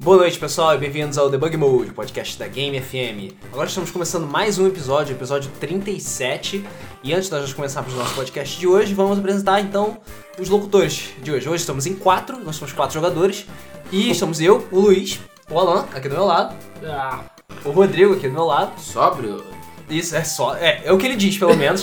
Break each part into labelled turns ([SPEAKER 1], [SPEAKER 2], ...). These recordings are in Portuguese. [SPEAKER 1] Boa noite, pessoal, e bem-vindos ao Debug Mode, o podcast da Game FM. Agora estamos começando mais um episódio, episódio 37. E antes de nós começarmos o nosso podcast de hoje, vamos apresentar então os locutores de hoje. Hoje estamos em quatro, nós somos quatro jogadores. E estamos eu, o Luiz, o Alan, aqui do meu lado,
[SPEAKER 2] Ah,
[SPEAKER 1] o Rodrigo, aqui do meu lado.
[SPEAKER 3] Sóbrio?
[SPEAKER 1] Isso, é só. É, é o que ele diz, pelo menos.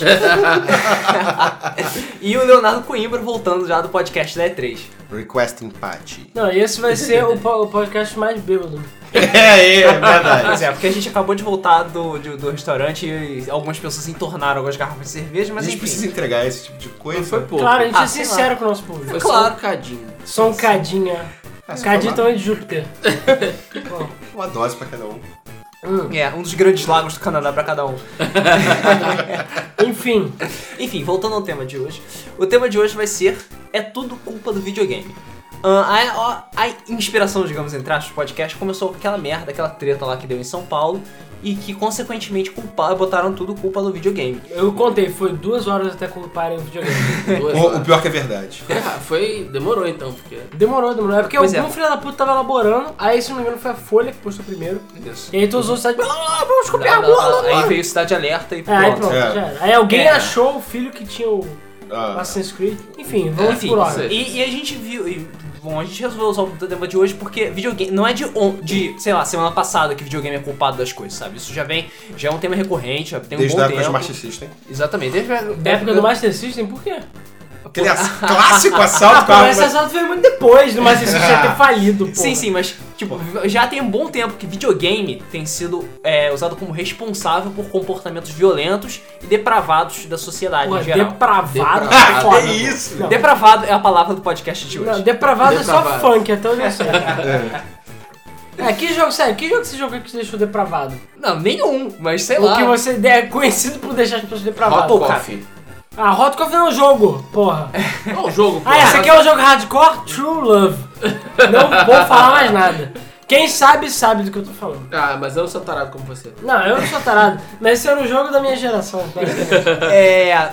[SPEAKER 1] e o Leonardo Coimbra voltando já do podcast da E3.
[SPEAKER 3] Request empate.
[SPEAKER 2] não, esse vai ser o, po- o podcast mais bêbado.
[SPEAKER 3] É, é verdade.
[SPEAKER 1] Pois é, porque a gente acabou de voltar do, de- do restaurante e algumas pessoas entornaram algumas garrafas de cerveja,
[SPEAKER 3] A
[SPEAKER 1] mas
[SPEAKER 3] gente
[SPEAKER 1] enfim.
[SPEAKER 3] precisa entregar esse tipo de coisa.
[SPEAKER 4] Não foi pouco.
[SPEAKER 2] Claro, a gente
[SPEAKER 1] Ah,
[SPEAKER 2] é
[SPEAKER 1] sei
[SPEAKER 2] sincero com o nosso público.
[SPEAKER 4] foi
[SPEAKER 1] claro.
[SPEAKER 4] só um bocadinho.
[SPEAKER 2] Só um cadinha.
[SPEAKER 3] Ah, se
[SPEAKER 1] tá
[SPEAKER 2] Cadinho
[SPEAKER 3] falar,
[SPEAKER 2] tamanho de Júpiter.
[SPEAKER 3] Uma dose pra cada um.
[SPEAKER 2] Hum.
[SPEAKER 1] É, um dos grandes lagos do Canadá pra cada um.
[SPEAKER 2] Enfim,
[SPEAKER 1] Enfim, voltando ao tema de hoje. O tema de hoje vai ser É tudo culpa do videogame. Ah, a, a- a inspiração, digamos, entre aspas, do podcast começou com aquela merda, aquela treta lá que deu em São Paulo e que, consequentemente, culpa, botaram tudo culpa do videogame.
[SPEAKER 2] eu contei, foi duas horas até culparem o videogame.
[SPEAKER 4] Duas
[SPEAKER 3] O, o
[SPEAKER 4] horas.
[SPEAKER 3] pior que é verdade.
[SPEAKER 4] Ah, foi. Demorou então, porque.
[SPEAKER 2] Demorou, demorou. É porque
[SPEAKER 1] Pois
[SPEAKER 2] algum
[SPEAKER 1] é.
[SPEAKER 2] filho da puta tava elaborando, aí se não me engano foi a Folha que postou primeiro.
[SPEAKER 4] Deus.
[SPEAKER 2] E aí todos os outros estavam, blá, blá, blá, vamos copiar,
[SPEAKER 4] Blá, blá,
[SPEAKER 2] blá, blá,
[SPEAKER 4] blá,
[SPEAKER 2] blá.
[SPEAKER 1] Aí veio Cidade Alerta e
[SPEAKER 2] É, aí
[SPEAKER 1] pronto.
[SPEAKER 2] pronto,
[SPEAKER 3] É.
[SPEAKER 2] já era. Aí alguém
[SPEAKER 1] É.
[SPEAKER 2] achou o filho que tinha o
[SPEAKER 3] Ah,
[SPEAKER 2] Assassin's Creed. Enfim, vamos
[SPEAKER 1] Enfim,
[SPEAKER 2] por
[SPEAKER 4] não
[SPEAKER 2] hora.
[SPEAKER 4] sei.
[SPEAKER 1] E, e a gente viu. e, bom, a gente resolveu usar o tema de hoje porque videogame. Não é de, on, de, sei lá, semana passada que videogame é culpado das coisas, sabe? Isso já vem. Já é um tema recorrente, já tem um
[SPEAKER 3] desde
[SPEAKER 1] bom
[SPEAKER 3] a
[SPEAKER 1] tempo.
[SPEAKER 3] época de Master System.
[SPEAKER 1] Exatamente. Desde a
[SPEAKER 2] Da época do Master System, por quê?
[SPEAKER 3] Aquele ass- clássico assalto
[SPEAKER 2] Ah,
[SPEAKER 3] com
[SPEAKER 2] pô,
[SPEAKER 3] a
[SPEAKER 1] é
[SPEAKER 2] esse
[SPEAKER 3] arma.
[SPEAKER 2] assalto veio muito depois do Master System já ter falido, pô.
[SPEAKER 1] Sim, sim, mas, tipo, já tem um bom tempo que videogame tem sido é, usado como responsável por comportamentos violentos e depravados da sociedade
[SPEAKER 2] Pô,
[SPEAKER 1] em geral.
[SPEAKER 2] depravado,
[SPEAKER 4] Depravado.
[SPEAKER 2] é foda.
[SPEAKER 3] É isso.
[SPEAKER 2] Não,
[SPEAKER 1] Depravado é a palavra do podcast de hoje.
[SPEAKER 2] não, depravado, é só
[SPEAKER 4] Depravado.
[SPEAKER 2] funk, até onde eu sei. É, que jogo, sério, que jogo que você jogou que te deixou depravado?
[SPEAKER 1] Não, nenhum, mas sei
[SPEAKER 2] O
[SPEAKER 1] lá.
[SPEAKER 2] que você é conhecido por deixar as pessoas depravadas.
[SPEAKER 4] Hot
[SPEAKER 1] Apple, cara.
[SPEAKER 4] Coffee.
[SPEAKER 2] Ah, Hot Coffee não é um jogo, porra.
[SPEAKER 1] É.
[SPEAKER 4] Não, o jogo.
[SPEAKER 2] Ah, esse aqui é um jogo hardcore? True Love. Não vou falar mais nada. Quem sabe, sabe do que eu tô falando.
[SPEAKER 4] Ah, mas eu não sou tarado como você.
[SPEAKER 2] Não, eu não sou tarado, mas esse era um jogo da minha geração. né? basicamente.
[SPEAKER 1] É.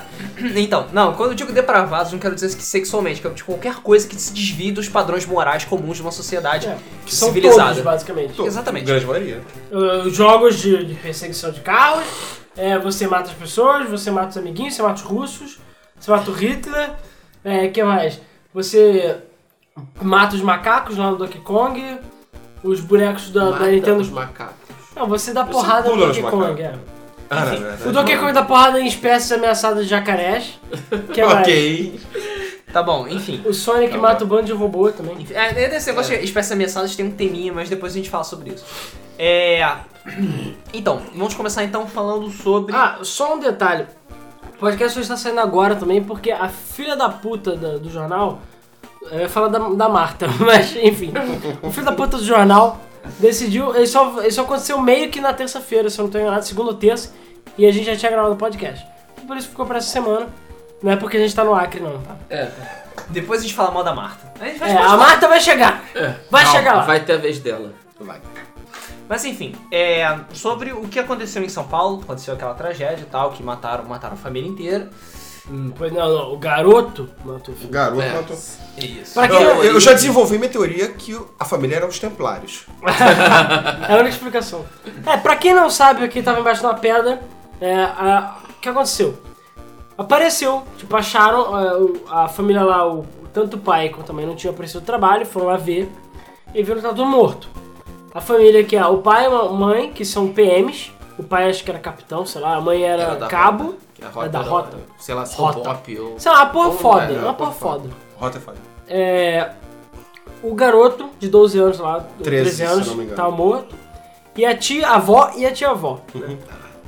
[SPEAKER 1] Então, não, quando eu digo depravados, não quero dizer que sexualmente, quero de qualquer coisa que se desvie dos padrões morais comuns de uma sociedade
[SPEAKER 2] É, que são todos,
[SPEAKER 1] civilizada.
[SPEAKER 2] basicamente.
[SPEAKER 1] Exatamente.
[SPEAKER 3] Grande maioria.
[SPEAKER 2] Uh, jogos de, de perseguição de carros, é, você mata as pessoas, você mata os amiguinhos, você mata os russos, você mata o Hitler, é, que mais? Você mata os macacos lá no Donkey Kong, os bonecos da, da
[SPEAKER 4] Mata
[SPEAKER 2] Nintendo.
[SPEAKER 4] os macacos.
[SPEAKER 2] Não, você dá porrada no
[SPEAKER 3] pula nos
[SPEAKER 2] Donkey
[SPEAKER 3] macacos.
[SPEAKER 2] Kong, é.
[SPEAKER 3] Ah, não,
[SPEAKER 2] O
[SPEAKER 3] não, não.
[SPEAKER 2] Donkey Kong dá porrada em espécies ameaçadas de jacarés, que é mais?
[SPEAKER 3] Ok.
[SPEAKER 1] Tá bom, enfim.
[SPEAKER 2] O Sonic
[SPEAKER 3] Tá
[SPEAKER 2] mata o bando de robô também.
[SPEAKER 1] Enfim, É, é desse negócio de espécies ameaçadas tem um teminha, mas depois a gente fala sobre isso. É. Então, vamos começar então falando sobre.
[SPEAKER 2] Ah, só um detalhe. O podcast só está saindo agora também porque a filha da puta da- do jornal. Eu ia falar da, da Marta, mas enfim. O filho da puta do jornal decidiu. Ele só, ele só aconteceu meio que na terça-feira, se eu não estou enganado, segunda ou terça. E a gente já tinha gravado o podcast. Por isso ficou pra essa semana. Não é porque a gente tá no Acre, não, tá?
[SPEAKER 4] É.
[SPEAKER 1] Depois a gente fala mal da Marta. A gente vai
[SPEAKER 2] É, a Marta vai chegar! Vai
[SPEAKER 4] Calma,
[SPEAKER 2] chegar lá!
[SPEAKER 4] Vai ter a vez dela.
[SPEAKER 3] Vai.
[SPEAKER 1] Mas enfim, é, sobre o que aconteceu em São Paulo, aconteceu aquela tragédia e tal, que mataram, mataram a família inteira.
[SPEAKER 2] Pois não, não, o garoto matou o filho.
[SPEAKER 3] Garoto
[SPEAKER 4] É.
[SPEAKER 3] matou.
[SPEAKER 1] Isso.
[SPEAKER 2] Pra quem
[SPEAKER 3] Eu,
[SPEAKER 2] não,
[SPEAKER 3] eu- eu já desenvolvi minha teoria que o- a família eram os templários.
[SPEAKER 2] É a única explicação. É, pra quem não sabe o que tava embaixo de uma pedra, é, a- o que aconteceu? Apareceu, tipo, acharam é, o- a, família lá, o, tanto o pai quanto a mãe não tinha aparecido do trabalho, foram lá ver e viram que tava tudo morto. A família que é o pai e a mãe, que são PMs, o pai acho que era capitão, sei lá, a mãe era,
[SPEAKER 4] Era É da
[SPEAKER 2] cabo,
[SPEAKER 4] Rota. Que a rota
[SPEAKER 2] é da
[SPEAKER 4] era-
[SPEAKER 2] Rota.
[SPEAKER 4] Sei lá, São
[SPEAKER 2] Rota.
[SPEAKER 4] Pop ou.
[SPEAKER 2] Sei lá, uma porra
[SPEAKER 4] Como
[SPEAKER 2] foda,
[SPEAKER 4] era?
[SPEAKER 2] uma né, porra foda.
[SPEAKER 3] Rota foda.
[SPEAKER 2] É, o garoto de 12 anos lá,
[SPEAKER 3] 13,
[SPEAKER 2] 13,
[SPEAKER 3] se não me
[SPEAKER 2] anos,
[SPEAKER 3] engano.
[SPEAKER 2] tava morto. E a tia, a avó e a tia avó.
[SPEAKER 3] Uhum.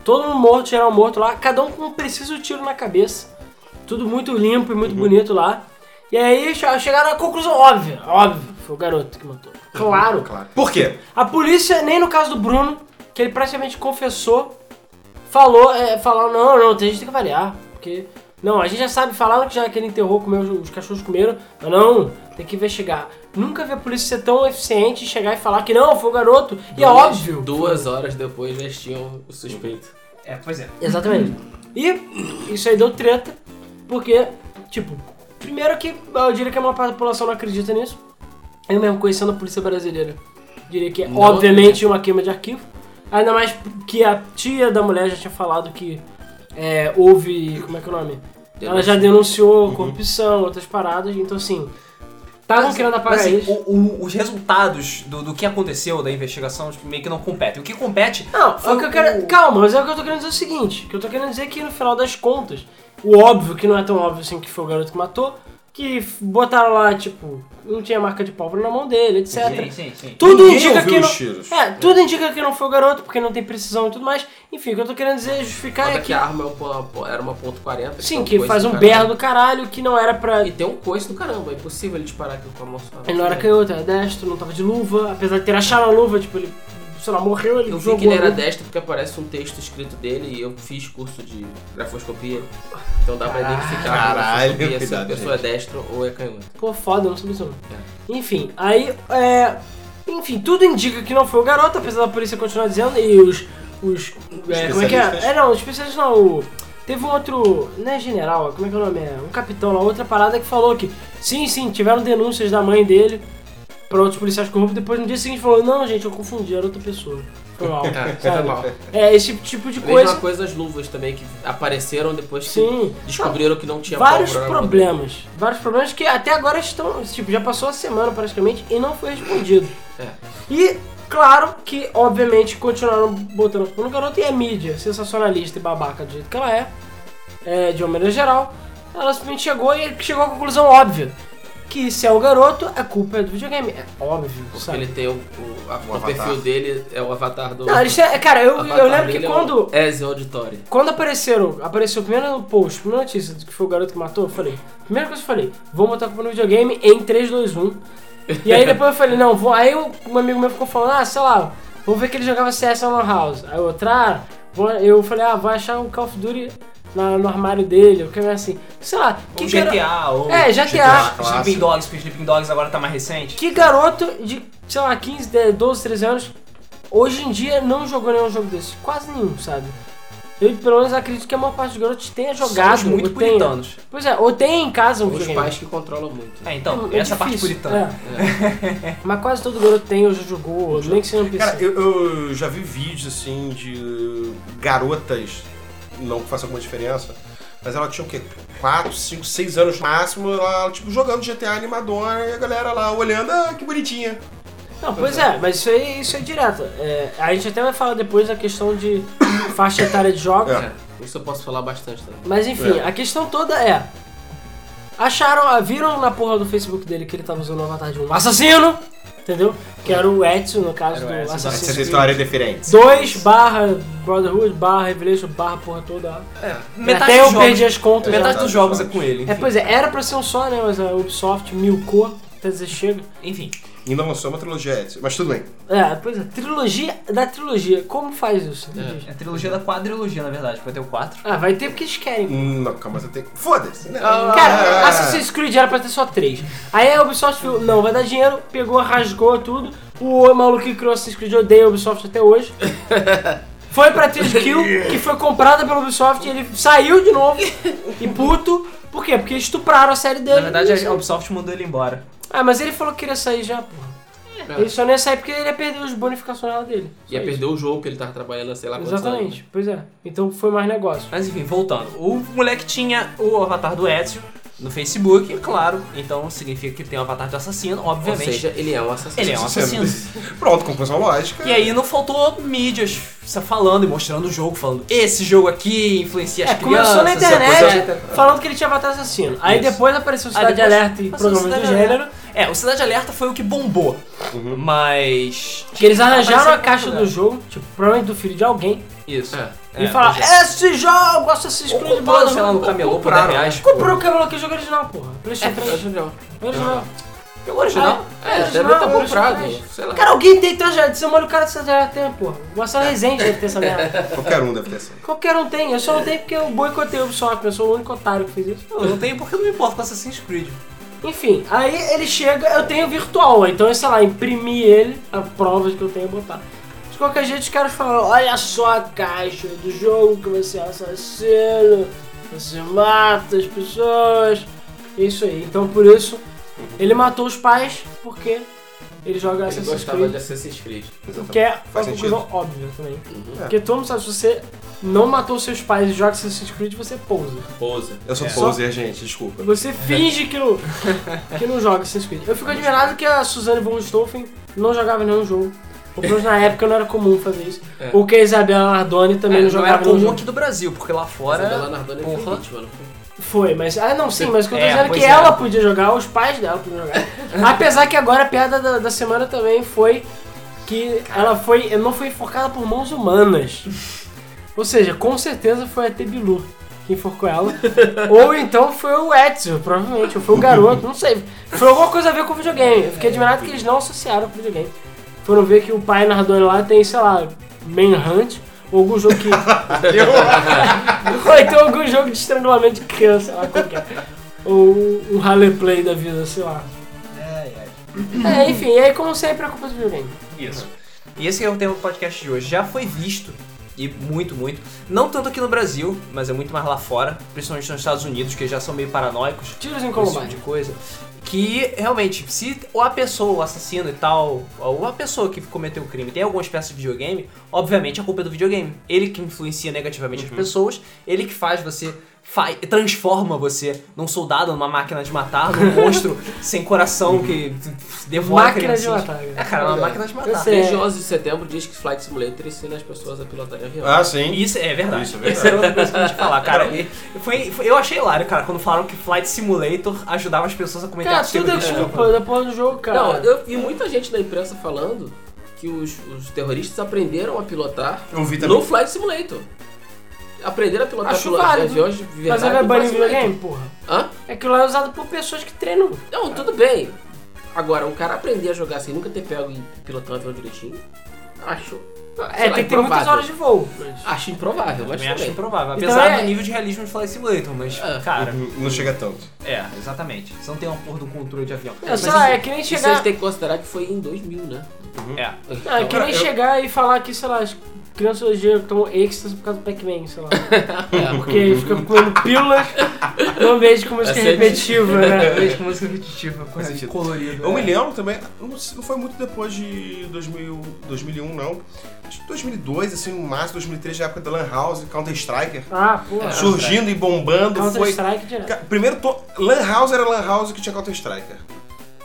[SPEAKER 2] Todo mundo morto, geral morto lá, cada um com um preciso tiro na cabeça. Tudo muito limpo e muito
[SPEAKER 3] Uhum.
[SPEAKER 2] bonito lá. E aí che- chegaram à conclusão óbvia, óbvio, foi o garoto que matou. Claro.
[SPEAKER 3] Claro. Por quê?
[SPEAKER 2] A polícia, nem no caso do Bruno, que ele praticamente confessou, falou, é, falou, não, não, tem gente que tem que avaliar, porque... Não, a gente já sabe, falaram que já que ele enterrou, comeu, os cachorros comeram, mas não, tem que investigar. Nunca vi a polícia ser tão eficiente e chegar e falar que não, foi o garoto, e é
[SPEAKER 4] Duas-
[SPEAKER 2] óbvio.
[SPEAKER 4] Duas horas depois já tinham o suspeito.
[SPEAKER 1] É, pois é.
[SPEAKER 2] Exatamente. E isso aí deu treta, porque, tipo, primeiro que eu diria que a maior parte da população não acredita nisso, eu mesmo conhecendo a polícia brasileira. diria que é,
[SPEAKER 4] Não,
[SPEAKER 2] obviamente, uma queima de arquivo. Ainda mais que a tia da mulher já tinha falado que é, houve. Como é que é o nome? Ela já denunciou corrupção, outras paradas, então assim. Estavam querendo apagar
[SPEAKER 1] Uhum. Mas, assim,
[SPEAKER 2] isso.
[SPEAKER 1] o- o- os resultados do, do que aconteceu da investigação tipo, meio que não competem. O que compete
[SPEAKER 2] Não, é o que eu quero. Calma, mas é o que eu tô querendo dizer é o seguinte: que eu tô querendo dizer que no final das contas, o óbvio, que não é tão óbvio assim que foi o garoto que matou, que f- botaram lá, tipo, não tinha marca de pólvora na mão dele, etc.
[SPEAKER 1] sim, sim.
[SPEAKER 2] Tudo
[SPEAKER 3] Ninguém
[SPEAKER 2] indica
[SPEAKER 3] ouviu
[SPEAKER 2] que.
[SPEAKER 3] os
[SPEAKER 2] Não,
[SPEAKER 3] tiros.
[SPEAKER 2] é, tudo indica que não foi o garoto, porque não tem precisão e tudo mais. Enfim, o que eu tô querendo dizer é justificar
[SPEAKER 4] Nota
[SPEAKER 2] é
[SPEAKER 4] que
[SPEAKER 2] que.
[SPEAKER 4] a arma é um po- era uma ponto 40.
[SPEAKER 2] Sim, que faz um berro do caralho que não era pra.
[SPEAKER 4] E tem um coice do caramba, é impossível ele disparar aquilo com a mão só.
[SPEAKER 2] Ele não era canhoto, era destro, não tava de luva, apesar de ter achado a luva, tipo, ele, sei lá, morreu, ele
[SPEAKER 4] Eu vi
[SPEAKER 2] jogou.
[SPEAKER 4] que ele
[SPEAKER 2] a
[SPEAKER 4] era
[SPEAKER 2] luva.
[SPEAKER 4] destro porque aparece um texto escrito dele e eu fiz curso de grafoscopia. Então dá pra
[SPEAKER 2] Caralho,
[SPEAKER 4] identificar pela
[SPEAKER 3] caralho,
[SPEAKER 4] grafoscopia se a
[SPEAKER 3] cuidado,
[SPEAKER 4] pessoa
[SPEAKER 3] gente.
[SPEAKER 4] é destro ou é canhoto.
[SPEAKER 2] Pô, foda, eu não sabia isso não. Enfim, aí, é... Enfim, tudo indica que não foi o garoto, apesar da polícia continuar dizendo, e os... os é, como é que é?
[SPEAKER 3] Especialistas?
[SPEAKER 2] É, não, os especialistas não, o... Teve um outro, não é general, como é que é o nome? É um capitão lá, outra parada que falou que sim, sim, tiveram denúncias da mãe dele pra outros policiais corruptos. Depois no dia seguinte falou: Não, gente, eu confundi, era outra pessoa. Foi mal.
[SPEAKER 4] Ah, foi
[SPEAKER 2] sabe?
[SPEAKER 4] mal.
[SPEAKER 2] É, esse tipo de coisa.
[SPEAKER 4] Mesma coisa as luvas também que apareceram depois que
[SPEAKER 2] Sim.
[SPEAKER 4] descobriram que é né, não tinha
[SPEAKER 2] vários
[SPEAKER 4] pólvora na mão
[SPEAKER 2] problemas. Vários problemas que até agora estão. Tipo, já passou a semana praticamente e não foi respondido.
[SPEAKER 4] É.
[SPEAKER 2] E claro que, obviamente, continuaram botando culpa no garoto e a mídia, sensacionalista e babaca do jeito que ela é, é, de uma maneira geral, ela simplesmente chegou e chegou à conclusão óbvia. Que se é o garoto, a culpa é do videogame. É óbvio,
[SPEAKER 4] Porque
[SPEAKER 2] sabe?
[SPEAKER 4] ele tem o, o, a- o
[SPEAKER 3] avatar.
[SPEAKER 4] perfil dele, é o avatar do.
[SPEAKER 2] Não, eles, têm- cara, eu,
[SPEAKER 4] o avatar
[SPEAKER 2] eu lembro que
[SPEAKER 4] dele é o
[SPEAKER 2] quando.
[SPEAKER 4] Ezio Auditori.
[SPEAKER 2] Quando apareceram, apareceu primeiro no post, primeira notícia do que foi o garoto que matou, eu falei, primeira coisa que eu falei, vou botar a culpa no videogame em 3, 2, 1. E aí depois eu falei, não, vou. Aí um um amigo meu ficou falando, ah, sei lá, vou ver que ele jogava CS na Lan House. Aí outra, ah, vou- eu falei, ah, vou achar um Call of Duty na- no armário dele, ou que é assim, sei lá, que
[SPEAKER 1] Que GTA,
[SPEAKER 2] garo-
[SPEAKER 1] ou
[SPEAKER 2] É, GTA.
[SPEAKER 1] Sleeping
[SPEAKER 3] Clássico.
[SPEAKER 1] Dogs, porque Sleeping Dogs agora tá mais recente.
[SPEAKER 2] Que garoto de, sei lá, 15, 10, 12, 13 anos, hoje em dia não jogou nenhum jogo desse. Quase nenhum, sabe? Eu, pelo menos, acredito que a maior parte dos garotos tenha jogado.
[SPEAKER 1] Somos muito
[SPEAKER 2] ou tenha.
[SPEAKER 1] puritanos.
[SPEAKER 2] Pois é, ou tem em casa um
[SPEAKER 4] Os
[SPEAKER 2] videogame.
[SPEAKER 4] pais que controlam muito.
[SPEAKER 1] É, então, essa é a parte
[SPEAKER 2] difícil.
[SPEAKER 1] puritana.
[SPEAKER 2] É. Mas quase todo garoto tem ou já jogou, ou nem que seja um no PC.
[SPEAKER 3] Cara, eu, eu já vi vídeos assim de garotas, não que faça alguma diferença, mas ela tinha o quê? 4, 5, 6 anos no máximo, ela, tipo, jogando GTA animadona e a galera lá olhando, ah, que bonitinha.
[SPEAKER 2] Não, pois é, mas isso aí isso é direto. É, a gente até vai falar depois da questão de faixa etária de jogos.
[SPEAKER 3] É.
[SPEAKER 4] Isso eu posso falar bastante também.
[SPEAKER 2] Mas enfim, a questão toda é. Acharam, ah, viram na porra do Facebook dele que ele tava usando o avatar de um assassino, entendeu? Que era o Edson, no caso
[SPEAKER 1] Era o
[SPEAKER 2] do
[SPEAKER 1] Edson,
[SPEAKER 2] Assassin's
[SPEAKER 1] exato.
[SPEAKER 2] Creed.
[SPEAKER 3] história é diferente.
[SPEAKER 2] 2 barra Brotherhood, barra Revelation, barra porra toda.
[SPEAKER 1] é. Metade,
[SPEAKER 2] Até eu
[SPEAKER 1] dos jogos,
[SPEAKER 2] perdi as contas. já.
[SPEAKER 1] metade dos jogos é com ele.
[SPEAKER 2] É,
[SPEAKER 1] Enfim.
[SPEAKER 2] pois é, era pra ser um só, né? Mas a Ubisoft milcou, quer dizer, chega.
[SPEAKER 1] Enfim.
[SPEAKER 3] Ainda lançou uma trilogia, Edson, mas tudo bem.
[SPEAKER 2] É, pois é, trilogia da trilogia. Como faz isso? Entendi.
[SPEAKER 1] É a trilogia da quadrilogia, na verdade, vai ter o 4.
[SPEAKER 2] Ah, vai ter porque eles querem.
[SPEAKER 3] Hum, Não, calma, você tem. Foda-se, né?
[SPEAKER 2] Cara,
[SPEAKER 3] Ah,
[SPEAKER 2] Assassin's Creed era pra ter só três. Aí a Ubisoft falou, não, vai dar dinheiro, pegou, rasgou tudo. O maluco que criou Assassin's Creed odeia a Ubisoft até hoje. Foi pra Kill, que foi comprada pela Ubisoft, e ele saiu de novo, e puto. Por quê? Porque estupraram a série dele.
[SPEAKER 1] Na verdade, é-
[SPEAKER 2] E-
[SPEAKER 1] a Ubisoft mandou ele embora.
[SPEAKER 2] Ah, mas ele falou que queria sair já, porra. Ele só não ia sair porque ele ia perder os bonificações dele. Só
[SPEAKER 4] Ia
[SPEAKER 2] isso.
[SPEAKER 4] é perder o jogo que ele tava trabalhando, sei lá quantos
[SPEAKER 2] Exatamente, pois é. Então foi mais negócio.
[SPEAKER 1] Mas enfim, voltando. O moleque tinha o avatar do Ezio no Facebook, claro. Então significa que tem o avatar de assassino,
[SPEAKER 4] anos. Ou
[SPEAKER 1] obviamente.
[SPEAKER 4] seja, ele é um assassino.
[SPEAKER 1] ele é um assassino.
[SPEAKER 3] Pronto, conclusão lógica.
[SPEAKER 1] E aí não faltou mídias falando e mostrando o jogo, falando esse jogo aqui influencia as
[SPEAKER 2] É,
[SPEAKER 1] crianças.
[SPEAKER 2] começou na
[SPEAKER 1] essa coisa-
[SPEAKER 2] internet falando que ele tinha avatar assassino. Aí depois apareceu Cidade
[SPEAKER 1] depois
[SPEAKER 2] Alerta e
[SPEAKER 1] passou o
[SPEAKER 2] programas do
[SPEAKER 1] Cidade
[SPEAKER 2] gênero.
[SPEAKER 1] É, o Cidade Alerta foi o que bombou. Uhum. Mas.
[SPEAKER 2] Que eles arranjaram a
[SPEAKER 1] Apareceu
[SPEAKER 2] caixa
[SPEAKER 1] em
[SPEAKER 2] do jogo, tipo, provavelmente do filho de alguém,
[SPEAKER 1] Isso.
[SPEAKER 4] É.
[SPEAKER 2] e falaram:
[SPEAKER 1] pois
[SPEAKER 2] Esse jogo, Assassin's
[SPEAKER 1] Ou
[SPEAKER 2] Creed,
[SPEAKER 1] compraram,
[SPEAKER 2] mano.
[SPEAKER 1] sei lá, no camelô por
[SPEAKER 4] compraram,
[SPEAKER 1] 10 reais.
[SPEAKER 2] Comprou o cabelo aqui, o jogo original, porra. PlayStation
[SPEAKER 4] É,
[SPEAKER 2] 3.
[SPEAKER 4] original.
[SPEAKER 2] Original.
[SPEAKER 1] Pegou o original?
[SPEAKER 4] É,
[SPEAKER 2] É,
[SPEAKER 4] deve
[SPEAKER 2] original,
[SPEAKER 4] ter comprado.
[SPEAKER 2] original.
[SPEAKER 4] Sei lá.
[SPEAKER 2] Cara, alguém tem transgênero. Você olha o cara de Cidade Alerta tem, porra. O Marcelo Rezende deve ter essa merda.
[SPEAKER 3] Qualquer um deve ter essa.
[SPEAKER 2] Qualquer um tem, eu só não tenho porque eu boicotei o Ubisoft, eu sou o único otário que fez isso.
[SPEAKER 1] Eu é, não tenho porque eu não me importo com Assassin's Creed.
[SPEAKER 2] Enfim, aí ele chega, eu tenho virtual, então eu, sei lá, imprimi ele, a prova que eu tenho e botar. De qualquer jeito, os caras falaram, olha só a caixa do jogo, que você é assassino, você mata as É pessoas, isso aí. Então por isso, ele matou os pais, porque ele joga
[SPEAKER 4] Ele
[SPEAKER 2] Assassin's
[SPEAKER 4] gostava
[SPEAKER 2] Creed.
[SPEAKER 4] de Assassin's Creed.
[SPEAKER 2] Que é uma
[SPEAKER 3] Faz sentido.
[SPEAKER 2] conclusão óbvia também.
[SPEAKER 4] Tá.
[SPEAKER 3] É.
[SPEAKER 2] Porque todo mundo sabe, se você não matou seus pais e joga Assassin's Creed, você é pousa.
[SPEAKER 4] Pousa.
[SPEAKER 3] Eu sou
[SPEAKER 2] É.
[SPEAKER 3] poser, gente, desculpa.
[SPEAKER 2] Você finge que não, que não joga Assassin's Creed. Eu fico admirado que a Suzanne von Stoffen não jogava nenhum jogo. Ou pelo menos na época não era comum fazer isso.
[SPEAKER 4] É.
[SPEAKER 2] Ou que a Isabela Nardoni também
[SPEAKER 1] É,
[SPEAKER 2] não
[SPEAKER 1] não era
[SPEAKER 2] jogava nenhum
[SPEAKER 1] comum
[SPEAKER 2] jogo.
[SPEAKER 1] aqui do Brasil, porque lá fora.
[SPEAKER 4] Isabela Nardoni foi
[SPEAKER 1] Porra.
[SPEAKER 4] vítima, não foi?
[SPEAKER 2] Foi, mas. Ah, não, sim, mas o que eu tô
[SPEAKER 1] É,
[SPEAKER 2] dizendo é que
[SPEAKER 1] pois é.
[SPEAKER 2] ela podia jogar, os pais dela podiam jogar. Apesar que agora a piada da, da semana também foi que ela foi, não foi enforcada por mãos humanas. Ou seja, com certeza foi a Tebilu que enforcou ela. Ou então foi o Ezio, provavelmente, ou foi o garoto, não sei. Foi alguma coisa a ver com o videogame. Eu fiquei admirado que eles não associaram com o videogame. Foram ver que o pai Nardoni lá tem, sei lá, Manhunt, ou algum jogo que. Ou então algum jogo de estrangulamento de criança, sei lá qual que é. Ou um rally play da vida, sei lá. É, enfim, e aí como sempre é culpa do videogame.
[SPEAKER 1] Isso. E esse é o tema do podcast de hoje. Já foi visto, e muito, muito. Não tanto aqui no Brasil, mas é muito mais lá fora, principalmente nos Estados Unidos, que já são meio paranoicos
[SPEAKER 2] Tiros em
[SPEAKER 1] com esse tipo
[SPEAKER 2] Columbine.
[SPEAKER 1] de coisa. Que realmente, se ou a pessoa, o assassino e tal, ou a pessoa que cometeu o crime tem alguma espécie de videogame, obviamente a culpa é do videogame. Ele que influencia negativamente
[SPEAKER 2] Uhum.
[SPEAKER 1] as pessoas, ele que faz você. fa- transforma você num soldado, numa máquina de matar, num monstro sem coração que devora
[SPEAKER 2] Máquina de
[SPEAKER 1] criancinhas.
[SPEAKER 2] matar. cara.
[SPEAKER 1] É, cara, é uma
[SPEAKER 4] É.
[SPEAKER 1] máquina de
[SPEAKER 2] Eu
[SPEAKER 1] matar.
[SPEAKER 2] sei.
[SPEAKER 4] 13 de 11 de setembro diz que Flight Simulator ensina as pessoas a pilotarem avião.
[SPEAKER 3] Ah, sim.
[SPEAKER 1] Isso é verdade.
[SPEAKER 3] Isso é verdade.
[SPEAKER 1] Essa era outra coisa que eu ia te falar, cara. E foi- foi- eu achei hilário, cara, quando falaram que Flight Simulator ajudava as pessoas a cometer
[SPEAKER 2] Cara,
[SPEAKER 1] atentado
[SPEAKER 2] tudo é
[SPEAKER 1] terrorista.
[SPEAKER 2] culpa da porra do jogo, cara.
[SPEAKER 4] Não, eu vi muita gente na imprensa falando que os, os terroristas aprenderam a pilotar
[SPEAKER 3] Eu vi também.
[SPEAKER 4] no Flight Simulator. Aprenderam a pilotar
[SPEAKER 2] Acho
[SPEAKER 4] pilo-
[SPEAKER 2] válido.
[SPEAKER 4] aviões de verdade.
[SPEAKER 2] Mas é ele
[SPEAKER 4] no
[SPEAKER 2] vai banir o
[SPEAKER 4] Flight Simulator.
[SPEAKER 2] videogame, porra.
[SPEAKER 4] Hã?
[SPEAKER 2] Aquilo lá é usado por pessoas que treinam.
[SPEAKER 4] Não, tudo bem. Agora, um cara aprender a jogar sem nunca ter pego e pilotar um avião direitinho, acho.
[SPEAKER 2] É, Ah, tem que ter muitas horas de voo.
[SPEAKER 4] Acho improvável, mas
[SPEAKER 1] Também
[SPEAKER 4] tudo
[SPEAKER 1] acho
[SPEAKER 4] bem.
[SPEAKER 1] improvável.
[SPEAKER 2] Então
[SPEAKER 1] Apesar
[SPEAKER 2] é-
[SPEAKER 1] do nível de realismo de Flight Simulator, mas,
[SPEAKER 4] É.
[SPEAKER 1] cara,
[SPEAKER 3] Não chega tanto.
[SPEAKER 1] é, exatamente. Você não tem uma porra do controle de avião.
[SPEAKER 2] É,
[SPEAKER 1] Mas
[SPEAKER 2] sei lá,
[SPEAKER 1] isso-
[SPEAKER 2] é que nem
[SPEAKER 4] E vocês
[SPEAKER 2] chegar.
[SPEAKER 4] têm que considerar que foi em 2000, né?
[SPEAKER 1] é.
[SPEAKER 2] Não, é que nem
[SPEAKER 3] Eu-
[SPEAKER 2] chegar e falar que, sei lá, as crianças hoje em dia tomam êxtase por causa do Pac-Man, sei lá. Porque fica comendo pílulas no ambiente com música
[SPEAKER 4] Essa é
[SPEAKER 2] repetitiva, né?
[SPEAKER 1] Veja que música repetitiva,
[SPEAKER 3] Faz sentido.
[SPEAKER 1] colorida.
[SPEAKER 3] Eu me lembro também, não sei, não foi muito depois de 2000, 2001, não. Acho que 2002, assim, no máximo, 2003, na época da Lan House, Counter-Striker.
[SPEAKER 2] Ah, porra.
[SPEAKER 4] É.
[SPEAKER 3] surgindo e bombando,
[SPEAKER 2] Counter
[SPEAKER 3] foi...
[SPEAKER 2] Strike direto.
[SPEAKER 3] Ca- Primeiro, to... Lan House era Lan House que tinha Counter-Striker.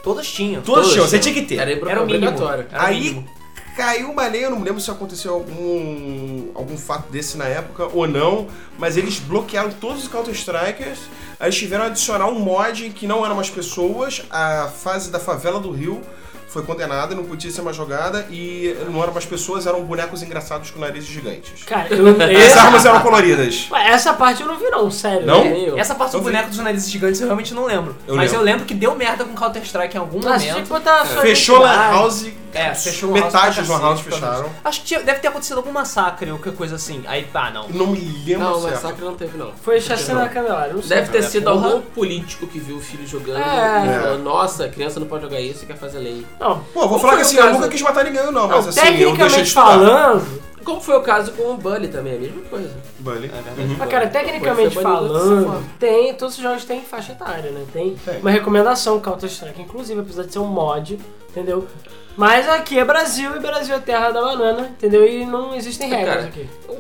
[SPEAKER 1] Todos tinham.
[SPEAKER 3] Todos tinham, você tinha que ter.
[SPEAKER 4] Era,
[SPEAKER 1] Era o mínimo.
[SPEAKER 4] obrigatório.
[SPEAKER 1] Era o
[SPEAKER 3] Aí-
[SPEAKER 1] mínimo.
[SPEAKER 3] Caiu uma lei, eu não me lembro se aconteceu algum, algum fato desse na época ou não, mas eles bloquearam todos os Counter-Strikers, aí eles tiveram a adicionar um mod em que não eram mais pessoas, a fase da favela do Rio foi condenada, não podia ser mais jogada, e não eram mais pessoas, eram bonecos engraçados com narizes gigantes.
[SPEAKER 2] Cara, eu.
[SPEAKER 3] As
[SPEAKER 2] Essa,
[SPEAKER 3] armas eram coloridas.
[SPEAKER 2] Ué, essa parte eu não vi, não, sério.
[SPEAKER 3] Não?
[SPEAKER 2] É.
[SPEAKER 4] Eu-
[SPEAKER 1] Essa parte do
[SPEAKER 3] Eu vi.
[SPEAKER 1] boneco dos narizes gigantes eu realmente não lembro.
[SPEAKER 3] Eu
[SPEAKER 1] mas eu
[SPEAKER 3] lembro.
[SPEAKER 1] lembro que deu merda com Counter-Strike em algum
[SPEAKER 2] Ah, você tinha
[SPEAKER 1] momento.
[SPEAKER 2] que botar a sua
[SPEAKER 3] Fechou Lan
[SPEAKER 2] identidade.
[SPEAKER 3] House,
[SPEAKER 1] É, fechou Lan House pra
[SPEAKER 3] tipo, metade dos Lan House
[SPEAKER 1] cacete, pelo
[SPEAKER 3] fecharam.
[SPEAKER 1] Acho que tinha- deve ter acontecido algum massacre ou qualquer coisa assim. Aí, ah, não.
[SPEAKER 3] Não me lembro é.
[SPEAKER 4] Não,
[SPEAKER 3] certo.
[SPEAKER 4] massacre não teve, não.
[SPEAKER 2] Foi chacina da Candelária, não sei.
[SPEAKER 4] Deve ter sido
[SPEAKER 1] Porra.
[SPEAKER 4] algum político que viu o filho jogando
[SPEAKER 2] É.
[SPEAKER 4] e falou, nossa, criança não pode jogar isso e quer fazer lei.
[SPEAKER 2] Não,
[SPEAKER 3] Pô, eu
[SPEAKER 4] Qual
[SPEAKER 3] vou falar
[SPEAKER 4] foi
[SPEAKER 3] que
[SPEAKER 4] o
[SPEAKER 3] assim, eu
[SPEAKER 4] caso?
[SPEAKER 3] nunca quis matar ninguém, não, mas
[SPEAKER 2] não,
[SPEAKER 3] assim, eu deixei
[SPEAKER 2] tecnicamente
[SPEAKER 3] de falar.
[SPEAKER 2] falando.
[SPEAKER 4] Como foi o caso com o Bully também, a mesma coisa.
[SPEAKER 3] Bully. Uhum.
[SPEAKER 2] Mas, cara,
[SPEAKER 4] Foi
[SPEAKER 2] tecnicamente
[SPEAKER 4] ser banido dessa forma.
[SPEAKER 2] falando, tem, todos os jogos têm faixa etária, né? Tem
[SPEAKER 3] Tem.
[SPEAKER 2] uma recomendação Counter-Strike, inclusive, apesar de ser um mod, entendeu? Mas aqui é Brasil e Brasil é terra da banana, entendeu? E não existem
[SPEAKER 4] Cara,
[SPEAKER 2] regras aqui.
[SPEAKER 4] Então,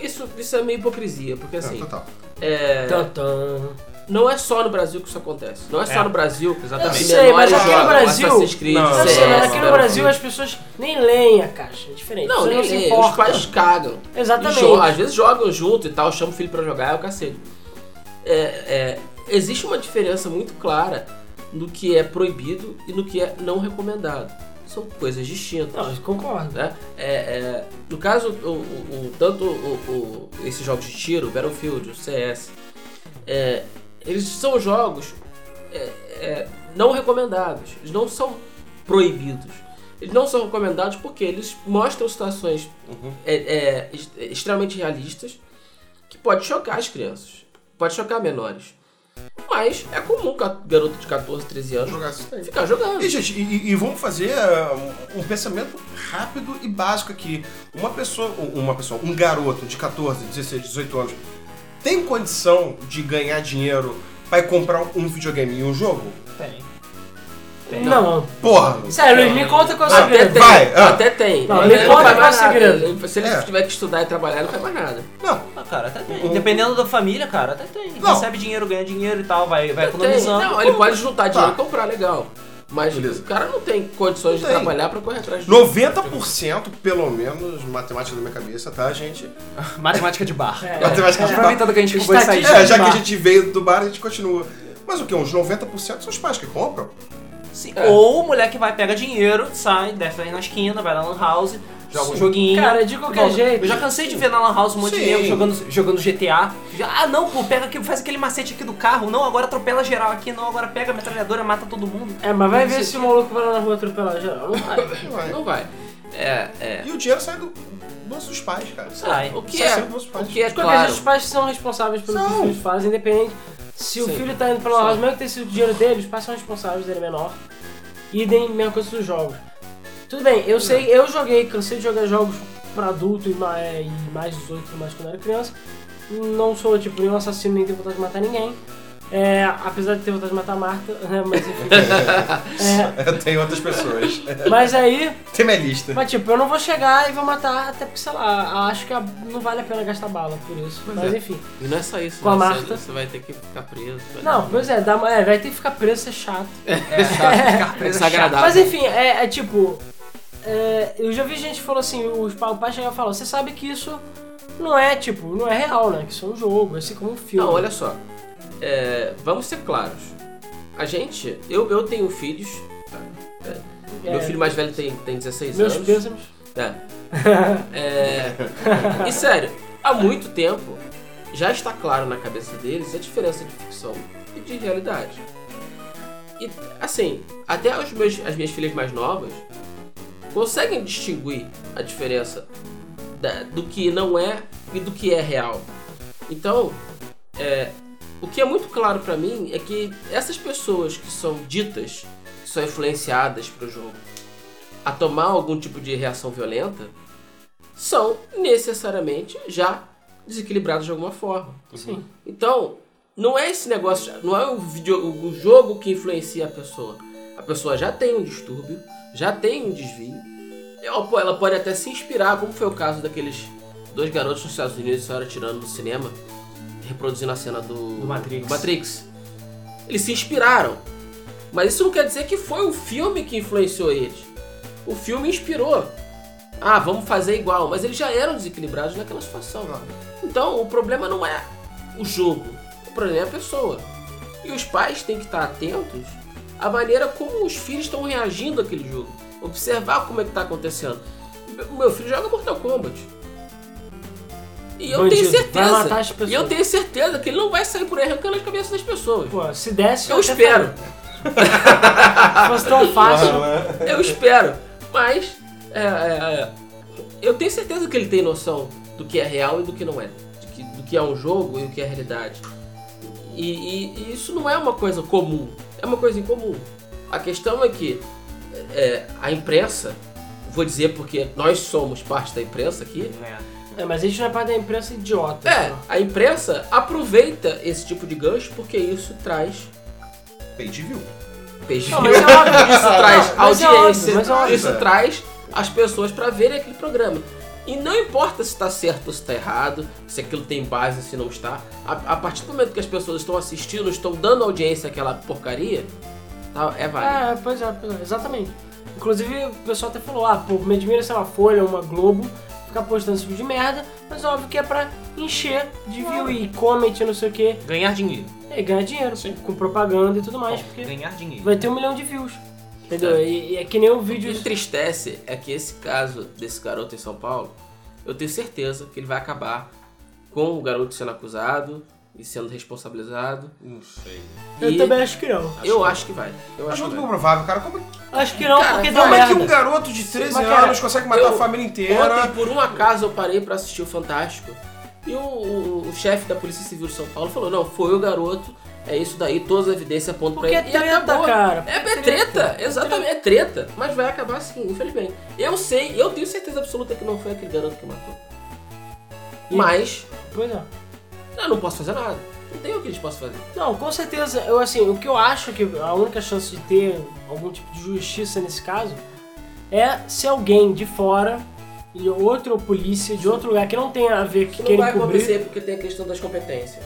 [SPEAKER 4] Isso, isso é meio hipocrisia, porque
[SPEAKER 3] É,
[SPEAKER 4] assim,
[SPEAKER 3] total.
[SPEAKER 4] é,
[SPEAKER 2] Então, Tantan.
[SPEAKER 4] não é só no Brasil que isso acontece. Não é só
[SPEAKER 1] É.
[SPEAKER 4] no Brasil.
[SPEAKER 1] Exatamente.
[SPEAKER 4] que
[SPEAKER 2] Eu sei, mas
[SPEAKER 4] menores
[SPEAKER 2] aqui no
[SPEAKER 4] jogam
[SPEAKER 2] Brasil-
[SPEAKER 4] Assassin's Creed,
[SPEAKER 3] Não,
[SPEAKER 2] Não, sei,
[SPEAKER 4] CS,
[SPEAKER 2] mas aqui no
[SPEAKER 4] Battlefield.
[SPEAKER 2] Brasil as pessoas nem leem a caixa, é diferente.
[SPEAKER 4] é. Não,
[SPEAKER 2] Você
[SPEAKER 4] nem
[SPEAKER 2] se
[SPEAKER 4] é, os
[SPEAKER 2] importa.
[SPEAKER 4] pais cagam.
[SPEAKER 2] Exatamente.
[SPEAKER 4] E jo- às vezes jogam junto e tal, chamam o filho pra jogar, é o cacete. É, é, existe uma diferença muito clara no que é proibido e no que é não recomendado. São coisas distintas.
[SPEAKER 2] Não, eu concordo.
[SPEAKER 4] né? É, é, no caso, o, o- o- tanto o- o- esses jogos de tiro, Battlefield, o CS, é, eles são jogos é, é, não recomendados. Eles não são proibidos. Eles não são recomendados porque eles mostram situações é, é, ex- é, extremamente realistas que pode chocar as crianças, pode chocar menores. Mas é comum ca- garoto de 14, 13 anos
[SPEAKER 3] Jogar isso daí.
[SPEAKER 4] ficar jogando.
[SPEAKER 3] E, gente, e, e vamos fazer uh, um, um pensamento rápido e básico aqui. Uma pessoa, um- uma pessoa, um garoto de 14, 16, 18 anos, tem condição de ganhar dinheiro para comprar um videogame e um jogo?
[SPEAKER 1] Tem.
[SPEAKER 2] Não.
[SPEAKER 3] Porra!
[SPEAKER 2] Sério, Luiz, me conta qual é o
[SPEAKER 4] Até
[SPEAKER 2] segredo.
[SPEAKER 4] tem,
[SPEAKER 3] Vai, ah.
[SPEAKER 4] até tem.
[SPEAKER 2] Não,
[SPEAKER 4] Mas
[SPEAKER 2] me
[SPEAKER 4] ele
[SPEAKER 2] conta
[SPEAKER 4] faz
[SPEAKER 2] qual é o
[SPEAKER 4] mais nada.
[SPEAKER 2] segredo.
[SPEAKER 4] Ele- Se ele
[SPEAKER 3] É.
[SPEAKER 4] tiver que estudar e trabalhar, não faz mais nada.
[SPEAKER 3] Não,
[SPEAKER 1] Ah, cara, até tem.
[SPEAKER 3] O-
[SPEAKER 1] Dependendo da família, cara, até tem.
[SPEAKER 3] Não.
[SPEAKER 1] Recebe dinheiro, ganha dinheiro e tal, vai, vai
[SPEAKER 4] Tem.
[SPEAKER 1] economizando.
[SPEAKER 3] é-
[SPEAKER 4] Não, ele pode juntar dinheiro
[SPEAKER 3] Tá.
[SPEAKER 4] e comprar, legal. Mas
[SPEAKER 3] Beleza.
[SPEAKER 4] o cara não tem condições
[SPEAKER 3] Não
[SPEAKER 4] de
[SPEAKER 3] tem.
[SPEAKER 4] trabalhar pra correr atrás de
[SPEAKER 3] 90% pelo menos, matemática da minha cabeça, tá, gente?
[SPEAKER 1] Matemática de bar.
[SPEAKER 2] É.
[SPEAKER 3] Matemática de bar.
[SPEAKER 1] Aproveitando que a gente conversou isso aí.
[SPEAKER 3] É, já que a gente veio do bar, a gente continua. Mas o que? Uns 90% são os pais que compram?
[SPEAKER 1] Sim.
[SPEAKER 4] É.
[SPEAKER 1] Ou o moleque vai, pega dinheiro, sai, desce aí na esquina, vai na lan house, joga um
[SPEAKER 3] Sim.
[SPEAKER 1] joguinho.
[SPEAKER 2] Cara, é de qualquer
[SPEAKER 1] Volta.
[SPEAKER 2] jeito.
[SPEAKER 1] Eu já cansei de ver na lan house um monte de
[SPEAKER 3] Sim.
[SPEAKER 1] nego jogando, jogando GTA. Já, ah, não, pô, pega aqui, faz aquele macete aqui do carro. Não, agora atropela geral aqui. Não, agora pega a metralhadora, mata todo mundo.
[SPEAKER 2] É, mas vai ver se o maluco vai lá na rua atropelar geral. Não vai.
[SPEAKER 3] Não
[SPEAKER 4] Não,
[SPEAKER 3] vai.
[SPEAKER 4] não vai. É, é.
[SPEAKER 3] E o dinheiro sai do bolso dos pais, cara.
[SPEAKER 1] Sai.
[SPEAKER 4] O que
[SPEAKER 3] Sai
[SPEAKER 4] é,
[SPEAKER 3] sempre dos
[SPEAKER 4] o
[SPEAKER 3] pais.
[SPEAKER 4] que é
[SPEAKER 2] De qualquer jeito,
[SPEAKER 4] claro.
[SPEAKER 2] os pais são responsáveis pelo que os
[SPEAKER 3] São.
[SPEAKER 2] filhos fazem, independente. Se o
[SPEAKER 4] Sim.
[SPEAKER 2] filho tá indo pela
[SPEAKER 4] São.
[SPEAKER 2] loja, mesmo que tenha sido o dinheiro dele, os pais são responsáveis, ele é menor. E nem mesma coisa dos jogos. Tudo bem, eu sei, eu joguei, cansei de jogar jogos pra adulto e mais, e mais 18 e mais quando eu era criança. Não sou, tipo, nenhum assassino, nem tenho vontade de matar ninguém. É, apesar de ter vontade de matar a Marta, né, mas enfim.
[SPEAKER 3] Tem outras pessoas.
[SPEAKER 2] É, mas aí,
[SPEAKER 3] Tem minha lista.
[SPEAKER 2] mas tipo, eu não vou chegar e vou matar, até porque, sei lá, acho que a- não vale a pena gastar bala por isso.
[SPEAKER 4] Pois
[SPEAKER 2] mas
[SPEAKER 4] é.
[SPEAKER 2] enfim.
[SPEAKER 4] E não é só isso.
[SPEAKER 2] Com a
[SPEAKER 4] né?
[SPEAKER 2] Marta.
[SPEAKER 4] Você, você vai ter que ficar preso. vai
[SPEAKER 2] Não,
[SPEAKER 4] dar-
[SPEAKER 2] pois é, dá, é, vai ter que ficar preso, isso é chato.
[SPEAKER 1] É, ficar
[SPEAKER 4] É
[SPEAKER 1] preso é chato.
[SPEAKER 4] desagradável.
[SPEAKER 2] Mas enfim, é, é tipo. é, eu já vi gente que falou assim, os pa- o pai chegava e falou, você sabe que isso não é, tipo, não é real, né? Que isso é um jogo, assim como um filme.
[SPEAKER 4] Não, olha só. É, vamos ser claros. A gente, eu, eu tenho filhos.
[SPEAKER 2] É,
[SPEAKER 4] Meu filho mais velho tem, tem 16
[SPEAKER 2] Meus
[SPEAKER 4] anos.
[SPEAKER 2] pêsames.
[SPEAKER 4] É. É, E sério, há muito tempo já está claro na cabeça deles a diferença de ficção e de realidade. E assim, até os meus- as minhas filhas mais novas conseguem distinguir a diferença da- do que não é e do que é real. Então, é, o que é muito claro pra mim é que essas pessoas que são ditas, que são influenciadas pro jogo, a tomar algum tipo de reação violenta, são necessariamente já desequilibrados de alguma forma.
[SPEAKER 2] Sim.
[SPEAKER 4] Então, não é esse negócio, não é o, video- o jogo que influencia a pessoa. A pessoa já tem um distúrbio, já tem um desvio. Ela po- ela pode até se inspirar, como foi o caso daqueles dois garotos nos Estados Unidos que saíram atirando no cinema, reproduzindo a cena do,
[SPEAKER 1] Do Matrix.
[SPEAKER 4] do Matrix. Eles se inspiraram. Mas isso não quer dizer que foi o filme que influenciou eles. O filme inspirou. Ah, vamos fazer igual. Mas eles já eram desequilibrados naquela situação. Então, o problema não é o jogo, o problema é a pessoa. E os pais têm que estar atentos à maneira como os filhos estão reagindo àquele jogo. Observar como é que está acontecendo. O meu filho joga Mortal Kombat. E eu
[SPEAKER 2] Bandido,
[SPEAKER 4] tenho certeza.
[SPEAKER 2] vai matar as pessoas.
[SPEAKER 4] E eu tenho certeza que ele não vai sair por aí arrancando as cabeças das pessoas.
[SPEAKER 2] Pô, tá se desse,
[SPEAKER 4] Eu
[SPEAKER 2] até
[SPEAKER 4] espero.
[SPEAKER 2] faria. Se fosse tão fácil.
[SPEAKER 4] Eu espero. Mas é, é, é, eu tenho certeza que ele tem noção do que é real e do que não é. de que- do que é um jogo e o que é realidade. E, e- e isso não é uma coisa comum. É uma coisa incomum. A questão é que é, a imprensa, vou dizer porque nós somos parte da imprensa aqui.
[SPEAKER 1] É.
[SPEAKER 2] É, mas a gente não é parte da imprensa idiota. então.
[SPEAKER 4] É,
[SPEAKER 2] só.
[SPEAKER 4] a imprensa aproveita esse tipo de gancho porque isso traz
[SPEAKER 3] Pay to view.
[SPEAKER 4] peixe.
[SPEAKER 2] Não, mas é óbvio.
[SPEAKER 4] isso traz
[SPEAKER 2] mas é
[SPEAKER 4] audiência,
[SPEAKER 2] óbvio, mas é óbvio.
[SPEAKER 4] isso traz as pessoas pra verem aquele programa. E não importa se tá certo ou se tá errado, se aquilo tem base, se não está. A, a partir do momento que as pessoas estão assistindo, estão dando audiência àquela porcaria, tá, é válido.
[SPEAKER 2] É, pois é, pois é, exatamente. Inclusive, o pessoal até falou, ah, pô, me admira ser uma Folha, uma Globo, ficar postando esse tipo de merda, mas óbvio que é pra encher de view e comment e não sei o que,
[SPEAKER 1] Ganhar dinheiro.
[SPEAKER 2] e ganhar dinheiro, com propaganda e tudo mais, porque
[SPEAKER 1] Ganhar dinheiro.
[SPEAKER 2] vai ter um milhão de views, entendeu? E, e é que nem o
[SPEAKER 4] O que
[SPEAKER 2] vídeo...
[SPEAKER 4] me entristece é que esse caso desse garoto em São Paulo, eu tenho certeza que ele vai acabar com o garoto sendo acusado e sendo responsabilizado.
[SPEAKER 3] Não sei.
[SPEAKER 2] Eu
[SPEAKER 4] e
[SPEAKER 2] também acho que não.
[SPEAKER 4] eu acho que vai. Eu
[SPEAKER 3] Acho
[SPEAKER 4] acho que
[SPEAKER 3] muito
[SPEAKER 4] vai.
[SPEAKER 3] pouco provável, cara. Como, é
[SPEAKER 2] Acho que não,
[SPEAKER 4] Cara,
[SPEAKER 2] porque deu
[SPEAKER 4] como
[SPEAKER 3] como é que
[SPEAKER 2] merda.
[SPEAKER 3] um garoto de 13
[SPEAKER 2] Mas, cara,
[SPEAKER 3] anos consegue matar
[SPEAKER 4] eu-
[SPEAKER 3] a família
[SPEAKER 4] Ontem,
[SPEAKER 3] inteira?
[SPEAKER 4] por um acaso, eu parei pra assistir o Fantástico. E o, o- o chefe da Polícia Civil de São Paulo falou: não, foi o garoto, é isso daí, todas as evidências apontam pra
[SPEAKER 2] Porque
[SPEAKER 4] ele.
[SPEAKER 2] é
[SPEAKER 4] e
[SPEAKER 2] treta,
[SPEAKER 4] acabou.
[SPEAKER 2] cara.
[SPEAKER 4] É, é treta, exatamente, é treta. Mas vai acabar assim, infelizmente. Eu sei, eu tenho certeza absoluta que não foi aquele garoto que matou.
[SPEAKER 2] E-
[SPEAKER 4] Mas,
[SPEAKER 2] Pois é.
[SPEAKER 4] eu não posso fazer nada. Não tem o que eles possam fazer.
[SPEAKER 2] Não, com certeza. Eu, assim, o que eu acho que a única chance de ter algum tipo de justiça nesse caso é se alguém de fora, de outra polícia, de outro lugar que não tenha a ver, que
[SPEAKER 4] Isso não
[SPEAKER 2] queira
[SPEAKER 4] vai
[SPEAKER 2] cobrir,
[SPEAKER 4] acontecer porque tem a questão das competências.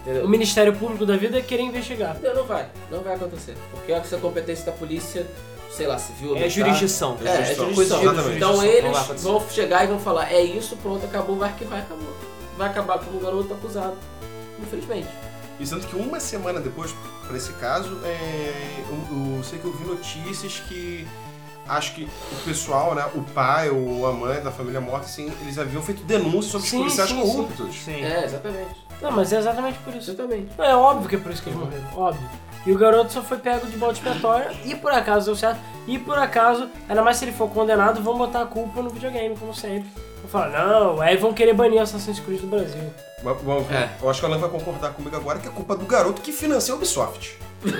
[SPEAKER 4] Entendeu?
[SPEAKER 2] o Ministério Público da Vida querer investigar.
[SPEAKER 4] Não, não vai. Não vai acontecer. Porque essa competência da polícia, sei lá, civil,
[SPEAKER 1] É
[SPEAKER 4] militar-
[SPEAKER 1] jurisdição.
[SPEAKER 4] É, é
[SPEAKER 3] Jurisdição,
[SPEAKER 4] jurisdição.
[SPEAKER 3] exatamente.
[SPEAKER 1] Jurisdição,
[SPEAKER 4] Então
[SPEAKER 1] não vai
[SPEAKER 4] eles
[SPEAKER 1] acontecer.
[SPEAKER 4] vão chegar e vão falar, é isso, pronto, acabou, vai que vai, acabou. Vai acabar como um garoto acusado. Infelizmente.
[SPEAKER 3] E sendo que uma semana depois, pra esse caso, é, eu, eu sei que eu vi notícias que acho que o pessoal, né, o pai ou a mãe da família morta, assim, eles haviam feito denúncias sobre
[SPEAKER 2] Sim,
[SPEAKER 3] os policiais
[SPEAKER 2] sim,
[SPEAKER 3] corruptos.
[SPEAKER 1] Sim.
[SPEAKER 4] É, exatamente.
[SPEAKER 2] Não, mas é exatamente por isso.
[SPEAKER 4] Exatamente.
[SPEAKER 2] É óbvio que é por isso que eles morreram, óbvio. E o garoto só foi pego de bode expiatória e por acaso deu certo. E por acaso, ainda mais se ele for condenado, vão botar a culpa no videogame, como sempre. Vão falar, não, aí vão querer banir o Assassin's Creed do Brasil.
[SPEAKER 3] Mas, bom,
[SPEAKER 4] É.
[SPEAKER 3] Eu acho que o Alan vai concordar comigo agora que é culpa do garoto que financiou a Ubisoft. eu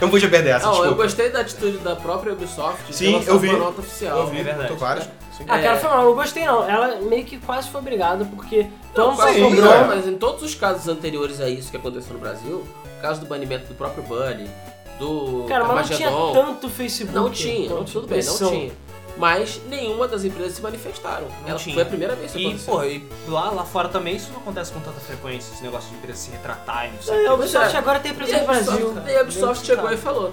[SPEAKER 3] não podia perder essa,
[SPEAKER 4] Não, eu
[SPEAKER 3] desculpa.
[SPEAKER 4] gostei da atitude da própria Ubisoft.
[SPEAKER 3] Sim,
[SPEAKER 4] ela só
[SPEAKER 3] eu vi.
[SPEAKER 4] uma nota oficial.
[SPEAKER 3] vi,
[SPEAKER 1] É verdade.
[SPEAKER 3] tô claro. Sim.
[SPEAKER 2] Ah,
[SPEAKER 4] É.
[SPEAKER 2] cara, foi mal, não gostei não. Ela meio que quase foi obrigada, porque
[SPEAKER 4] Não,
[SPEAKER 2] Tom
[SPEAKER 4] mas,
[SPEAKER 3] sim,
[SPEAKER 2] sobrou.
[SPEAKER 3] é.
[SPEAKER 4] Então, mas em todos os casos anteriores a isso que aconteceu no Brasil, o caso do banimento do próprio Bunny, do
[SPEAKER 2] Cara, mas não tinha
[SPEAKER 4] Armagedon,
[SPEAKER 2] tanto Facebook.
[SPEAKER 4] não tinha, não,
[SPEAKER 2] tanta
[SPEAKER 4] tudo bem, não
[SPEAKER 2] pressão.
[SPEAKER 4] tinha. Mas nenhuma das empresas se manifestaram.
[SPEAKER 1] Não
[SPEAKER 4] Ela
[SPEAKER 1] tinha.
[SPEAKER 4] foi a primeira vez que
[SPEAKER 1] E,
[SPEAKER 4] aconteceu.
[SPEAKER 1] pô, e lá, lá fora também isso não acontece com tanta frequência, esse negócio de empresa se retratar e não sei o
[SPEAKER 2] É,
[SPEAKER 1] quê.
[SPEAKER 2] a Ubisoft
[SPEAKER 4] É.
[SPEAKER 2] agora tem
[SPEAKER 4] E
[SPEAKER 2] empresa
[SPEAKER 4] a
[SPEAKER 2] no Brasil. é
[SPEAKER 4] Ubisoft,
[SPEAKER 2] cara.
[SPEAKER 4] e a Ubisoft chegou e
[SPEAKER 1] Sabe?
[SPEAKER 4] falou: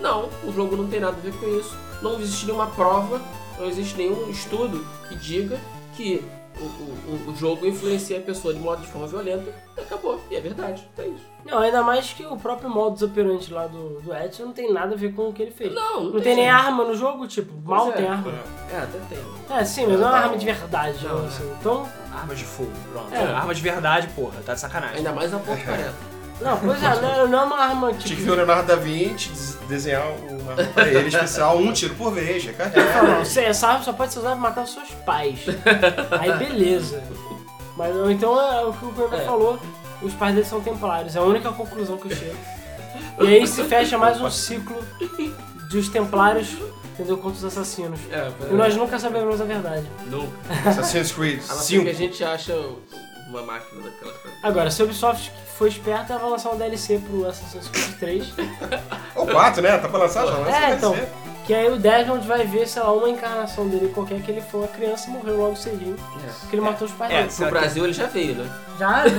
[SPEAKER 4] Não, o jogo não tem nada a ver com isso. Não existe nenhuma prova, não existe nenhum estudo que diga que o, o- o- o jogo influencia a pessoa de modo de forma violenta. E acabou. E é verdade. É isso.
[SPEAKER 2] Não, ainda mais que o próprio modus operandi lá do, do Edson não tem nada a ver com o que ele fez.
[SPEAKER 4] Não,
[SPEAKER 2] Não tem nem arma no jogo, tipo, mal
[SPEAKER 4] é.
[SPEAKER 2] tem arma.
[SPEAKER 4] É, até tem.
[SPEAKER 2] É, sim, mas não é uma arma de verdade,
[SPEAKER 4] Não,
[SPEAKER 2] não,
[SPEAKER 4] é.
[SPEAKER 2] assim. Então,
[SPEAKER 1] Armas de fogo, pronto.
[SPEAKER 2] É.
[SPEAKER 1] Arma de verdade, porra, tá de sacanagem.
[SPEAKER 4] Ainda mais na ponta careta.
[SPEAKER 2] não, pois é, não, não é uma arma
[SPEAKER 3] Tinha que
[SPEAKER 2] tipo.
[SPEAKER 3] ver o Leonardo da Vinci des- desenhar uma arma pra ele especial, um tiro por vez, é carrega.
[SPEAKER 2] Não, você- essa arma só pode ser usada pra matar os seus pais. Aí beleza. Mas ou então é o que o Coimbra
[SPEAKER 4] É.
[SPEAKER 2] falou, os pais deles são templários, é a única conclusão que eu chego. E aí se fecha mais um ciclo dos templários, entendeu? Contra os assassinos.
[SPEAKER 4] É,
[SPEAKER 2] E nós nunca saberemos a verdade.
[SPEAKER 4] nunca.
[SPEAKER 3] Assassin's Creed
[SPEAKER 4] A não ser que a
[SPEAKER 3] 5.
[SPEAKER 4] gente acha uma máquina daquela coisa.
[SPEAKER 2] Agora, se a Ubisoft foi esperta, ela vai lançar um DLC pro Assassin's Creed 3.
[SPEAKER 3] Ou 4, né? Tá pra lançar já, lança
[SPEAKER 2] É,
[SPEAKER 3] deve
[SPEAKER 2] então.
[SPEAKER 3] ser.
[SPEAKER 2] Que aí o Desmond vai ver, sei lá, uma encarnação dele qualquer que ele for. A criança morreu logo cedinho, porque ele matou os pais
[SPEAKER 1] É,
[SPEAKER 2] dele.
[SPEAKER 4] Pro Brasil ele já veio, né?
[SPEAKER 2] Já? né?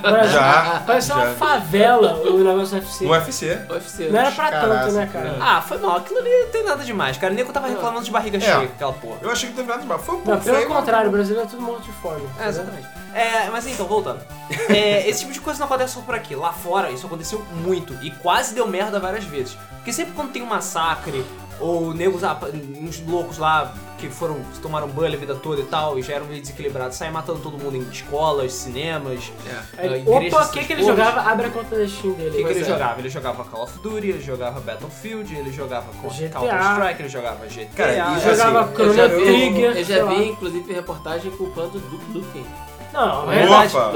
[SPEAKER 2] Brasil.
[SPEAKER 3] Já,
[SPEAKER 2] Parece uma
[SPEAKER 3] já.
[SPEAKER 2] favela o negócio do UFC.
[SPEAKER 3] No UFC.
[SPEAKER 4] UFC.
[SPEAKER 2] Não era pra
[SPEAKER 3] Caraca,
[SPEAKER 2] tanto, né, cara?
[SPEAKER 1] Ah, foi mal. Aquilo ali não tem nada demais, cara. O nego tava reclamando de barriga cheia, aquela porra.
[SPEAKER 3] Eu achei que teve nada demais. Foi um pouco
[SPEAKER 2] Não, pelo
[SPEAKER 3] feio, mas-
[SPEAKER 2] contrário, o brasileiro é todo morto de fome.
[SPEAKER 1] É, exatamente. É, mas então, voltando. É, esse tipo de coisa não acontece só por aqui. Lá fora, isso aconteceu muito. E quase deu merda várias vezes. Porque sempre quando tem um massacre, ou negros, ah, uns loucos lá que foram, tomaram banho a vida toda e tal, e já eram meio desequilibrados, saem matando todo mundo em escolas, cinemas.
[SPEAKER 4] É.
[SPEAKER 2] Aí,
[SPEAKER 1] a igreja
[SPEAKER 2] opa, o
[SPEAKER 1] essas
[SPEAKER 2] que, que ele
[SPEAKER 1] porras.
[SPEAKER 2] jogava? Abre a conta da Steam
[SPEAKER 1] O que,
[SPEAKER 2] dele.
[SPEAKER 1] que ele
[SPEAKER 4] Pois é.
[SPEAKER 1] jogava? Ele jogava Call of Duty, ele jogava Battlefield, ele jogava
[SPEAKER 2] GTA.
[SPEAKER 1] Counter-Strike, ele jogava GTA.
[SPEAKER 3] Cara, isso é
[SPEAKER 2] Jogava
[SPEAKER 3] assim,
[SPEAKER 4] Eu já
[SPEAKER 2] Chrono
[SPEAKER 4] vi,
[SPEAKER 2] Trigger.
[SPEAKER 4] eu
[SPEAKER 2] sei
[SPEAKER 4] já
[SPEAKER 2] lá.
[SPEAKER 4] vi inclusive, reportagem culpando o Duke Nukem.
[SPEAKER 2] Não,
[SPEAKER 3] Opa!
[SPEAKER 2] é verdade. Não,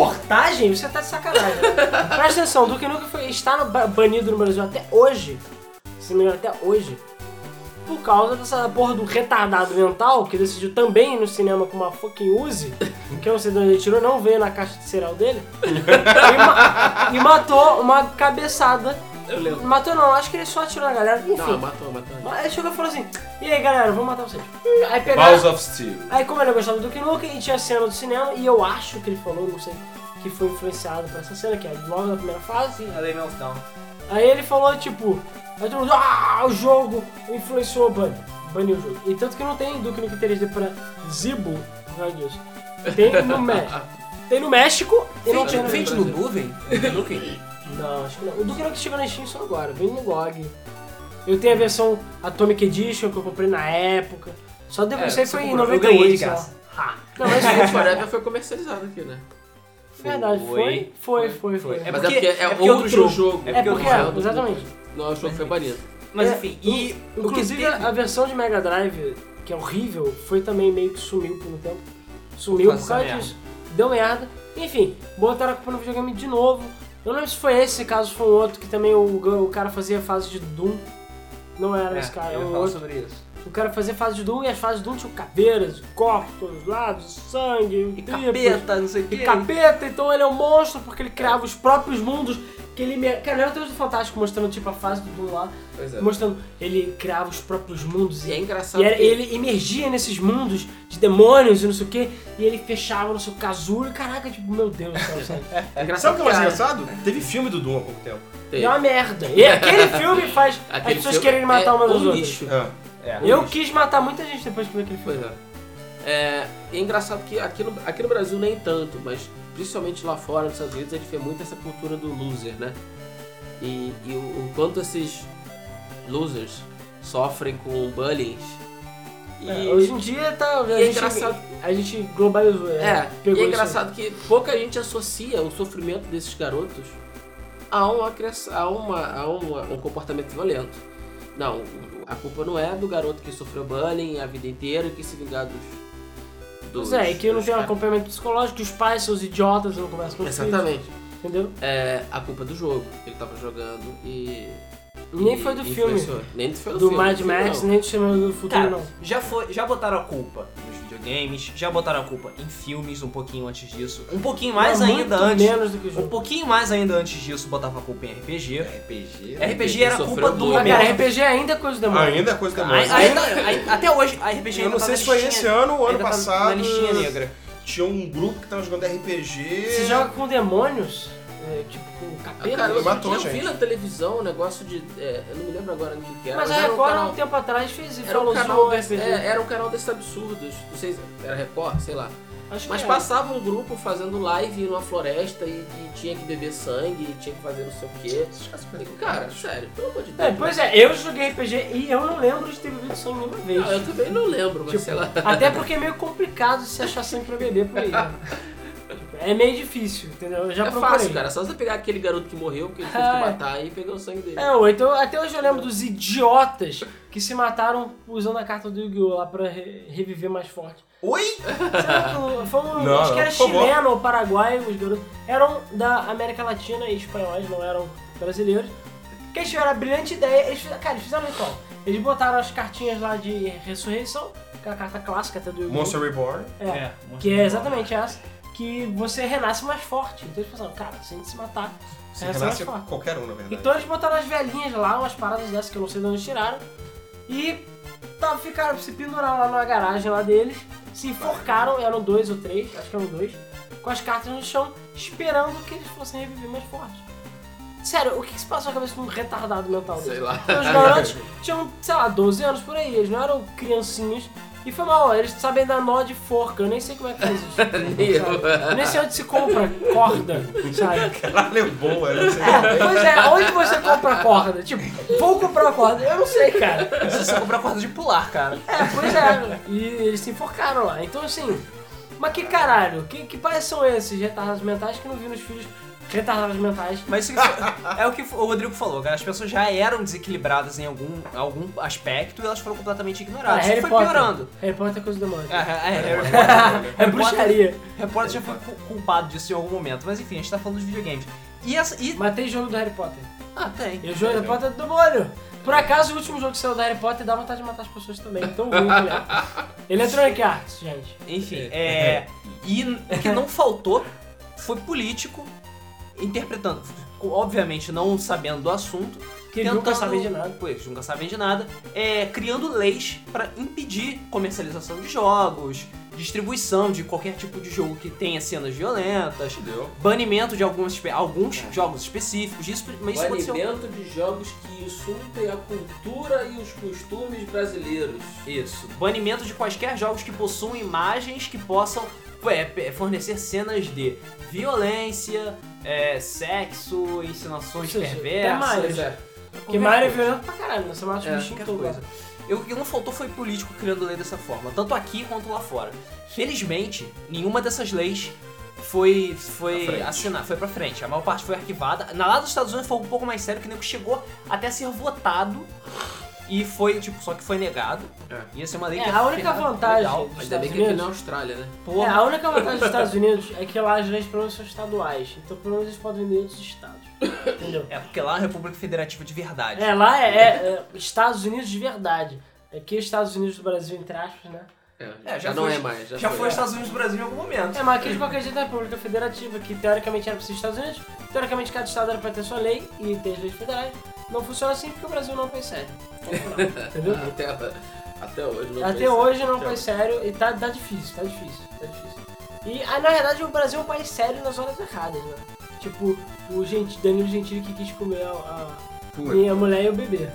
[SPEAKER 2] reportagem? Você tá de sacanagem. Presta atenção, Duke Nukem foi, está no, ba- banido no Brasil até hoje. Se não me engano, até hoje. Por causa dessa porra do retardado mental que decidiu também ir no cinema com uma fucking Uzi, que eu não sei de onde ele tirou, não veio na caixa de cereal dele, e, ma- e matou uma cabeçada.
[SPEAKER 4] Eu lembro.
[SPEAKER 2] Matou não, acho que ele só atirou na galera, enfim.
[SPEAKER 4] Não, matou, matou.
[SPEAKER 2] Aí chegou e falou assim: E aí galera, vou matar vocês. Aí pegaram.
[SPEAKER 3] Balls of Steel.
[SPEAKER 2] Aí como ele gostava do Duke Nukem e tinha a cena do cinema, e eu acho que ele falou, não sei, que foi influenciado por essa cena, que é logo na primeira fase.
[SPEAKER 1] Ela é meltdown.
[SPEAKER 2] Aí ele falou, tipo, aí todo mundo, ah, o jogo influenciou o Bunny. Baniu o jogo. E tanto que não tem Duke Nukem 3D pra Zibo, por causa disso. Tem no México. Tem no México e não tem no
[SPEAKER 1] Vende, vende
[SPEAKER 2] Brasil.
[SPEAKER 1] no nuvem?
[SPEAKER 4] Nukem?
[SPEAKER 2] Não, acho que não. O Duke Nukem chegou na Steam só agora, vem no GOG. Eu tenho a versão Atomic Edition que eu comprei na época. Só devo,
[SPEAKER 4] É,
[SPEAKER 2] isso aí
[SPEAKER 1] você
[SPEAKER 2] foi em
[SPEAKER 1] comprou, eu
[SPEAKER 2] 98.
[SPEAKER 1] ganhei de
[SPEAKER 2] sei lá.
[SPEAKER 1] graça.
[SPEAKER 2] Ah,
[SPEAKER 4] Não, mas Street Forever foi comercializado aqui, né?
[SPEAKER 2] Verdade, foi, foi, foi, foi.
[SPEAKER 1] É
[SPEAKER 4] mas
[SPEAKER 1] porque-
[SPEAKER 4] é porque é,
[SPEAKER 1] é porque
[SPEAKER 4] outro
[SPEAKER 1] outro
[SPEAKER 4] jogo.
[SPEAKER 1] jogo.
[SPEAKER 2] É
[SPEAKER 1] porque
[SPEAKER 2] porque,
[SPEAKER 1] eu não
[SPEAKER 2] é, exatamente.
[SPEAKER 4] Não, o jogo foi banido.
[SPEAKER 1] Mas
[SPEAKER 2] É,
[SPEAKER 1] enfim, e o que
[SPEAKER 2] Inclusive, ah,
[SPEAKER 1] teve-
[SPEAKER 2] a versão de Mega Drive, que é horrível, foi também meio que sumiu por um tempo. Sumiu por
[SPEAKER 1] Nossa,
[SPEAKER 2] causa
[SPEAKER 1] merda.
[SPEAKER 2] disso. Deu merda. Enfim, botaram a culpa no videogame de novo. Eu não lembro se foi esse caso, foi um outro que também o, o cara fazia fase de Doom. Não era esse cara,
[SPEAKER 1] É, eu
[SPEAKER 2] era
[SPEAKER 1] ia
[SPEAKER 2] um
[SPEAKER 1] falar
[SPEAKER 2] outro.
[SPEAKER 1] sobre isso.
[SPEAKER 2] O cara fazia fase de Doom e as fases de Doom tinham caveiras, corpos, todos os lados, sangue,
[SPEAKER 1] E
[SPEAKER 2] tripas.
[SPEAKER 1] capeta, não sei o que.
[SPEAKER 2] E capeta, então ele é um monstro porque ele criava os próprios mundos que ele... me- Cara, era o Deus do Fantástico mostrando, tipo, a fase do Doom lá.
[SPEAKER 4] Pois é.
[SPEAKER 2] Mostrando, ele criava os próprios mundos
[SPEAKER 4] E
[SPEAKER 2] e
[SPEAKER 4] é engraçado
[SPEAKER 2] e era-
[SPEAKER 4] que-
[SPEAKER 2] ele emergia nesses mundos de demônios e não sei o que, e ele fechava no seu casulo, e caraca, tipo, meu Deus do céu, sabe?
[SPEAKER 4] é engraçado
[SPEAKER 3] Sabe o que é mais
[SPEAKER 4] a-
[SPEAKER 3] engraçado? Teve filme do Doom há pouco tempo.
[SPEAKER 4] Tem.
[SPEAKER 2] E é uma merda. E aquele filme faz as
[SPEAKER 4] Aquele
[SPEAKER 2] pessoas
[SPEAKER 4] filme
[SPEAKER 2] quererem matar
[SPEAKER 4] é
[SPEAKER 2] umas das
[SPEAKER 4] um
[SPEAKER 2] outras.
[SPEAKER 4] lixo.
[SPEAKER 3] É.
[SPEAKER 1] É.
[SPEAKER 2] Eu quis matar muita gente depois que vi aquele filme.
[SPEAKER 4] Pois é. É, é engraçado que aqui no, aqui no Brasil nem tanto, mas principalmente lá fora, nos Estados Unidos, a gente vê muito essa cultura do loser, né? E, e o, o quanto esses losers sofrem com bullying. E,
[SPEAKER 2] É, hoje em dia tá. A,
[SPEAKER 4] e é
[SPEAKER 2] gente,
[SPEAKER 4] engraçado.
[SPEAKER 2] a gente globalizou.
[SPEAKER 4] É, e é engraçado que pouca gente associa o sofrimento desses garotos a, uma, cria- a, uma, a uma- um comportamento violento. Não, a culpa não é do garoto que sofreu bullying a vida inteira e que se vingar dos.
[SPEAKER 2] Pois
[SPEAKER 4] dos
[SPEAKER 2] é, e que não
[SPEAKER 4] dos
[SPEAKER 2] tem um
[SPEAKER 4] caras.
[SPEAKER 2] acompanhamento psicológico, que os pais são os idiotas, não conversam com os filhos,
[SPEAKER 4] Exatamente.
[SPEAKER 2] Entendeu?
[SPEAKER 4] É a culpa do jogo. Ele tava jogando e.
[SPEAKER 2] Nem
[SPEAKER 4] e
[SPEAKER 2] foi do filme.
[SPEAKER 4] influenciou. Nem foi do,
[SPEAKER 2] Do
[SPEAKER 4] filme.
[SPEAKER 2] Mad
[SPEAKER 4] do filme,
[SPEAKER 2] Max,
[SPEAKER 4] não.
[SPEAKER 2] nem do Cinema do Futuro,
[SPEAKER 1] Cara,
[SPEAKER 2] não.
[SPEAKER 1] já, foi, já botaram a culpa nos videogames, já botaram a culpa em filmes um pouquinho antes disso, um pouquinho mais
[SPEAKER 2] Não,
[SPEAKER 1] ainda
[SPEAKER 2] muito
[SPEAKER 1] antes.
[SPEAKER 2] menos do que o
[SPEAKER 1] Um
[SPEAKER 2] jogo.
[SPEAKER 1] pouquinho mais ainda antes disso, botava a culpa em RPG.
[SPEAKER 3] RPG.
[SPEAKER 1] RPG era
[SPEAKER 4] sofreu
[SPEAKER 1] culpa do
[SPEAKER 4] muito.
[SPEAKER 2] Ah,
[SPEAKER 1] momento.
[SPEAKER 2] cara, RPG ainda é coisa da mãe.
[SPEAKER 3] Ainda é coisa da
[SPEAKER 1] Ai-
[SPEAKER 3] mãe.
[SPEAKER 1] ainda- ai- até hoje, a RPG
[SPEAKER 3] Eu
[SPEAKER 1] ainda
[SPEAKER 3] não
[SPEAKER 1] tá
[SPEAKER 3] sei
[SPEAKER 1] na
[SPEAKER 3] se foi
[SPEAKER 1] listinha-
[SPEAKER 3] esse ano ou ano
[SPEAKER 1] ainda tá
[SPEAKER 3] passado.
[SPEAKER 1] na listinha negra.
[SPEAKER 3] Tinha um grupo que tava jogando RPG.
[SPEAKER 4] É.
[SPEAKER 2] Você joga com demônios, é, tipo, com
[SPEAKER 4] Ah,
[SPEAKER 2] capeta.
[SPEAKER 4] Cara, eu,
[SPEAKER 3] Matou,
[SPEAKER 4] eu vi
[SPEAKER 3] gente.
[SPEAKER 4] na televisão um negócio de. é, eu não me lembro agora o que, que era.
[SPEAKER 2] mas a
[SPEAKER 4] era um
[SPEAKER 2] Record, há
[SPEAKER 4] canal-
[SPEAKER 2] um tempo atrás, fez e
[SPEAKER 4] era
[SPEAKER 2] falou
[SPEAKER 4] um
[SPEAKER 2] zoou
[SPEAKER 4] canal
[SPEAKER 2] o
[SPEAKER 4] desse,
[SPEAKER 2] RPG.
[SPEAKER 4] é, era um canal desses absurdos. Não sei se era Record, sei lá.
[SPEAKER 2] Acho
[SPEAKER 4] Mas
[SPEAKER 2] que é. era.
[SPEAKER 4] passava um grupo fazendo live numa floresta e, e tinha que beber sangue, e tinha que fazer não sei o quê. E, Cara, sério, pelo amor de Deus.
[SPEAKER 2] É, pois é, eu joguei RPG e eu não lembro de ter bebido sangue nenhuma vez.
[SPEAKER 4] Não, eu também não lembro, mas
[SPEAKER 2] é. Tipo,
[SPEAKER 4] sei lá.
[SPEAKER 2] Até porque é meio complicado se achar sangue pra beber por aí. né? Tipo, É meio difícil, entendeu? Eu já
[SPEAKER 4] é
[SPEAKER 2] procurei.
[SPEAKER 4] fácil, cara. Só você pegar aquele garoto que morreu, que ele teve
[SPEAKER 2] É.
[SPEAKER 4] que matar e pegar o sangue dele.
[SPEAKER 2] É, ou então até hoje eu lembro dos idiotas que se mataram usando a carta do Yu-Gi-Oh! lá pra re- reviver mais forte.
[SPEAKER 3] Oi?
[SPEAKER 2] Será que Foi um,
[SPEAKER 3] Não,
[SPEAKER 2] acho que era
[SPEAKER 3] por favor.
[SPEAKER 2] chileno ou paraguaio, os garotos. Eram da América Latina e espanhóis, não eram brasileiros. Que eles tiveram a brilhante ideia, eles fizeram, cara, eles fizeram um ritual. Eles botaram as cartinhas lá de ressurreição, aquela carta clássica até do Yu-Gi-Oh!
[SPEAKER 3] Monster Reborn.
[SPEAKER 2] É, que é exatamente essa, que você renasce mais forte. Então eles pensaram, cara, se a gente se matar,
[SPEAKER 3] Se
[SPEAKER 2] renasce mais
[SPEAKER 3] renasce
[SPEAKER 2] forte.
[SPEAKER 3] qualquer um, na verdade.
[SPEAKER 2] Então eles botaram as velhinhas lá, umas paradas dessas que eu não sei de onde tiraram. E tá, ficaram, se penduraram lá na garagem lá deles, se enforcaram, eram dois ou três, acho que eram dois, com as cartas no chão, esperando que eles fossem reviver mais fortes. Sério, o que, que se passou na cabeça de um retardado mental desse?
[SPEAKER 4] Sei lá.
[SPEAKER 2] Então, Os garotos tinham, sei lá, 12 anos por aí, eles não eram criancinhas. E foi mal, eles sabem dar nó de forca, eu nem sei como é que faz isso.
[SPEAKER 4] Nem eu.
[SPEAKER 2] sabe? Eu nem sei onde se compra corda, sabe?
[SPEAKER 3] Caralho, é boa. eu não sei.
[SPEAKER 2] É, pois é, onde você compra corda? Tipo, vou comprar corda, eu não sei, cara.
[SPEAKER 1] Você só é comprar corda de pular, cara.
[SPEAKER 2] É, pois é, e eles se enforcaram lá. Então, assim, mas que caralho, que, que pais são esses retardados mentais que não vi nos filhos retardados mentais?
[SPEAKER 1] Mas isso que foi- é o que o Rodrigo falou, cara. As pessoas já eram desequilibradas em algum, algum aspecto e elas foram completamente ignoradas.
[SPEAKER 2] Ah, Harry
[SPEAKER 1] isso foi
[SPEAKER 2] Potter.
[SPEAKER 1] piorando.
[SPEAKER 2] Harry Potter é coisa do demônio.
[SPEAKER 1] É, é, é, Harry
[SPEAKER 2] É bruxaria.
[SPEAKER 1] Repórter já foi cu- culpado disso em algum momento, mas enfim, a gente tá falando dos videogames. E essa. E...
[SPEAKER 2] Matei jogo do Harry Potter.
[SPEAKER 1] Ah, tem.
[SPEAKER 2] E o jogo do Harry Potter é do demônio. Por acaso, o último jogo que saiu do Harry Potter dá vontade de matar as pessoas também. Então, ruim, galera. Electronic Arts, gente.
[SPEAKER 1] Enfim, é. E o que não faltou foi político interpretando. Obviamente não sabendo do assunto.
[SPEAKER 2] Que
[SPEAKER 1] tentando-
[SPEAKER 2] nunca sabem de nada.
[SPEAKER 1] Pois, nunca sabem de nada. É, criando leis pra impedir comercialização de jogos, distribuição de qualquer tipo de jogo que tenha cenas violentas,
[SPEAKER 3] Entendeu?
[SPEAKER 1] banimento de algumas, espe- alguns
[SPEAKER 2] É.
[SPEAKER 1] jogos específicos. Isso, mas isso aconteceu.
[SPEAKER 4] Banimento de jogos que insultem a cultura e os costumes brasileiros.
[SPEAKER 1] Isso. Banimento de quaisquer jogos que possuam imagens que possam é, p- fornecer cenas de violência, é, sexo,
[SPEAKER 2] Ou
[SPEAKER 1] insinuações
[SPEAKER 2] seja, até
[SPEAKER 1] perversas.
[SPEAKER 2] mais.
[SPEAKER 4] Pois é.
[SPEAKER 2] Porque Mario é violento pra caralho, né? Você mata os
[SPEAKER 4] É,
[SPEAKER 2] bichinhos
[SPEAKER 1] qualquer
[SPEAKER 2] em né? todo
[SPEAKER 1] coisa.
[SPEAKER 2] lugar.
[SPEAKER 1] Eu- O que não faltou foi político criando lei dessa forma, tanto aqui quanto lá fora. Felizmente, nenhuma dessas leis foi
[SPEAKER 3] Pra
[SPEAKER 1] foi
[SPEAKER 3] frente.
[SPEAKER 1] assinada, foi pra frente. A maior parte foi arquivada. Na lá dos Estados Unidos foi um pouco mais sério, que nem chegou até ser votado e foi, tipo, só que foi negado.
[SPEAKER 4] É.
[SPEAKER 1] Ia ser uma lei que
[SPEAKER 2] É,
[SPEAKER 1] ia
[SPEAKER 2] a única
[SPEAKER 1] ferrar-
[SPEAKER 2] vantagem
[SPEAKER 1] legal.
[SPEAKER 2] dos
[SPEAKER 4] Ainda
[SPEAKER 2] Estados
[SPEAKER 4] bem que é aqui na
[SPEAKER 2] Unidos...
[SPEAKER 4] Austrália, né?
[SPEAKER 1] Porra.
[SPEAKER 2] É, a única vantagem dos Estados Unidos é que lá as leis pelo menos são estaduais. Então pelo menos eles podem vender em outros estados. Entendeu?
[SPEAKER 1] É, porque lá é a República Federativa de verdade.
[SPEAKER 2] É, lá é, é- é Estados Unidos de verdade. É que Estados Unidos do Brasil, entre aspas, né?
[SPEAKER 4] É, já não
[SPEAKER 1] foi-
[SPEAKER 4] é mais. Já,
[SPEAKER 1] Já
[SPEAKER 4] foi.
[SPEAKER 1] foi Estados Unidos do Brasil em algum momento.
[SPEAKER 2] É, mas aqui de qualquer jeito é a República Federativa, que teoricamente era para ser Estados Unidos, teoricamente cada estado era para ter sua lei e ter as leis federais. Não funciona assim porque o Brasil não é um país sério. Ponto final. Entendeu?
[SPEAKER 4] Até, até hoje não
[SPEAKER 2] Até
[SPEAKER 4] fez-
[SPEAKER 2] hoje não é um
[SPEAKER 4] até
[SPEAKER 2] país sério e tá, tá difícil, tá difícil, tá difícil. E ah, na verdade o Brasil é um país sério nas horas erradas, né? Tipo, o Genti, Danilo Gentili que quis comer a, a minha mulher e o bebê.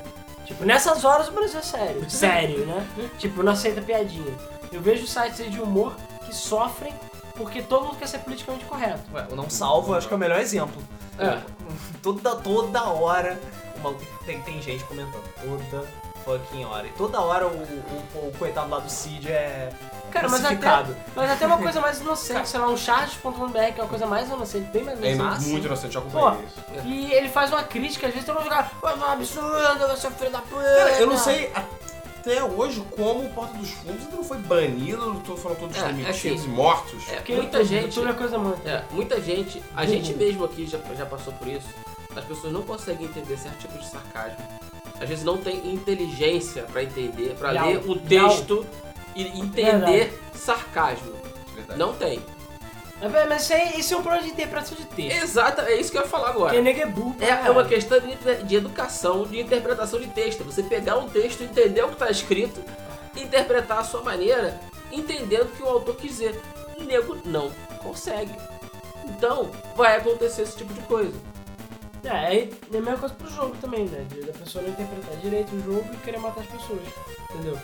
[SPEAKER 2] Tipo, nessas horas o Brasil é sério. Sério, né? tipo, não aceita piadinha. Eu vejo sites aí de humor que sofrem porque todo mundo quer ser politicamente correto.
[SPEAKER 1] Ué, o não salvo acho que é o melhor exemplo.
[SPEAKER 4] É.
[SPEAKER 1] Toda, toda hora uma- tem, tem gente comentando. Toda fucking hora. E toda hora o, o- o coitado lá do Cid é
[SPEAKER 2] Cara, mas até,
[SPEAKER 1] crucificado.
[SPEAKER 2] mas até uma coisa mais inocente, sei lá, um charges.com.br que é uma coisa mais inocente, bem mais
[SPEAKER 3] É
[SPEAKER 2] inocente.
[SPEAKER 3] muito inocente, eu
[SPEAKER 2] Pô.
[SPEAKER 3] acompanhei isso.
[SPEAKER 2] E ele faz uma crítica, às vezes todo mundo fica, "Pô, não é um absurdo, você é um filho da puta.
[SPEAKER 3] Cara, eu não sei até hoje como o Porta dos Fundos ainda não foi banido, não tô falando todos
[SPEAKER 4] É, é
[SPEAKER 3] demitidos
[SPEAKER 4] assim,
[SPEAKER 3] e mortos.
[SPEAKER 4] É,
[SPEAKER 2] Porque
[SPEAKER 4] muita
[SPEAKER 2] tudo-
[SPEAKER 4] gente.
[SPEAKER 2] Tudo é coisa muito.
[SPEAKER 4] É, muita gente. A
[SPEAKER 2] Uhum.
[SPEAKER 4] gente mesmo aqui já, já passou por isso. As pessoas não conseguem entender certo tipo de sarcasmo. Às vezes não tem inteligência pra entender, pra
[SPEAKER 2] Não,
[SPEAKER 4] ler o
[SPEAKER 2] não.
[SPEAKER 4] texto e entender
[SPEAKER 2] Verdade.
[SPEAKER 4] sarcasmo.
[SPEAKER 3] Verdade.
[SPEAKER 4] Não tem.
[SPEAKER 2] É, Mas isso, aí, isso é um problema de interpretação de texto.
[SPEAKER 4] Exato, é isso que eu ia falar agora.
[SPEAKER 2] Porque nego é burro. pra
[SPEAKER 4] É, é
[SPEAKER 2] caralho.
[SPEAKER 4] uma questão de, de educação, de interpretação de texto. Você pegar um texto, entender o que está escrito, interpretar a sua maneira, entendendo o que o autor quis dizer. O nego não consegue. Então, vai acontecer esse tipo de coisa.
[SPEAKER 2] É, aí é a mesma coisa pro jogo também, né? De- Da pessoa não interpretar direito o jogo e querer matar as pessoas. Entendeu?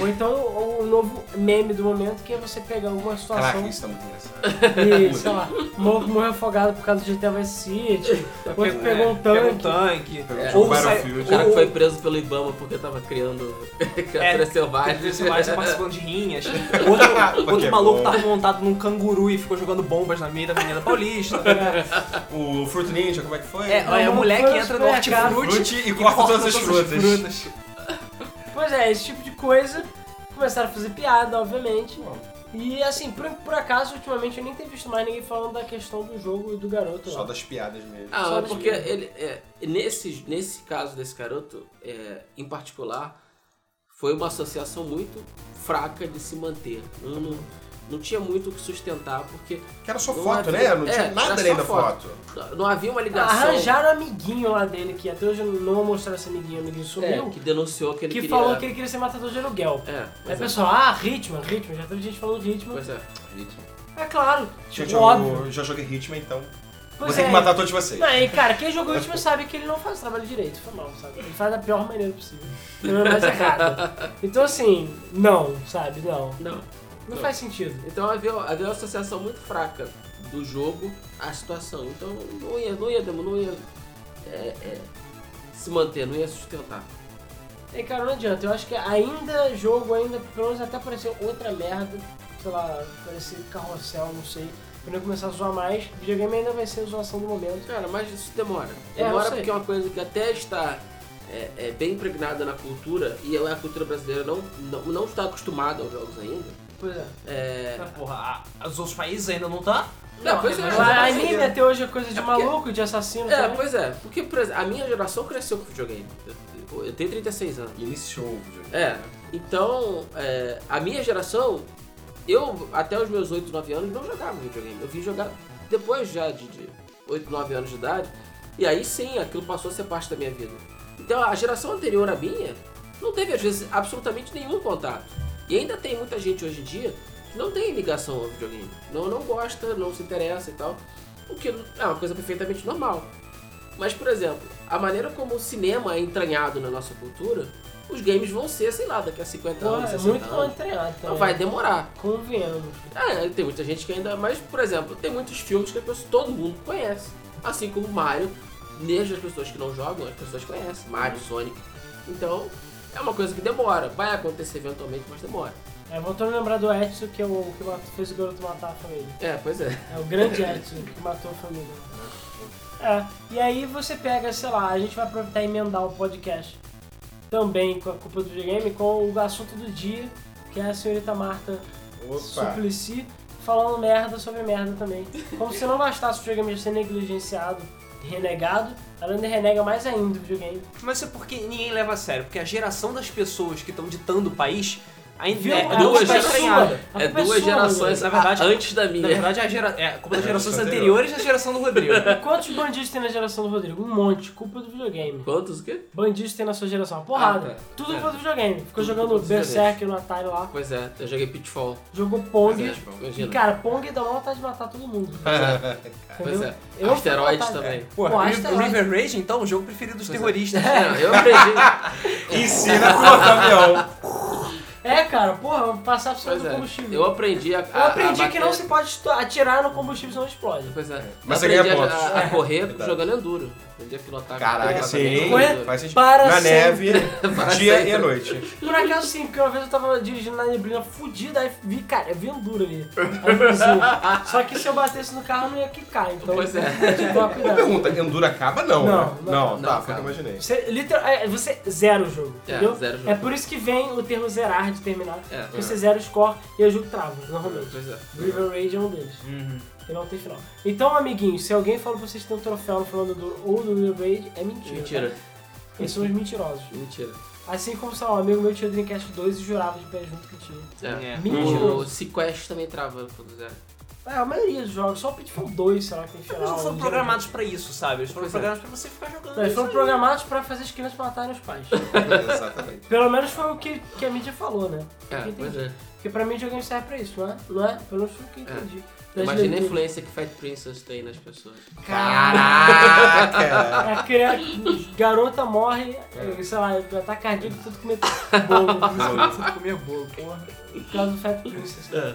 [SPEAKER 2] Ou então o o novo meme do momento que é você pegar alguma
[SPEAKER 3] Caraca,
[SPEAKER 2] situação
[SPEAKER 3] isso tá muito engraçado.
[SPEAKER 2] e, sei lá, o maluco morreu afogado por causa do GTA Vice City, outro
[SPEAKER 1] Pegou-
[SPEAKER 2] pegou um
[SPEAKER 1] Pega um
[SPEAKER 2] tanque.
[SPEAKER 1] tanque.
[SPEAKER 3] É,
[SPEAKER 1] Ou sai-
[SPEAKER 4] um
[SPEAKER 3] o
[SPEAKER 4] O
[SPEAKER 3] Battlefield.
[SPEAKER 4] cara que
[SPEAKER 1] ou-
[SPEAKER 4] foi preso pelo Ibama porque tava criando criaturas selvagens.
[SPEAKER 1] Esse mais tá participando de rinhas. Outro, outro
[SPEAKER 3] Pokémon.
[SPEAKER 4] é
[SPEAKER 1] maluco tá- tava montado num canguru e ficou jogando bombas na meia da Avenida Paulista.
[SPEAKER 2] É,
[SPEAKER 3] O Fruit Ninja, como é que foi?
[SPEAKER 1] É, é a
[SPEAKER 2] Não,
[SPEAKER 1] mulher
[SPEAKER 2] foi
[SPEAKER 1] que
[SPEAKER 2] no
[SPEAKER 1] entra no
[SPEAKER 2] um supermercado.
[SPEAKER 1] hortifruti
[SPEAKER 3] Fruit e corta todas as frutas.
[SPEAKER 2] Pois é, esse tipo de coisa. Começaram a fazer piada, obviamente. E assim, por, por acaso, ultimamente eu nem tenho visto mais ninguém falando da questão do jogo e do garoto
[SPEAKER 3] Só
[SPEAKER 2] lá.
[SPEAKER 3] das piadas mesmo.
[SPEAKER 4] Ah,
[SPEAKER 2] Só
[SPEAKER 4] mas
[SPEAKER 2] das
[SPEAKER 4] porque
[SPEAKER 2] crianças.
[SPEAKER 4] ele, é, nesse, nesse caso desse garoto, é, em particular, foi uma associação muito fraca de se manter. Não, não, não tinha muito o que sustentar, porque
[SPEAKER 3] que era só
[SPEAKER 4] não
[SPEAKER 3] foto,
[SPEAKER 4] havia-
[SPEAKER 3] né? Não
[SPEAKER 4] é,
[SPEAKER 3] tinha
[SPEAKER 4] era
[SPEAKER 3] nada
[SPEAKER 4] só
[SPEAKER 3] além da
[SPEAKER 4] foto. Tipo,
[SPEAKER 3] foto.
[SPEAKER 4] não havia uma
[SPEAKER 2] Ah,
[SPEAKER 4] ligação
[SPEAKER 2] Arranjaram um amiguinho lá dele, que até hoje não mostraram esse amiguinho, o amiguinho
[SPEAKER 4] é,
[SPEAKER 2] sumiu,
[SPEAKER 4] que denunciou que
[SPEAKER 2] que,
[SPEAKER 4] ele queria...
[SPEAKER 2] falou que ele queria ser matador de aluguel.
[SPEAKER 4] É,
[SPEAKER 2] Aí
[SPEAKER 4] pois é,
[SPEAKER 2] pessoal, ah, ritmo, ritmo, já teve gente falando ritmo.
[SPEAKER 4] pois é.
[SPEAKER 2] É claro,
[SPEAKER 3] Gente,
[SPEAKER 2] tipo,
[SPEAKER 3] eu
[SPEAKER 2] óbvio.
[SPEAKER 3] já joguei Hitman, então.
[SPEAKER 2] Pois
[SPEAKER 3] vou ter
[SPEAKER 2] é.
[SPEAKER 3] que matar todos vocês.
[SPEAKER 2] Não, e cara, quem jogou último sabe que ele não faz o trabalho direito, foi mal, sabe? Ele faz da pior maneira possível. Não é mais errado. Então assim, não, sabe? Não.
[SPEAKER 4] Não.
[SPEAKER 2] Não,
[SPEAKER 4] Não.
[SPEAKER 2] faz sentido.
[SPEAKER 4] Então havia, havia uma associação muito fraca do jogo à situação. Então não ia, não ia, não ia é, é, se manter, não ia sustentar.
[SPEAKER 2] E É, cara, não adianta. Eu acho que ainda jogo, ainda, pelo menos até apareceu outra merda. Sei lá, parecer carrossel, não sei. Quando eu começar a zoar mais, videogame ainda vai ser a zoação do momento.
[SPEAKER 4] Cara, mas isso demora.
[SPEAKER 2] É, eu
[SPEAKER 4] Demora
[SPEAKER 2] sei.
[SPEAKER 4] porque é uma coisa que até está é, é, bem impregnada na cultura, e ela- é a cultura brasileira não, não, não está acostumada aos jogos ainda.
[SPEAKER 2] Pois é.
[SPEAKER 4] É,
[SPEAKER 1] Ah, Porra, a- os outros países ainda não tá?
[SPEAKER 4] Não, pois é,
[SPEAKER 1] mas-
[SPEAKER 4] mas-
[SPEAKER 2] Mas anime até hoje é coisa de
[SPEAKER 4] É porque-
[SPEAKER 2] maluco, de assassino. né?
[SPEAKER 4] é,
[SPEAKER 3] então.
[SPEAKER 2] também.
[SPEAKER 4] pois é. Porque por exemplo, a minha geração cresceu com videogame. Eu, eu tenho 36 anos.
[SPEAKER 3] Iniciou o videogame.
[SPEAKER 4] É, então, é, a minha geração, eu até os meus 8, 9 anos não jogava videogame. Eu vim jogar depois já de, de 8, 9 anos de idade. E aí sim, aquilo passou a ser parte da minha vida. Então a geração anterior à minha não teve, às vezes, absolutamente nenhum contato. E ainda tem muita gente hoje em dia que não tem ligação ao videogame. Não, não gosta, não se interessa e tal. O que é uma coisa perfeitamente normal. Mas, por exemplo, a maneira como o cinema é entranhado na nossa cultura, os games vão ser, sei lá, daqui a 50
[SPEAKER 2] Porra,
[SPEAKER 4] anos,
[SPEAKER 2] é
[SPEAKER 4] 60
[SPEAKER 2] muito
[SPEAKER 4] anos.
[SPEAKER 2] bom treinado também.
[SPEAKER 4] Então assim, vai demorar.
[SPEAKER 2] Convenhamos.
[SPEAKER 4] É, tem muita gente que ainda. Mas, por exemplo, tem muitos filmes que as pessoas- todo mundo conhece. Assim como Mario, mesmo as pessoas que não jogam, as pessoas conhecem. Mario, Sonic. Então, é uma coisa que demora. Vai acontecer eventualmente, mas demora.
[SPEAKER 2] É, voltando a lembrar do Edson, que é o que matou- fez o garoto matar a família.
[SPEAKER 4] É, pois é.
[SPEAKER 2] É o grande Edson que matou a família. É, e aí você pega, sei lá, a gente vai aproveitar e emendar o podcast também com a culpa do videogame com o assunto do dia, que é a senhorita Marta
[SPEAKER 3] Opa.
[SPEAKER 2] Suplicy falando merda sobre merda também. Como se não bastasse o videogame ser negligenciado renegado, a Lander renega mais ainda o videogame.
[SPEAKER 1] Mas isso é porque ninguém leva a sério, porque a geração das pessoas que estão ditando o país ainda
[SPEAKER 2] Viu?
[SPEAKER 1] é,
[SPEAKER 2] A
[SPEAKER 1] duas
[SPEAKER 2] culpa é
[SPEAKER 1] gerações.
[SPEAKER 2] sua. A
[SPEAKER 4] É
[SPEAKER 2] culpa é sua,
[SPEAKER 4] duas gerações
[SPEAKER 1] Rodrigo. Na verdade-
[SPEAKER 4] antes da
[SPEAKER 1] Na
[SPEAKER 4] minha.
[SPEAKER 1] verdade, é a, gera... é a culpa das
[SPEAKER 3] É,
[SPEAKER 1] gerações
[SPEAKER 3] anterior.
[SPEAKER 1] anteriores da geração do Rodrigo.
[SPEAKER 2] Quantos bandidos tem na geração do Rodrigo? Um monte, culpa do videogame.
[SPEAKER 4] Quantos o quê?
[SPEAKER 2] Bandidos tem na sua geração, uma porrada.
[SPEAKER 4] Ah, tá.
[SPEAKER 2] Tudo
[SPEAKER 4] É.
[SPEAKER 2] culpa do videogame. Ficou
[SPEAKER 4] Tudo
[SPEAKER 2] jogando
[SPEAKER 4] culpa dos
[SPEAKER 2] Berserk no Atari lá,
[SPEAKER 4] Pois é, eu joguei Pitfall.
[SPEAKER 2] jogou Pong.
[SPEAKER 4] Pois é, imagina.
[SPEAKER 2] e cara, Pong dá uma vontade de matar todo mundo.
[SPEAKER 4] É, Pois
[SPEAKER 2] entendeu?
[SPEAKER 4] é.
[SPEAKER 2] Eu não
[SPEAKER 4] Asteroides
[SPEAKER 2] fico com É,
[SPEAKER 4] também.
[SPEAKER 1] Pô,
[SPEAKER 2] Pô, tá
[SPEAKER 1] Ri-
[SPEAKER 2] Asteroid.
[SPEAKER 1] River Rage, então, o jogo preferido dos
[SPEAKER 4] Pois é.
[SPEAKER 1] terroristas.
[SPEAKER 4] Não, eu aprendi.
[SPEAKER 3] Ensina como botar avião.
[SPEAKER 2] É, cara, porra, eu vou passar por cima
[SPEAKER 4] Pois
[SPEAKER 2] do
[SPEAKER 4] é.
[SPEAKER 2] combustível.
[SPEAKER 4] Eu aprendi a. a-
[SPEAKER 1] Ah,
[SPEAKER 2] Eu aprendi
[SPEAKER 4] a
[SPEAKER 2] que
[SPEAKER 4] bater-
[SPEAKER 1] é.
[SPEAKER 2] não se pode estu- atirar no combustível, senão explode.
[SPEAKER 4] Pois é.
[SPEAKER 3] Mas
[SPEAKER 4] eu
[SPEAKER 3] você
[SPEAKER 4] aprendi
[SPEAKER 3] ganha
[SPEAKER 4] a,
[SPEAKER 3] pontos.
[SPEAKER 4] a- a correr
[SPEAKER 3] Verdade.
[SPEAKER 4] jogando enduro. Aprendi a pilotar.
[SPEAKER 3] Caraca,
[SPEAKER 4] com-
[SPEAKER 3] sim.
[SPEAKER 4] com-
[SPEAKER 2] Correr?
[SPEAKER 3] Faz sentido.
[SPEAKER 2] Para
[SPEAKER 3] Na
[SPEAKER 2] sempre.
[SPEAKER 3] neve,
[SPEAKER 4] Para
[SPEAKER 3] dia e
[SPEAKER 4] sempre.
[SPEAKER 3] noite.
[SPEAKER 2] Por acaso sim, porque uma vez eu tava dirigindo na neblina fudida, aí vi, cara, eu vi Enduro ali. Aí eu pensei, Só que se eu batesse no carro, não ia quicar, então.
[SPEAKER 4] Pois é.
[SPEAKER 2] eu tive que tomar
[SPEAKER 3] Uma
[SPEAKER 2] cuidado.
[SPEAKER 3] pergunta, Enduro acaba? Não,
[SPEAKER 2] Não,
[SPEAKER 3] né?
[SPEAKER 2] não
[SPEAKER 3] Não,
[SPEAKER 4] acaba.
[SPEAKER 3] tá, foi o que eu
[SPEAKER 4] Não
[SPEAKER 3] imaginei.
[SPEAKER 2] Você, literal, é, você zero o jogo,
[SPEAKER 4] É,
[SPEAKER 2] entendeu?
[SPEAKER 4] zero o jogo.
[SPEAKER 2] É por isso que vem o termo zerar de terminar.
[SPEAKER 4] É.
[SPEAKER 2] porque você zera o score e o jogo trava, normalmente.
[SPEAKER 4] Pois é.
[SPEAKER 2] River Rage é um deles.
[SPEAKER 1] Uhum.
[SPEAKER 2] Que não tem final. Então, amiguinhos, se alguém fala pra vocês que tem um troféu no final do Enduro ou do River Rage, é mentira.
[SPEAKER 4] Mentira.
[SPEAKER 2] tá? Eles são os mentirosos.
[SPEAKER 4] Mentira.
[SPEAKER 2] Assim como, sei lá, um amigo meu tinha o Dreamcast 2 e jurava de pé junto que tinha.
[SPEAKER 4] É.
[SPEAKER 2] Mentiroso.
[SPEAKER 4] O Sequest também trava quando zero.
[SPEAKER 2] É, a maioria dos jogos, só o Pitfall 2, será que tem final.
[SPEAKER 1] Eles não foram
[SPEAKER 2] né?
[SPEAKER 1] programados pra isso, sabe? Eles foram
[SPEAKER 4] Pois é.
[SPEAKER 1] programados pra você ficar jogando.
[SPEAKER 2] Não, eles
[SPEAKER 1] isso
[SPEAKER 2] foram
[SPEAKER 1] aí.
[SPEAKER 2] programados pra fazer as crianças matarem os pais.
[SPEAKER 3] Exatamente.
[SPEAKER 2] Pelo menos foi o que, que a mídia falou, né?
[SPEAKER 4] É,
[SPEAKER 2] Entendi.
[SPEAKER 4] pois é.
[SPEAKER 2] Porque pra mim o videogame serve pra isso, não é? Não é? Pelo menos foi o que eu entendi. Das
[SPEAKER 4] Imagina a
[SPEAKER 2] leituras.
[SPEAKER 4] influência que Fat Princess tem nas pessoas.
[SPEAKER 3] Caraca!
[SPEAKER 2] A criança, garota morre,
[SPEAKER 1] É.
[SPEAKER 2] eh, sei lá, ataque cardíaco, tudo comer bolo. tudo comer bolo, porra. Por causa do Fat Princess.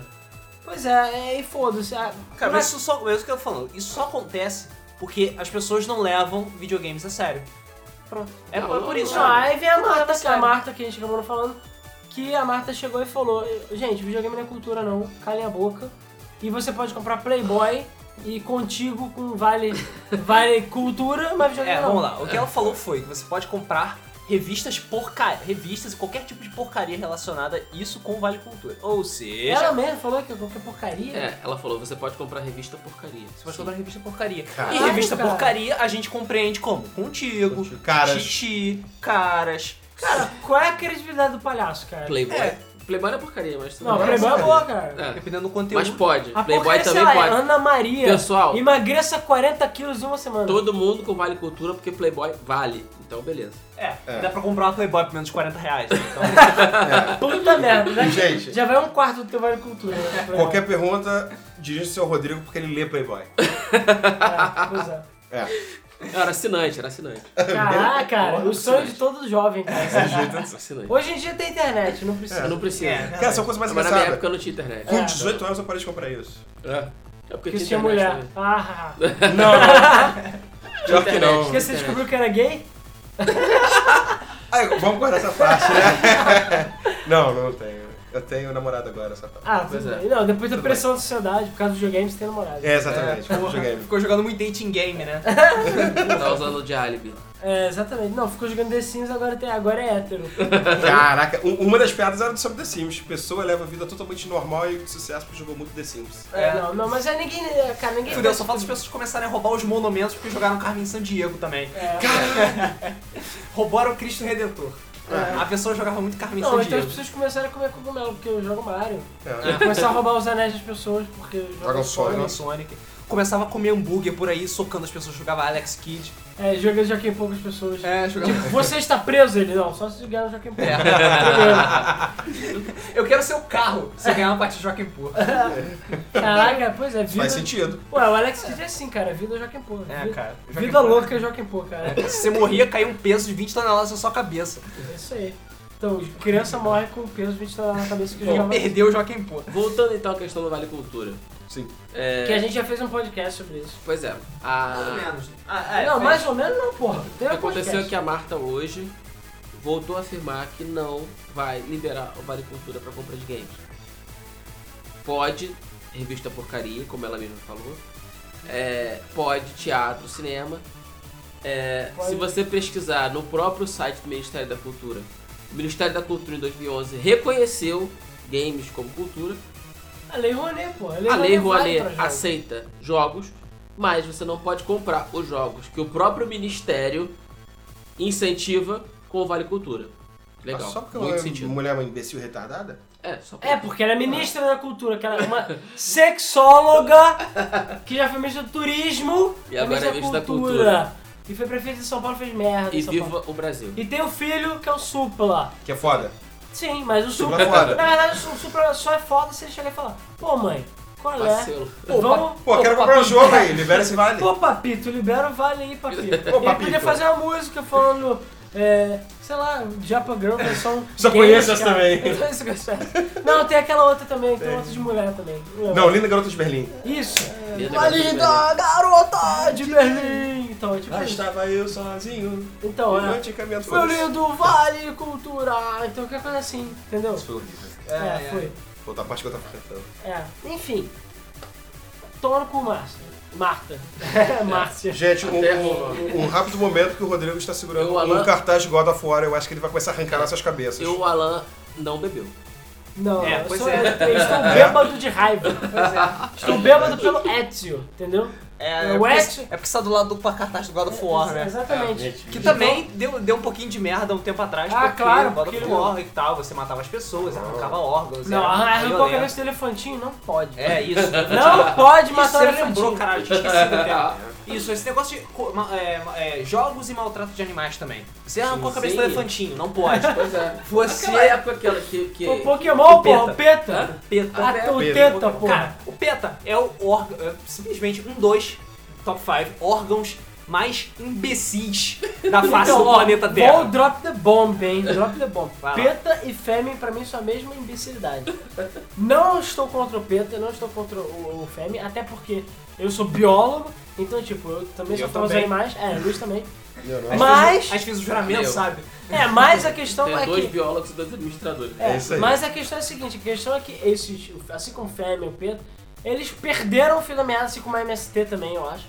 [SPEAKER 2] Pois é, é, e foda-se. ah,
[SPEAKER 1] Cara,
[SPEAKER 2] por
[SPEAKER 1] mas isso só. É isso que eu tô falando. Isso só acontece porque as pessoas não levam videogames a sério. Pronto. É
[SPEAKER 4] Não,
[SPEAKER 1] por- é por isso.
[SPEAKER 2] Não,
[SPEAKER 1] sabe?
[SPEAKER 2] aí vem a
[SPEAKER 1] Marta,
[SPEAKER 2] Marta, que a
[SPEAKER 1] cara.
[SPEAKER 2] Marta que a gente acabou não falando, que a Marta chegou e falou, gente, videogame não é cultura não, calem a boca. E você pode comprar Playboy e contigo com vale, vale cultura, mas videogame
[SPEAKER 1] É,
[SPEAKER 2] não.
[SPEAKER 1] vamos lá. O que ela falou foi que você pode comprar revistas porca... revistas e qualquer tipo de porcaria relacionada a isso com Vale Cultura. Ou seja,
[SPEAKER 2] Ela mesmo falou que é qualquer porcaria.
[SPEAKER 4] É, ela falou, você pode comprar revista porcaria.
[SPEAKER 1] você pode comprar revista porcaria.
[SPEAKER 3] Caralho,
[SPEAKER 1] e revista
[SPEAKER 2] cara.
[SPEAKER 1] porcaria a gente compreende como? Contigo,
[SPEAKER 3] Caras.
[SPEAKER 1] xixi, caras.
[SPEAKER 2] Cara, qual é a credibilidade do palhaço, cara?
[SPEAKER 4] Playboy.
[SPEAKER 1] É.
[SPEAKER 4] Playboy não é porcaria, mas tudo
[SPEAKER 2] Não,
[SPEAKER 4] bem.
[SPEAKER 2] Playboy é boa, cara.
[SPEAKER 3] Tá.
[SPEAKER 4] É.
[SPEAKER 1] Dependendo do conteúdo.
[SPEAKER 4] Mas pode.
[SPEAKER 2] A
[SPEAKER 4] Playboy
[SPEAKER 2] porcaria, sei
[SPEAKER 4] também
[SPEAKER 2] lá, é
[SPEAKER 4] pode.
[SPEAKER 2] Ana Maria,
[SPEAKER 4] Pessoal,
[SPEAKER 2] emagreça 40 quilos em uma semana.
[SPEAKER 4] todo mundo com vale cultura, porque Playboy vale. Então, beleza.
[SPEAKER 1] É,
[SPEAKER 3] É.
[SPEAKER 1] dá pra comprar uma Playboy por menos de 40 reais. né? Então,
[SPEAKER 2] Puta merda, né?
[SPEAKER 3] Gente.
[SPEAKER 2] Já vai um quarto do teu vale cultura. né?
[SPEAKER 3] Qualquer pergunta, dirige-se ao Rodrigo porque ele lê Playboy.
[SPEAKER 2] É, pois é.
[SPEAKER 3] É,
[SPEAKER 4] Eu era assinante, era assinante.
[SPEAKER 2] Caraca, cara, o sonho de todo jovem,
[SPEAKER 3] É,
[SPEAKER 2] cara.
[SPEAKER 4] assinante.
[SPEAKER 2] Hoje em dia tem internet, não precisa.
[SPEAKER 4] Eu não preciso.
[SPEAKER 1] É.
[SPEAKER 3] Cara, são coisas mais
[SPEAKER 4] Mas na minha
[SPEAKER 3] engraçadas.
[SPEAKER 4] época eu não tinha internet.
[SPEAKER 3] Com 18 anos eu parei de comprar isso.
[SPEAKER 4] É, porque
[SPEAKER 2] Porque
[SPEAKER 4] tinha
[SPEAKER 2] se tinha
[SPEAKER 4] internet
[SPEAKER 2] mulher.
[SPEAKER 4] também.
[SPEAKER 2] Ah,
[SPEAKER 3] Não, Pior que não.
[SPEAKER 2] porque você descobriu que era gay?
[SPEAKER 3] Ai, vamos guardar essa parte, né? Não, não tenho. Eu tenho namorado agora, tá. essa parte.
[SPEAKER 2] Ah,
[SPEAKER 4] Pois
[SPEAKER 2] tudo
[SPEAKER 4] é.
[SPEAKER 2] bem. Não, depois da pressão da sociedade, por causa do videogame, você tem namorado.
[SPEAKER 3] É, exatamente. É, videogame.
[SPEAKER 1] ficou jogando muito dating game, né?
[SPEAKER 4] Tá usando de álibi.
[SPEAKER 2] É, exatamente. Não, ficou jogando The Sims, agora, tem, agora é hétero.
[SPEAKER 3] Caraca, um- uma das piadas era sobre The Sims. Pessoa leva a vida totalmente normal e de sucesso porque jogou muito The Sims.
[SPEAKER 2] É, não, não, mas é ninguém. Cara, ninguém.
[SPEAKER 1] Fudeu, só falta as pessoas começarem a roubar os monumentos porque jogaram Carmen San Diego também.
[SPEAKER 2] É.
[SPEAKER 1] Roubaram o Cristo Redentor.
[SPEAKER 3] É.
[SPEAKER 1] A pessoa jogava muito Carmen
[SPEAKER 2] Não,
[SPEAKER 1] San
[SPEAKER 2] então as
[SPEAKER 1] Diego.
[SPEAKER 2] pessoas começaram a comer cogumelo, porque eu jogo Mario.
[SPEAKER 3] É. né?
[SPEAKER 2] Começaram a roubar os anéis das pessoas, porque eu jogo
[SPEAKER 3] Jogam Sonic.
[SPEAKER 1] Jogava Sonic. Começava a comer hambúrguer por aí, socando as pessoas, jogava Alex Kidd.
[SPEAKER 2] É, jogando Joaquim Poucas Pessoas.
[SPEAKER 1] É, jogava.
[SPEAKER 2] Tipo, você está preso, ele não, só se ganhar o Joaquim Poucas.
[SPEAKER 4] É.
[SPEAKER 1] Eu quero ser o carro se eu ganhar uma partida de Joaquim Pô.
[SPEAKER 2] Caraca, pois é, vida.
[SPEAKER 3] Faz sentido.
[SPEAKER 2] Ué, o Alex Kidd é assim, cara, vida é Joaquim Pô.
[SPEAKER 1] É,
[SPEAKER 2] vida,
[SPEAKER 1] cara. Joaquim
[SPEAKER 2] vida
[SPEAKER 1] Pô.
[SPEAKER 2] louca é Joaquim Pô, cara.
[SPEAKER 1] Se você morria, caía um peso de 20 toneladas na sua cabeça.
[SPEAKER 2] É isso aí. Então, criança morre com peso 20 toneladas na cabeça que
[SPEAKER 1] Bom,
[SPEAKER 2] jogava. Que
[SPEAKER 1] perdeu o Joaquim Pô.
[SPEAKER 4] Voltando então à questão do Vale Cultura.
[SPEAKER 3] Sim.
[SPEAKER 4] É,
[SPEAKER 2] a gente já fez um podcast sobre isso.
[SPEAKER 4] Pois é. A...
[SPEAKER 1] menos. Ah, é,
[SPEAKER 2] não,
[SPEAKER 1] fez.
[SPEAKER 2] mais ou menos não, porra. Tem
[SPEAKER 4] O que
[SPEAKER 2] um
[SPEAKER 4] aconteceu é
[SPEAKER 2] podcast.
[SPEAKER 4] que a Marta hoje voltou a afirmar que não vai liberar o Vale Cultura pra compra de games. Pode revista porcaria, como ela mesma falou. É, pode teatro, cinema. É,
[SPEAKER 2] Pode.
[SPEAKER 4] Se você pesquisar no próprio site do Ministério da Cultura, o Ministério da Cultura em 2011 reconheceu games como cultura.
[SPEAKER 2] A Lei Rouanet, pô.
[SPEAKER 4] A Lei
[SPEAKER 2] vale
[SPEAKER 4] Rouanet
[SPEAKER 2] é pra jogo.
[SPEAKER 4] aceita jogos, Mas você não pode comprar os jogos que o próprio ministério incentiva com o Vale Cultura. Legal.
[SPEAKER 3] Só porque
[SPEAKER 4] Muito
[SPEAKER 3] uma
[SPEAKER 4] sentido.
[SPEAKER 3] mulher é uma imbecil retardada?
[SPEAKER 4] É, só por-
[SPEAKER 2] É, porque ela é ministra da cultura, que ela é uma sexóloga que já foi ministra do turismo
[SPEAKER 4] E agora é ministra da cultura.
[SPEAKER 2] E foi prefeito de São Paulo fez merda. em
[SPEAKER 4] E
[SPEAKER 2] São Paulo.
[SPEAKER 4] viva o Brasil.
[SPEAKER 2] e tem o filho que é o Supla.
[SPEAKER 3] Que é foda.
[SPEAKER 2] Sim, mas o Supla.
[SPEAKER 3] Supla é foda.
[SPEAKER 2] Na verdade, o Supla só é foda se ele chegar e falar: Pô, mãe, qual é?
[SPEAKER 4] Vacilo.
[SPEAKER 2] Vamos.
[SPEAKER 3] Pô, quero comprar um jogo aí, libera esse vale.
[SPEAKER 2] Pô, Papito, libera o vale aí, Papito.
[SPEAKER 3] Ô,
[SPEAKER 2] Ele podia
[SPEAKER 3] Papito.
[SPEAKER 2] fazer uma música falando, é, sei lá, Japa Girl, versão.
[SPEAKER 3] Só
[SPEAKER 2] gay,
[SPEAKER 3] conheço essa
[SPEAKER 2] cara.
[SPEAKER 3] também.
[SPEAKER 2] Eu conheço essa. Não, tem aquela outra também, tem outra de mulher também.
[SPEAKER 3] Não, linda garota de Berlim.
[SPEAKER 2] Isso.
[SPEAKER 4] Linda
[SPEAKER 2] Uma
[SPEAKER 1] É.
[SPEAKER 2] linda
[SPEAKER 4] garota de
[SPEAKER 2] garota de Berlim. Então, é tipo
[SPEAKER 1] Ah,
[SPEAKER 3] Lá
[SPEAKER 2] isso.
[SPEAKER 3] estava eu sozinho.
[SPEAKER 2] Então,
[SPEAKER 1] tipo
[SPEAKER 2] é.
[SPEAKER 3] Levante e caminhando
[SPEAKER 2] Meu
[SPEAKER 3] foda-se.
[SPEAKER 2] lindo vale cultura. Então, qualquer coisa assim, entendeu?
[SPEAKER 3] Isso foi horrível.
[SPEAKER 2] É, foi.
[SPEAKER 3] Pô, tá a parte que eu tava cantando.
[SPEAKER 2] É. Enfim. Toma no cu, Márcia. Marta.
[SPEAKER 1] É.
[SPEAKER 2] Márcia.
[SPEAKER 3] Gente, um,
[SPEAKER 4] Até
[SPEAKER 3] um- um rápido momento que o Rodrigo está segurando
[SPEAKER 4] Eu, Alan-
[SPEAKER 3] um cartaz de God of War. Eu acho que ele vai começar a arrancar nossas cabeças.
[SPEAKER 4] Eu, o Alan, não bebeu.
[SPEAKER 2] Não,
[SPEAKER 1] É,
[SPEAKER 2] eu,
[SPEAKER 1] pois
[SPEAKER 2] sou,
[SPEAKER 1] é.
[SPEAKER 2] eu estou bêbado de raiva. Estou bêbado pelo Ezio, entendeu?
[SPEAKER 1] É,
[SPEAKER 2] O
[SPEAKER 1] porque-
[SPEAKER 2] West-
[SPEAKER 1] é porque você tá do lado do cartaz do God of War, né?
[SPEAKER 2] Exatamente.
[SPEAKER 1] Que também deu, deu um pouquinho de merda um tempo atrás,
[SPEAKER 2] Ah,
[SPEAKER 1] porque
[SPEAKER 2] claro,
[SPEAKER 1] o God
[SPEAKER 2] porque
[SPEAKER 1] of
[SPEAKER 2] ele-
[SPEAKER 1] War e tal, você matava as pessoas, arrancava órgãos,
[SPEAKER 2] Não,
[SPEAKER 1] era
[SPEAKER 2] arrancou a
[SPEAKER 1] é violento.
[SPEAKER 2] cabeça do elefantinho, não pode.
[SPEAKER 1] É, isso.
[SPEAKER 2] Não pode matar o
[SPEAKER 1] Isso, você lembrou,
[SPEAKER 2] elefantinho.
[SPEAKER 1] caralho, tinha esquecido até. Isso, esse negócio de co- ma- é, é, jogos e maltrato de animais também. Você arrancou a cabeça
[SPEAKER 4] Sim.
[SPEAKER 1] do elefantinho, não pode.
[SPEAKER 4] Pois é.
[SPEAKER 1] Você...
[SPEAKER 4] Aquela época aquela que... que...
[SPEAKER 2] O Pokémon,
[SPEAKER 1] O
[SPEAKER 2] porra, o
[SPEAKER 1] Peta.
[SPEAKER 2] Peta.
[SPEAKER 1] Peta.
[SPEAKER 2] Ah, o
[SPEAKER 3] Peta.
[SPEAKER 2] Teta, porra.
[SPEAKER 1] Cara, o PETA é o órgão, é simplesmente um dos top 5 órgãos mais imbecis da face
[SPEAKER 2] Então,
[SPEAKER 1] do
[SPEAKER 2] ó,
[SPEAKER 1] planeta
[SPEAKER 2] Vou
[SPEAKER 1] Terra.
[SPEAKER 2] drop the bomb, hein? Drop the bomb.
[SPEAKER 1] Vai lá.
[SPEAKER 2] Peta e Fêmea, pra mim, são a mesma imbecilidade. Não estou contra o Peta, não estou contra o, o Fêmea, até porque eu sou biólogo, então, tipo, eu também
[SPEAKER 3] E
[SPEAKER 2] sou
[SPEAKER 3] eu
[SPEAKER 2] fã dos
[SPEAKER 3] também.
[SPEAKER 2] animais. É, Luiz também.
[SPEAKER 3] Eu não.
[SPEAKER 1] Às
[SPEAKER 2] Mas-
[SPEAKER 1] vezes- Às vezes o juramento,
[SPEAKER 4] Meu.
[SPEAKER 1] sabe?
[SPEAKER 2] É, mas a questão
[SPEAKER 4] Tem
[SPEAKER 2] é
[SPEAKER 4] dois
[SPEAKER 2] que...
[SPEAKER 4] biólogos e dois administradores.
[SPEAKER 2] É,
[SPEAKER 3] É isso aí.
[SPEAKER 2] Mas a questão é a seguinte, a questão é que esses, assim como o Fêmea e o Pedro, eles perderam o fio da meada, assim como a MST também, eu acho.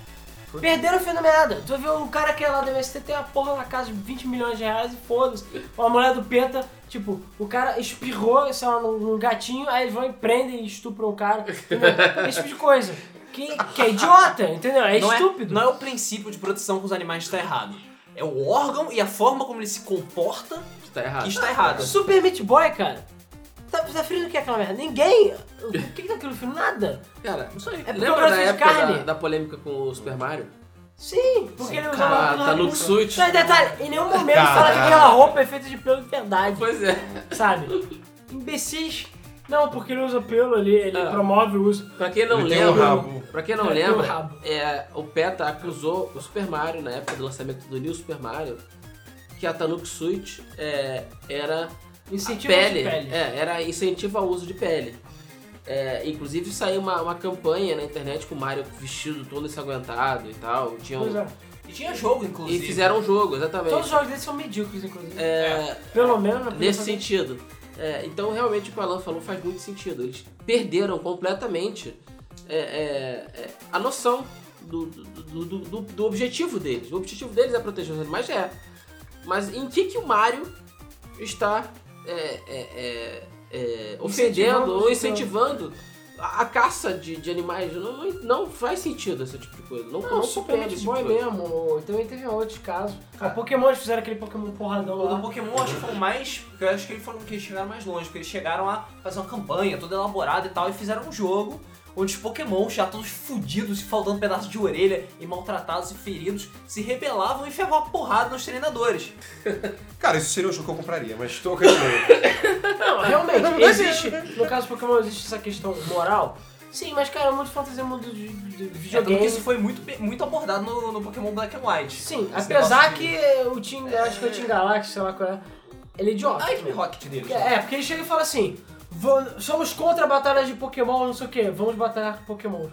[SPEAKER 2] Perderam o fio da meada. Tu viu o cara que é lá do MST tem a porra na casa de 20 milhões de reais e foda-se. Uma mulher do Peta, tipo, o cara espirrou, sei lá, num, num gatinho, aí eles vão e prendem e estupram o cara. entendeu? Esse tipo de coisa. Que, que é idiota, entendeu? É
[SPEAKER 1] não
[SPEAKER 2] estúpido.
[SPEAKER 1] É, não é o princípio de proteção com os animais que está errado. É o órgão e a forma como ele se comporta
[SPEAKER 4] Que tá errado.
[SPEAKER 1] que está errado.
[SPEAKER 2] Super Meat Boy, cara. Tá, tá frio do que é aquela merda? Ninguém. O que que tá aquilo frio? Nada.
[SPEAKER 4] Cara, não sei.
[SPEAKER 2] É porque eu
[SPEAKER 4] Lembra
[SPEAKER 2] gosto
[SPEAKER 4] da
[SPEAKER 2] de
[SPEAKER 4] época
[SPEAKER 2] carne.
[SPEAKER 4] da, da polêmica com o Super Mario?
[SPEAKER 2] Sim, porque ele usava
[SPEAKER 4] cara,
[SPEAKER 2] uma
[SPEAKER 4] tá
[SPEAKER 2] roupa-
[SPEAKER 4] no suit.
[SPEAKER 2] Não, e um detalhe, em nenhum momento
[SPEAKER 3] Cara.
[SPEAKER 2] fala que aquela roupa é feita de pelo de verdade,
[SPEAKER 4] Pois é.
[SPEAKER 2] sabe? Imbecis. Não, porque ele usa pelo ali, ele
[SPEAKER 4] Ah.
[SPEAKER 2] promove o uso.
[SPEAKER 4] Pra quem não
[SPEAKER 3] Ele tem um
[SPEAKER 4] lembra,
[SPEAKER 3] rabo.
[SPEAKER 4] pra quem não
[SPEAKER 2] Ele tem um
[SPEAKER 4] lembra,
[SPEAKER 2] rabo.
[SPEAKER 4] é, o PETA acusou o Super Mario na época do lançamento do New Super Mario que a Tanuki Suit é, era
[SPEAKER 2] Incentivo
[SPEAKER 4] a pele,
[SPEAKER 2] de pele.
[SPEAKER 4] É, era incentivo ao uso de pele. É, inclusive saiu uma, uma campanha na internet com o Mario vestido todo ensanguentado e tal. Tinha um-
[SPEAKER 2] Pois é.
[SPEAKER 1] E tinha jogo,
[SPEAKER 4] e
[SPEAKER 1] inclusive.
[SPEAKER 4] fizeram um jogo, exatamente.
[SPEAKER 2] Todos os jogos desses são medíocres, inclusive.
[SPEAKER 4] É,
[SPEAKER 2] Pelo menos na
[SPEAKER 4] nesse
[SPEAKER 2] primeira-
[SPEAKER 4] sentido. É, então, realmente, o que o Alan falou faz muito sentido. Eles perderam completamente é, é, é, a noção do, do, do- do- do- do objetivo deles. O objetivo deles é proteger os animais, é. Mas em que, que o Mario está é, é, é, é, ofendendo ou incentivando a, a caça de, de animais? Não, não, não faz sentido esse tipo de coisa. Não,
[SPEAKER 2] Não,
[SPEAKER 4] não
[SPEAKER 2] Super
[SPEAKER 4] supera
[SPEAKER 2] Meat
[SPEAKER 4] esse tipo
[SPEAKER 2] Boy
[SPEAKER 4] de coisa.
[SPEAKER 2] mesmo. ou- Também teve outros casos. A Pokémon eles fizeram aquele Pokémon porradão
[SPEAKER 1] O do
[SPEAKER 2] lá.
[SPEAKER 1] Pokémon acho que foi o mais. Eu acho que eles foram que eles chegaram mais longe, porque eles chegaram a fazer uma campanha toda elaborada e tal, e fizeram um jogo onde os Pokémons, já todos fudidos, faltando pedaço de orelha e maltratados e feridos, se rebelavam e enfiavam a porrada nos treinadores.
[SPEAKER 3] Cara, isso seria um jogo que eu compraria, mas estou acreditando.
[SPEAKER 4] é.
[SPEAKER 2] Não, realmente, existe. No caso do Pokémon, existe essa questão moral. Sim, mas cara, é muito fantasia, muito de, de
[SPEAKER 1] É, tanto
[SPEAKER 2] videogame.
[SPEAKER 1] que isso foi muito, bem- muito abordado no, no Pokémon Black and White.
[SPEAKER 2] Sim,
[SPEAKER 1] Esse
[SPEAKER 2] apesar
[SPEAKER 1] negócio
[SPEAKER 2] que o Team, acho que é o Team Galactus, sei lá qual é, ele é idiota.
[SPEAKER 1] Ah, Game Rocket deles.
[SPEAKER 2] Porque- É, porque ele chega e fala assim, "Vo- somos contra a batalha de Pokémon, não sei o que, vamos batalhar com Pokémon.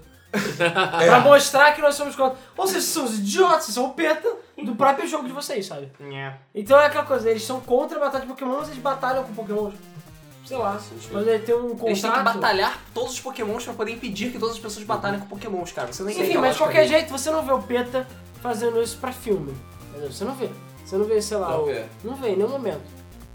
[SPEAKER 2] Pra mostrar que nós somos contra. Ou seja, vocês são os idiotas, vocês são o peta do próprio jogo de vocês, sabe?
[SPEAKER 1] né?
[SPEAKER 2] Então é aquela coisa, eles são contra a batalha de Pokémon, mas eles batalham com Pokémon. Sei lá, mas ele tem um contrato...
[SPEAKER 1] Eles têm que batalhar todos os Pokémons pra poder impedir que todas as pessoas batalhem com Pokémons, cara. Você não entende
[SPEAKER 2] Enfim,
[SPEAKER 1] a
[SPEAKER 2] mas de
[SPEAKER 1] lógica
[SPEAKER 2] qualquer
[SPEAKER 1] aí.
[SPEAKER 4] é
[SPEAKER 2] jeito, você não vê o Peta fazendo isso pra filme. Entendeu? Você não vê. Você não vê, sei lá,
[SPEAKER 4] Não
[SPEAKER 2] o-
[SPEAKER 4] vê.
[SPEAKER 2] não vê em nenhum momento.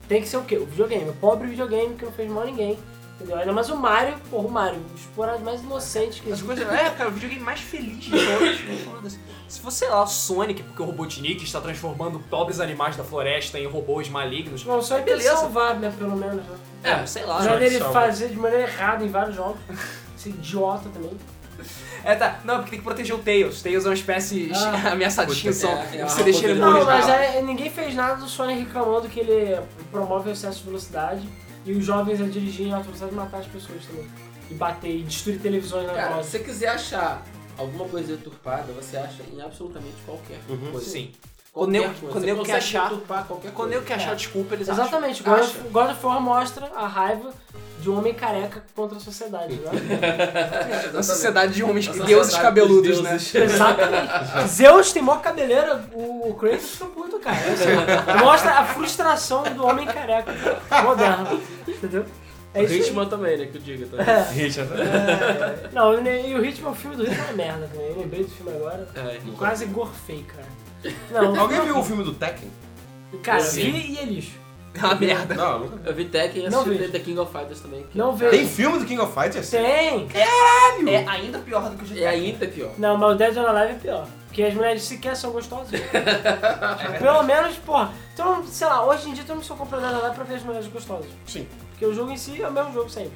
[SPEAKER 2] Tem que ser o quê? O videogame. O pobre videogame que não fez mal a ninguém. Entendeu? Ainda mais o Mario, porra, o Mario, um dos porradas mais inocentes que
[SPEAKER 1] As
[SPEAKER 2] existe.
[SPEAKER 1] coisas- É, cara, o videogame mais feliz de todos. né, foda-se. Se fosse, sei lá, o Sonic, porque o Robotnik está transformando pobres animais da floresta em robôs malignos.
[SPEAKER 2] Não, só
[SPEAKER 1] é
[SPEAKER 2] ele quer
[SPEAKER 1] beleza.
[SPEAKER 2] salvar, né, pelo menos. Né?
[SPEAKER 1] É, sei lá.
[SPEAKER 2] Já
[SPEAKER 1] né?
[SPEAKER 2] dele
[SPEAKER 3] salva.
[SPEAKER 2] fazer de maneira errada em vários jogos. Esse idiota também.
[SPEAKER 1] É, tá. Não, porque tem que proteger o Tails. Tails é uma espécie
[SPEAKER 2] Ah.
[SPEAKER 1] ameaçadinha. Só,
[SPEAKER 4] é, é
[SPEAKER 1] você deixa
[SPEAKER 4] uma
[SPEAKER 1] ele
[SPEAKER 4] poderosa.
[SPEAKER 1] morrer.
[SPEAKER 2] Não, mas é, ninguém fez nada do Sonic reclamando que ele promove o excesso de velocidade e os jovens a dirigir em alta velocidade e matar as pessoas também. E bater e destruir televisões na
[SPEAKER 4] Cara,
[SPEAKER 2] cara,
[SPEAKER 4] se É, você quiser achar alguma coisa deturpada, você acha em absolutamente qualquer coisa.
[SPEAKER 1] Sim. Quando
[SPEAKER 4] Qualquer
[SPEAKER 1] eu-
[SPEAKER 4] coisa.
[SPEAKER 1] quando
[SPEAKER 4] Você
[SPEAKER 1] eu
[SPEAKER 4] consegue
[SPEAKER 1] quer achar-
[SPEAKER 4] deturpar qualquer
[SPEAKER 1] Quando eu
[SPEAKER 4] coisa.
[SPEAKER 1] que achar desculpa, eles acham.
[SPEAKER 2] Exatamente, God
[SPEAKER 1] Acha.
[SPEAKER 2] of, God of War mostra a raiva de um homem careca contra a sociedade, né?
[SPEAKER 1] Na sociedade de homens,
[SPEAKER 4] A sociedade
[SPEAKER 1] deuses
[SPEAKER 4] dos
[SPEAKER 1] cabeludos, né?
[SPEAKER 4] deuses.
[SPEAKER 2] Exatamente. Zeus tem mó cabeleira, o Kratos fica puto, cara. Mostra a frustração do homem careca moderno, entendeu? É
[SPEAKER 4] O
[SPEAKER 2] isso aí.
[SPEAKER 4] Ritmo também, né? Que eu digo também.
[SPEAKER 2] É.
[SPEAKER 3] Richard. né?
[SPEAKER 2] É, não, e o ritmo, o filme do ritmo é uma merda também. Eu lembrei do filme agora.
[SPEAKER 4] É.
[SPEAKER 2] Quase gorfei, cara. Não,
[SPEAKER 3] Alguém viu o filme do Tekken?
[SPEAKER 2] Cara,
[SPEAKER 4] Sim.
[SPEAKER 2] vi e é lixo.
[SPEAKER 1] É uma merda.
[SPEAKER 3] Não, nunca vi.
[SPEAKER 4] Eu vi Tekken e
[SPEAKER 2] Não
[SPEAKER 4] assisti
[SPEAKER 2] vejo.
[SPEAKER 4] The King of Fighters também. que
[SPEAKER 2] Não
[SPEAKER 3] Tem
[SPEAKER 2] vejo.
[SPEAKER 3] filme do King of Fighters?
[SPEAKER 2] Tem!
[SPEAKER 1] É ainda pior do que o
[SPEAKER 4] É
[SPEAKER 1] GTA.
[SPEAKER 4] ainda pior.
[SPEAKER 2] Não, mas o Dead or Alive é pior. Porque as mulheres sequer são gostosas. Pelo menos, porra. Então, sei lá, hoje em dia todo mundo só compra o Dead or Alive pra ver as mulheres gostosas.
[SPEAKER 3] Sim.
[SPEAKER 2] Porque o jogo em si é o mesmo jogo sempre.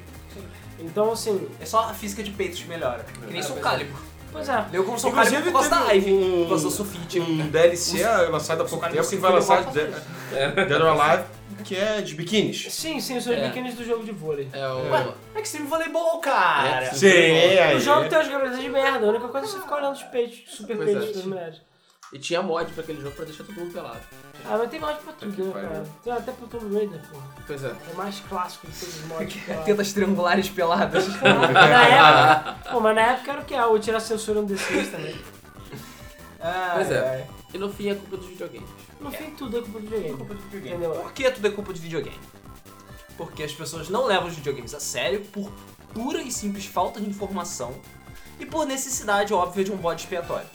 [SPEAKER 2] Então, assim,
[SPEAKER 1] É só a física de peitos que melhora. Que nem Soul Calibur.
[SPEAKER 2] pois é.
[SPEAKER 1] Eu como Soul
[SPEAKER 3] Inclusive,
[SPEAKER 1] Calibur por causa da
[SPEAKER 3] teve
[SPEAKER 1] Ivy,
[SPEAKER 3] um-
[SPEAKER 1] por causa do sulfite.
[SPEAKER 3] Um DLC lançado há
[SPEAKER 1] Os
[SPEAKER 3] pouco
[SPEAKER 1] caras
[SPEAKER 3] tempo que
[SPEAKER 1] conseguiram
[SPEAKER 3] vai lançar
[SPEAKER 1] igual
[SPEAKER 3] Dead Dead or Alive, que é de biquínis.
[SPEAKER 2] Sim, sim, são os
[SPEAKER 4] É.
[SPEAKER 2] pequenos do jogo de vôlei.
[SPEAKER 4] É o.
[SPEAKER 1] Ué, Extreme Volleyball, cara!
[SPEAKER 4] É,
[SPEAKER 3] Sim, aí.
[SPEAKER 2] O jogo tem as garotas de merda, a única coisa é você ficar olhando os peitos, super
[SPEAKER 4] Pois é.
[SPEAKER 2] peitos das mulheres.
[SPEAKER 4] E tinha mod pra aquele jogo pra deixar todo mundo pelado.
[SPEAKER 2] Ah, mas tem mod pra tudo, né,
[SPEAKER 3] pariu.
[SPEAKER 2] cara? Tem até pro Tomb Raider, porra.
[SPEAKER 4] Pois é.
[SPEAKER 2] É o mais clássico de todos os mods. cara.
[SPEAKER 1] Tetas triangulares peladas.
[SPEAKER 2] na época, pô, mas na época era o que? Ah, o tirar censura no The Sims também.
[SPEAKER 4] Pois é. E no fim é culpa dos videogames.
[SPEAKER 2] No fim, tudo é culpa do videogame.
[SPEAKER 1] culpa de videogame.
[SPEAKER 2] Entendeu?
[SPEAKER 1] Por que tudo é culpa de videogame? Porque as pessoas não levam os videogames a sério por pura e simples falta de informação e por necessidade óbvia de um bode expiatório.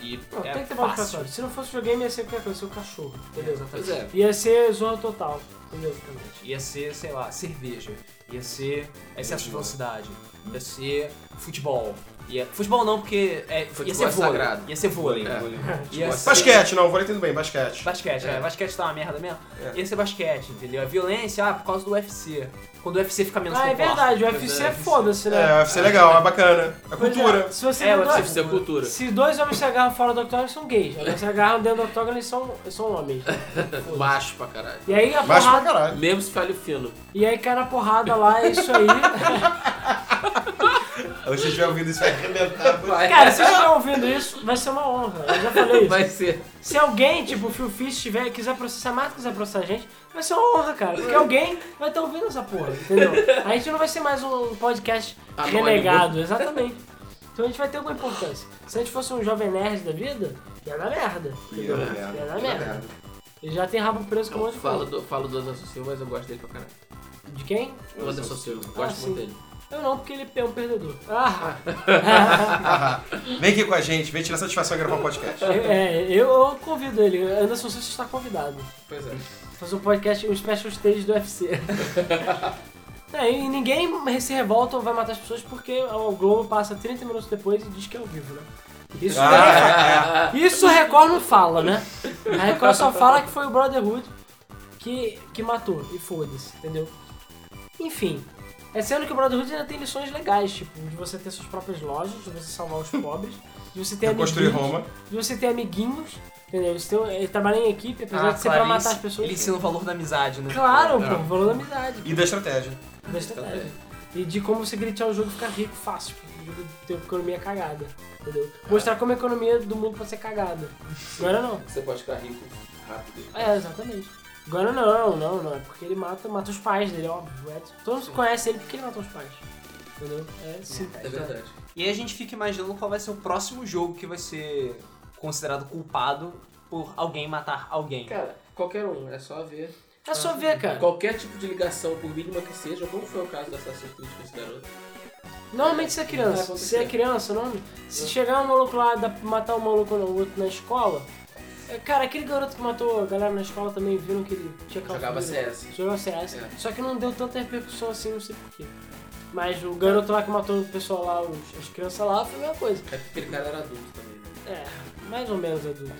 [SPEAKER 1] E
[SPEAKER 2] Não,
[SPEAKER 1] é
[SPEAKER 2] tem que ter bode
[SPEAKER 1] fácil.
[SPEAKER 2] passado. Se não fosse videogame, ia ser qualquer coisa, ia ser o cachorro, entendeu?
[SPEAKER 4] Pois é.
[SPEAKER 2] Ia ser zorra total, entendeu? Também.
[SPEAKER 1] Ia ser, sei lá, cerveja. Ia ser excesso de velocidade. Ia ser futebol. Ia... Futebol não, porque é... ia
[SPEAKER 4] Futebol
[SPEAKER 1] ser
[SPEAKER 4] é
[SPEAKER 1] vôlei.
[SPEAKER 4] sagrado.
[SPEAKER 1] Ia ser vôlei.
[SPEAKER 4] É.
[SPEAKER 1] Ia ser...
[SPEAKER 3] Basquete, não, vôlei tudo bem, basquete.
[SPEAKER 1] Basquete, é. Basquete tá uma merda mesmo.
[SPEAKER 3] É.
[SPEAKER 1] Ia ser basquete, entendeu? A violência, ah, por causa do UFC. Quando o UFC fica menos
[SPEAKER 2] Ah, é
[SPEAKER 1] popular.
[SPEAKER 2] verdade, o UFC é
[SPEAKER 4] verdade.
[SPEAKER 2] foda-se, né?
[SPEAKER 3] É, UFC é legal, é bacana. É
[SPEAKER 2] Pois é,
[SPEAKER 3] cultura.
[SPEAKER 2] Se você
[SPEAKER 1] É,
[SPEAKER 2] vê
[SPEAKER 1] o
[SPEAKER 2] dois-
[SPEAKER 4] Isso é cultura.
[SPEAKER 2] Se dois homens se agarram fora do octógono, eles são gays. Agora se agarram dentro do octógono, eles são, eles são homens.
[SPEAKER 4] Baixo pra caralho.
[SPEAKER 2] E aí a
[SPEAKER 3] Baixo pra
[SPEAKER 2] porrada.
[SPEAKER 3] caralho.
[SPEAKER 4] Mesmo se fale fino.
[SPEAKER 2] E aí cai na porrada lá, é isso aí.
[SPEAKER 3] Hoje vocês tiver ouvindo isso vai arrebentar.
[SPEAKER 4] Vai.
[SPEAKER 2] Cara, se vocês estão ouvindo isso, vai ser uma honra. Eu já falei isso.
[SPEAKER 4] Vai ser.
[SPEAKER 2] Se alguém, tipo, o Phil Fish tiver, quiser processar, mata, quiser processar a gente, vai ser uma honra, cara. Porque alguém vai estar ouvindo essa porra, entendeu? A gente não vai ser mais um podcast
[SPEAKER 4] Anônimo.
[SPEAKER 2] renegado, exatamente. Então a gente vai ter alguma importância. Se a gente fosse um jovem nerd da vida, ia dar merda. Entendeu?
[SPEAKER 3] Ia dar merda,
[SPEAKER 2] Ia dar
[SPEAKER 3] ia dar
[SPEAKER 2] merda. Ele já tem rabo preso com um
[SPEAKER 4] Eu
[SPEAKER 2] monte de
[SPEAKER 4] falo
[SPEAKER 2] coisa.
[SPEAKER 4] Então, do, falo do Anderson Silva, mas eu gosto dele pra caralho.
[SPEAKER 2] De quem?
[SPEAKER 4] O Anderson Silva, eu
[SPEAKER 2] Ah,
[SPEAKER 4] gosto muito
[SPEAKER 2] sim.
[SPEAKER 4] dele.
[SPEAKER 2] Eu não, porque ele é um perdedor. Ah,
[SPEAKER 3] Ah, vem aqui com a gente, vem tirar satisfação e gravar um podcast.
[SPEAKER 2] é, eu, eu convido ele. Anderson, você está convidado.
[SPEAKER 4] Pois é.
[SPEAKER 2] Fazer um podcast, um special stage do UFC. É, e ninguém se revolta ou vai matar as pessoas porque o Globo passa 30 minutos depois e diz que é ao vivo, né? Isso,
[SPEAKER 3] Ah,
[SPEAKER 2] isso a Record não fala, né? A Record só fala que foi o Brotherhood que, que matou, e foda-se, entendeu? Enfim, é sendo que o Brotherhood ainda tem lições legais, tipo, de você ter suas próprias lojas, de você salvar os pobres, de você ter
[SPEAKER 3] Reconstruir
[SPEAKER 2] amiguinhos,
[SPEAKER 3] Roma.
[SPEAKER 2] de você ter amiguinhos, entendeu? Você tem, ele trabalha em equipe, apesar
[SPEAKER 1] Ah,
[SPEAKER 2] de ser
[SPEAKER 1] claro,
[SPEAKER 2] pra
[SPEAKER 1] ele
[SPEAKER 2] matar as
[SPEAKER 1] ens-
[SPEAKER 2] pessoas.
[SPEAKER 1] Ele ensina o valor da amizade, né?
[SPEAKER 2] Claro, pô, o valor da amizade,
[SPEAKER 3] E da estratégia.
[SPEAKER 2] da estratégia.
[SPEAKER 4] É.
[SPEAKER 2] E de como você gritear o jogo e ficar rico fácil. porque O jogo tem uma economia cagada, entendeu? Mostrar como a economia do mundo pode ser cagada. Agora não.
[SPEAKER 4] Você pode ficar rico rápido.
[SPEAKER 2] É, exatamente. Agora não, não, não. É porque ele mata, mata os pais dele, óbvio. É, todos conhecem ele porque ele matou os pais. Entendeu? É simples.
[SPEAKER 4] É verdade.
[SPEAKER 1] E aí a gente fica imaginando qual vai ser o próximo jogo que vai ser considerado culpado por alguém matar alguém.
[SPEAKER 4] Cara, qualquer um, é só ver.
[SPEAKER 2] É só ver, cara.
[SPEAKER 4] Qualquer tipo de ligação, por mínima que seja, como foi o caso da Assassin's Creed com esse garoto.
[SPEAKER 2] Normalmente você é
[SPEAKER 4] Vai
[SPEAKER 2] criança.
[SPEAKER 4] acontecer.
[SPEAKER 2] Se é criança, não. Se chegar um maluco lá, dá pra matar um maluco no outro na escola. é, Cara, aquele garoto que matou a galera na escola também viram que ele tinha
[SPEAKER 4] Jogava
[SPEAKER 2] calça-
[SPEAKER 4] CS.
[SPEAKER 2] Jogava CS.
[SPEAKER 4] É.
[SPEAKER 2] Só que não deu tanta repercussão assim, não sei porquê. Mas o garoto lá que matou o pessoal lá, os- as crianças lá, foi a mesma coisa.
[SPEAKER 4] É porque aquele cara era adulto também. né?
[SPEAKER 2] É, mais ou menos adulto, né?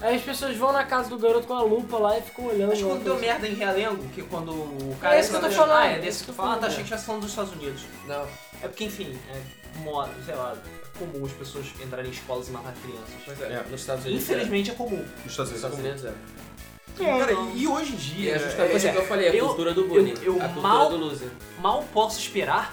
[SPEAKER 2] Aí as pessoas vão na casa do garoto com a lupa lá e ficam olhando.
[SPEAKER 1] Mas quando
[SPEAKER 2] lá,
[SPEAKER 1] deu
[SPEAKER 2] coisa.
[SPEAKER 1] merda em Realengo, que quando o cara...
[SPEAKER 2] É esse que eu tô
[SPEAKER 1] Ah,
[SPEAKER 2] falando,
[SPEAKER 1] é
[SPEAKER 2] é
[SPEAKER 1] desse
[SPEAKER 2] esse
[SPEAKER 1] que
[SPEAKER 2] que
[SPEAKER 1] eu
[SPEAKER 2] eu
[SPEAKER 1] tô falando. Tá,
[SPEAKER 2] tô falando.
[SPEAKER 1] achei que estivesse falando dos Estados Unidos.
[SPEAKER 4] Não.
[SPEAKER 1] É porque, enfim, é moda, sei lá, comum as pessoas entrarem em escolas e matar crianças.
[SPEAKER 4] Pois é,
[SPEAKER 3] É.
[SPEAKER 4] nos Estados Unidos.
[SPEAKER 1] Infelizmente é comum.
[SPEAKER 3] Nos Estados
[SPEAKER 4] é. Nos
[SPEAKER 3] Unidos.
[SPEAKER 4] Estados
[SPEAKER 3] também.
[SPEAKER 4] Unidos é.
[SPEAKER 3] Cara,
[SPEAKER 1] Não.
[SPEAKER 3] e hoje em
[SPEAKER 4] E
[SPEAKER 3] dia.
[SPEAKER 4] é justamente
[SPEAKER 1] Pois é,
[SPEAKER 4] o que eu falei, a
[SPEAKER 1] eu-
[SPEAKER 4] cultura do bullying.
[SPEAKER 1] eu- eu
[SPEAKER 4] a cultura
[SPEAKER 1] mal-
[SPEAKER 4] do loser.
[SPEAKER 1] Mal posso esperar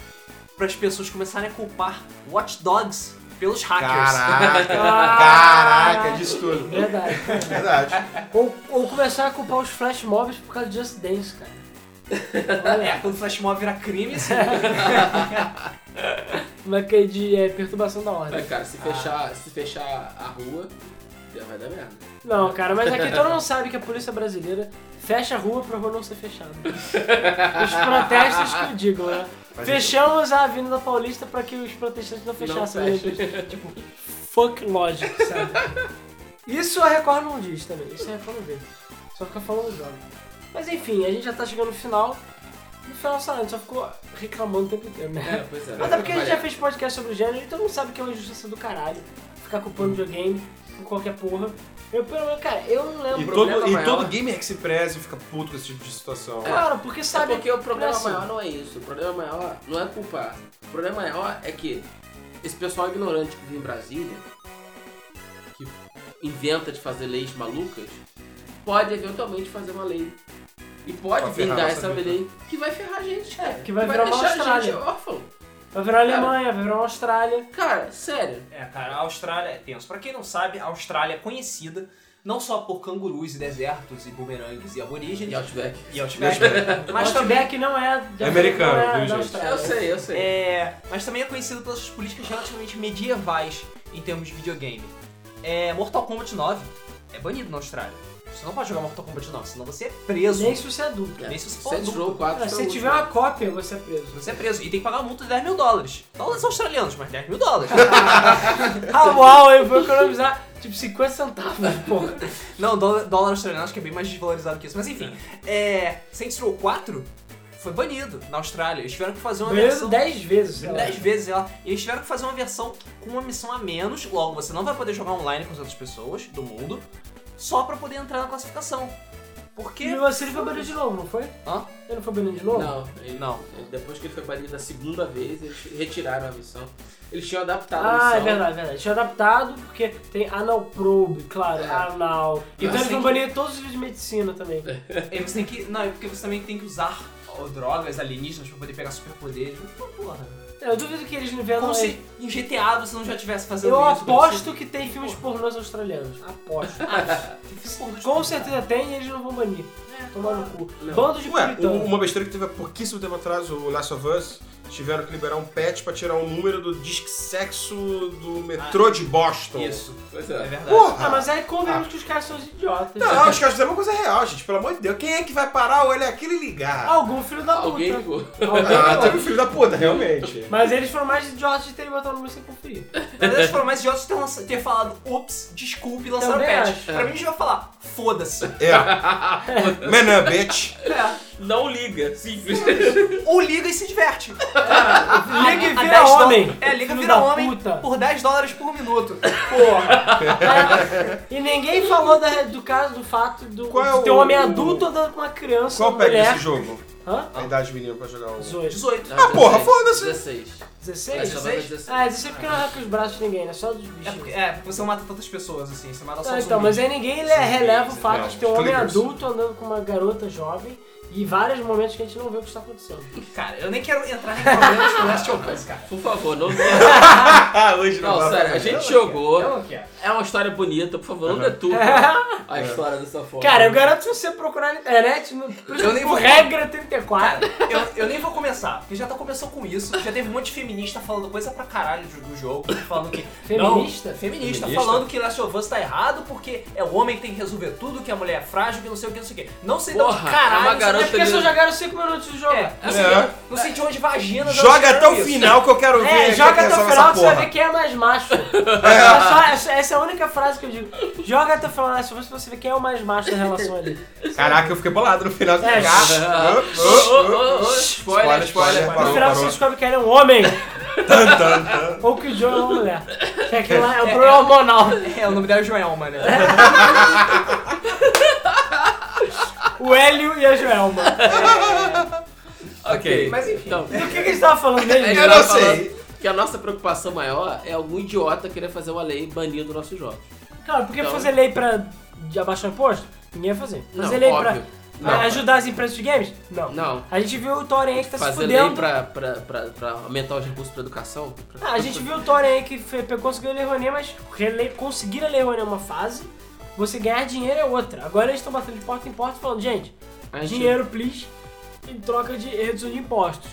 [SPEAKER 1] para as pessoas começarem a culpar Watch Dogs pelos hackers.
[SPEAKER 3] Caraca,
[SPEAKER 2] Ah! É.
[SPEAKER 3] caraca, disso tudo.
[SPEAKER 2] assim. Verdade.
[SPEAKER 3] Verdade.
[SPEAKER 2] ou, ou começar a culpar os flash mobs por causa do Just Dance, cara. Olha,
[SPEAKER 1] É, quando o flash mob vira crime, assim,
[SPEAKER 2] Naquele de é, perturbação da ordem.
[SPEAKER 4] Mas, cara, se fechar, se fechar a rua, já vai dar merda.
[SPEAKER 2] Não, cara, mas aqui todo mundo sabe que a polícia brasileira fecha a rua pra rua não ser fechada. Os protestos que eu digo, né?
[SPEAKER 3] Mas
[SPEAKER 2] Fechamos a Avenida Paulista pra que os protestantes não fechassem.
[SPEAKER 4] Não
[SPEAKER 2] né? tipo, fuck logic, sabe? Isso a Record não diz também, isso a Record não vê. Só fica falando jovem. Mas enfim, a gente já tá chegando no final. No final, sabe, a gente só ficou reclamando o tempo inteiro, né?
[SPEAKER 4] É, pois é.
[SPEAKER 2] Até porque a gente já fez podcast sobre o gênero, então não sabe que é uma injustiça do caralho. Ficar culpando videogame com qualquer porra. Eu, pelo menos, cara, eu não lembro.
[SPEAKER 3] E
[SPEAKER 4] problema
[SPEAKER 3] todo, e
[SPEAKER 4] maior-
[SPEAKER 3] todo gamer que se preze fica puto com esse tipo de situação.
[SPEAKER 2] Claro, porque sabe.
[SPEAKER 4] É porque o problema
[SPEAKER 2] é assim.
[SPEAKER 4] maior não é isso. O problema maior não é culpar. O problema maior é que esse pessoal ignorante que vive em Brasília, que inventa de fazer leis malucas, pode eventualmente fazer uma lei. E pode
[SPEAKER 3] Pra
[SPEAKER 4] vir
[SPEAKER 3] ferrar
[SPEAKER 4] dar
[SPEAKER 3] nossa
[SPEAKER 4] essa
[SPEAKER 3] vida.
[SPEAKER 4] lei que vai ferrar a gente, cara.
[SPEAKER 2] É, que vai virar uma
[SPEAKER 4] deixar a gente
[SPEAKER 2] Austrália.
[SPEAKER 4] órfão.
[SPEAKER 2] Vai virar a
[SPEAKER 4] Cara.
[SPEAKER 2] Alemanha, vai virar uma Austrália.
[SPEAKER 4] Cara, sério.
[SPEAKER 1] É, cara, a Austrália é tenso. Pra quem não sabe, a Austrália é conhecida não só por cangurus e desertos e bumerangues e aborígenes
[SPEAKER 4] E Outback.
[SPEAKER 1] e outback, mas
[SPEAKER 2] Mas
[SPEAKER 1] também
[SPEAKER 2] Outback não é.
[SPEAKER 3] É americano,
[SPEAKER 2] não é
[SPEAKER 3] viu,
[SPEAKER 2] da
[SPEAKER 3] gente?
[SPEAKER 2] Austrália.
[SPEAKER 4] Eu sei, eu sei.
[SPEAKER 1] é, mas também é conhecida pelas suas políticas relativamente medievais em termos de videogame. É, Mortal Kombat 9 é banido na Austrália. Você não pode jogar Mortal Kombat 9, senão você é preso.
[SPEAKER 2] Nem se você é adulto.
[SPEAKER 1] nem se você for
[SPEAKER 4] Saints
[SPEAKER 1] adulto.
[SPEAKER 4] Row 4
[SPEAKER 2] Cara,
[SPEAKER 4] foi
[SPEAKER 2] Ah, é, se
[SPEAKER 4] o
[SPEAKER 2] tiver
[SPEAKER 4] último.
[SPEAKER 2] uma cópia, você é preso.
[SPEAKER 1] Você é preso e tem que pagar uma multa de 10 mil dólares. Dólares australianos, mas 10 mil dólares.
[SPEAKER 2] Ah, uau, eu vou economizar tipo 50 centavos, porra.
[SPEAKER 4] Então,
[SPEAKER 1] Não, dólar, dólar australiano acho que é bem mais desvalorizado que isso. Mas enfim, é, Saints Row 4 foi banido na Austrália. Eles tiveram que fazer uma
[SPEAKER 2] Ganhando
[SPEAKER 1] versão...
[SPEAKER 2] 10 vezes, sei lá.
[SPEAKER 1] 10 vezes, sei lá. Eles tiveram que fazer uma versão com uma missão a menos. Logo, você não vai poder jogar online com as outras pessoas do mundo. Só pra poder entrar na classificação. Porque...
[SPEAKER 2] E você ele foi banido de novo, não foi?
[SPEAKER 1] Hã?
[SPEAKER 2] Ele não foi banido de novo?
[SPEAKER 4] Não, ele,
[SPEAKER 1] Não.
[SPEAKER 4] ele- Depois que ele foi banido da segunda vez, eles retiraram a missão. Eles tinham adaptado a
[SPEAKER 2] Ah,
[SPEAKER 4] missão.
[SPEAKER 2] é verdade, é verdade. Tinha adaptado porque tem anal probe, claro,
[SPEAKER 4] É.
[SPEAKER 2] anal. Então
[SPEAKER 1] Mas
[SPEAKER 2] eles
[SPEAKER 1] tem
[SPEAKER 2] vão
[SPEAKER 1] que-
[SPEAKER 2] banir todos os vídeos de medicina também.
[SPEAKER 1] E você tem que... Não, é porque você também tem que usar ó, drogas alienígenas pra poder pegar superpoderes. Pô, Porra.
[SPEAKER 4] É.
[SPEAKER 2] Eu duvido que eles não vejam
[SPEAKER 1] Como
[SPEAKER 2] aí.
[SPEAKER 1] se em GTA você não já estivesse fazendo
[SPEAKER 2] É Eu
[SPEAKER 1] isso. como se-
[SPEAKER 2] aposto que tem filmes pornôs australianos. Aposto.
[SPEAKER 1] Porra,
[SPEAKER 2] Com certeza tem e eles não vão banir.
[SPEAKER 1] É.
[SPEAKER 2] Tomar no cu.
[SPEAKER 4] Não.
[SPEAKER 2] Bando de
[SPEAKER 3] Ué,
[SPEAKER 2] puritano.
[SPEAKER 3] um- uma besteira que teve há pouquíssimo tempo atrás, o Last of Us, tiveram que liberar um patch pra tirar o número do disque sexo do metrô de Boston.
[SPEAKER 1] Isso,
[SPEAKER 4] Pois
[SPEAKER 1] é
[SPEAKER 4] é.
[SPEAKER 1] verdade.
[SPEAKER 3] Porra!
[SPEAKER 2] Ah, mas aí convenhamos que os caras são os idiotas.
[SPEAKER 3] Não, os caras fizeram é uma coisa real, gente. Pelo amor de Deus. Quem é que vai parar o olho aquilo e ligar?
[SPEAKER 2] Algum filho da puta.
[SPEAKER 4] Alguém pô,
[SPEAKER 2] Alguém
[SPEAKER 3] Ah,
[SPEAKER 2] pô.
[SPEAKER 3] teve um filho da puta, realmente.
[SPEAKER 2] Mas eles foram mais idiotas de terem botado no meu sem conferir.
[SPEAKER 1] Na É verdade, foram mais idiotas ter, lança- ter falado, ups, desculpe, e lançaram o
[SPEAKER 2] Também
[SPEAKER 1] patch.
[SPEAKER 2] acho.
[SPEAKER 1] Pra mim, a gente vai falar, foda-se.
[SPEAKER 3] É. Man up, bitch.
[SPEAKER 1] É.
[SPEAKER 4] Não liga, simples.
[SPEAKER 1] Ou liga e se diverte.
[SPEAKER 2] Liga e
[SPEAKER 1] A
[SPEAKER 2] vira
[SPEAKER 1] 10
[SPEAKER 2] homem.
[SPEAKER 1] dó- É, liga e
[SPEAKER 2] filho
[SPEAKER 1] vira
[SPEAKER 2] da
[SPEAKER 1] homem
[SPEAKER 2] Puta.
[SPEAKER 1] por 10 dólares por minuto.
[SPEAKER 2] Porra. É, e ninguém falou da- do caso, do fato do,
[SPEAKER 3] Qual é
[SPEAKER 2] de ter um
[SPEAKER 3] o-
[SPEAKER 2] homem adulto andando com uma criança,
[SPEAKER 3] Qual
[SPEAKER 2] uma
[SPEAKER 3] pega
[SPEAKER 2] mulher.
[SPEAKER 3] esse jogo?
[SPEAKER 2] Hã?
[SPEAKER 3] A idade do menino pra jogar o...
[SPEAKER 2] 18.
[SPEAKER 1] 18.
[SPEAKER 4] Ah,
[SPEAKER 3] porra, foda-se.
[SPEAKER 4] 16. Aí
[SPEAKER 2] 16?
[SPEAKER 4] só vai pra
[SPEAKER 1] 16?
[SPEAKER 4] 16.
[SPEAKER 2] Ah, 16 porque não arranca os braços de ninguém, né? Só dos
[SPEAKER 1] É
[SPEAKER 2] bichos.
[SPEAKER 1] porque, é, porque você mata tantas pessoas, assim, você mata só
[SPEAKER 2] Ah,
[SPEAKER 1] os
[SPEAKER 2] então,
[SPEAKER 1] zumbis.
[SPEAKER 2] mas aí ninguém le- releva o
[SPEAKER 1] Sim,
[SPEAKER 2] fato
[SPEAKER 3] sim.
[SPEAKER 2] de ter um homem
[SPEAKER 3] Clickers.
[SPEAKER 2] adulto andando com uma garota jovem e vários momentos que a gente não vê o que está acontecendo.
[SPEAKER 1] Cara, eu nem quero entrar em problemas com Last of Us, cara.
[SPEAKER 4] Por favor, não
[SPEAKER 3] Ah, hoje
[SPEAKER 4] Não,
[SPEAKER 3] vai
[SPEAKER 4] sério, a
[SPEAKER 3] fazer.
[SPEAKER 4] gente jogou.
[SPEAKER 1] Eu não quero.
[SPEAKER 4] É uma história bonita, por favor, não
[SPEAKER 3] Aham.
[SPEAKER 4] deturpa a história dessa forma.
[SPEAKER 2] Cara, eu garanto que se você procurar na internet, no,
[SPEAKER 1] Eu nem
[SPEAKER 2] por
[SPEAKER 1] vou-
[SPEAKER 2] regra 34,
[SPEAKER 1] Eu, eu nem vou começar, porque já tá começou com isso. Já teve um monte de feminista falando coisa pra caralho do, do jogo. Falando que.
[SPEAKER 2] Feminista?
[SPEAKER 1] Não, feminista,
[SPEAKER 3] Feminista?
[SPEAKER 1] Falando que Last of Us tá errado porque é o homem que tem que resolver tudo, que a mulher é frágil, que não sei o que, não sei o que. Não sei de onde
[SPEAKER 4] Porra,
[SPEAKER 1] caralho.
[SPEAKER 4] é uma garota
[SPEAKER 2] é porque
[SPEAKER 4] de-
[SPEAKER 2] só jogaram 5 minutos do jogo.
[SPEAKER 1] É, não, sei,
[SPEAKER 3] É.
[SPEAKER 1] não sei de onde vagina.
[SPEAKER 4] né?
[SPEAKER 3] Joga até o final que eu quero ver.
[SPEAKER 2] É,
[SPEAKER 3] quem
[SPEAKER 2] joga até o
[SPEAKER 3] resolve
[SPEAKER 2] final
[SPEAKER 3] essa
[SPEAKER 2] que você
[SPEAKER 3] porra.
[SPEAKER 2] vai ver quem é mais macho. É, só- é só- é Essa é a única frase que eu digo. Joga até falar Last of Us pra você ver quem é o mais macho da relação ali.
[SPEAKER 3] Caraca, eu fiquei bolado no final.
[SPEAKER 2] É,
[SPEAKER 3] Ah, ah,
[SPEAKER 4] Ô, ô, ô, ô, Spoiler,
[SPEAKER 3] Spoiler, spoiler.
[SPEAKER 4] spoiler.
[SPEAKER 2] No
[SPEAKER 3] Parou,
[SPEAKER 2] final
[SPEAKER 3] parou.
[SPEAKER 2] você descobre que ele é um homem
[SPEAKER 3] tan, tan, tan.
[SPEAKER 2] ou que o Joe é uma mulher. Que aquilo lá é o problema hormonal.
[SPEAKER 1] É, o nome dela é Joelma, né?
[SPEAKER 2] O Hélio e a Joelma.
[SPEAKER 4] Ok.
[SPEAKER 1] Mas enfim.
[SPEAKER 4] Então,
[SPEAKER 2] Do que, que a gente tava falando dele?
[SPEAKER 4] É,
[SPEAKER 3] Eu não sei.
[SPEAKER 4] que a nossa preocupação maior é algum idiota querer fazer uma lei banindo nossos jogos.
[SPEAKER 2] Claro, porque
[SPEAKER 4] Então-
[SPEAKER 2] fazer lei pra de abaixar imposto? Ninguém ia fazer.
[SPEAKER 4] Não,
[SPEAKER 2] Fazer lei pra
[SPEAKER 4] óbvio. Não.
[SPEAKER 2] a- ajudar as empresas de games? Não.
[SPEAKER 4] Não.
[SPEAKER 2] A gente viu o Thorin aí que tá se
[SPEAKER 4] Fazer lei
[SPEAKER 2] fudendo.
[SPEAKER 4] pra, pra, pra, pra aumentar os recursos pra educação. pra-
[SPEAKER 2] Ah, a gente viu o Thorin aí que fe- pe- conseguiu a Lei Rouanet, mas rele- conseguir a Lei Rouanet é uma fase, você ganhar dinheiro é outra. Agora eles estão batendo de porta em porta falando, gente,
[SPEAKER 4] A gente-
[SPEAKER 2] dinheiro, please, em troca de redução de impostos.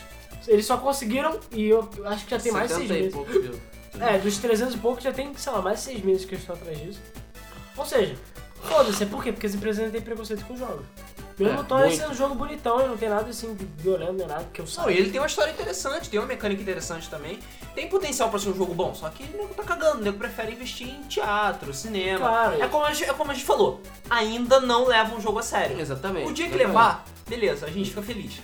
[SPEAKER 2] Eles só conseguiram, e eu acho que já tem mais de
[SPEAKER 4] 70
[SPEAKER 2] seis
[SPEAKER 4] e
[SPEAKER 2] meses.
[SPEAKER 4] poucos mil.
[SPEAKER 2] É, dos 300 e pouco já tem, sei lá, mais de 6 meses que eu estou atrás disso. Ou seja, foda-se, é por quê? Porque as empresas ainda têm preconceito com o jogo. Mesmo
[SPEAKER 4] É,
[SPEAKER 2] o Thorin
[SPEAKER 4] muito.
[SPEAKER 2] sendo um jogo bonitão, e não tem nada assim de violento, nem nada, que eu
[SPEAKER 1] Não,
[SPEAKER 2] saiba.
[SPEAKER 1] e ele tem uma história interessante, tem uma mecânica interessante também. Tem potencial pra ser um jogo bom, só que o nego tá cagando, o nego prefere investir em teatro, cinema.
[SPEAKER 2] Claro.
[SPEAKER 1] É como a gente, é como a gente falou, ainda não leva um jogo a sério.
[SPEAKER 4] Exatamente.
[SPEAKER 1] O dia que
[SPEAKER 4] exatamente.
[SPEAKER 1] levar, beleza, a gente fica feliz.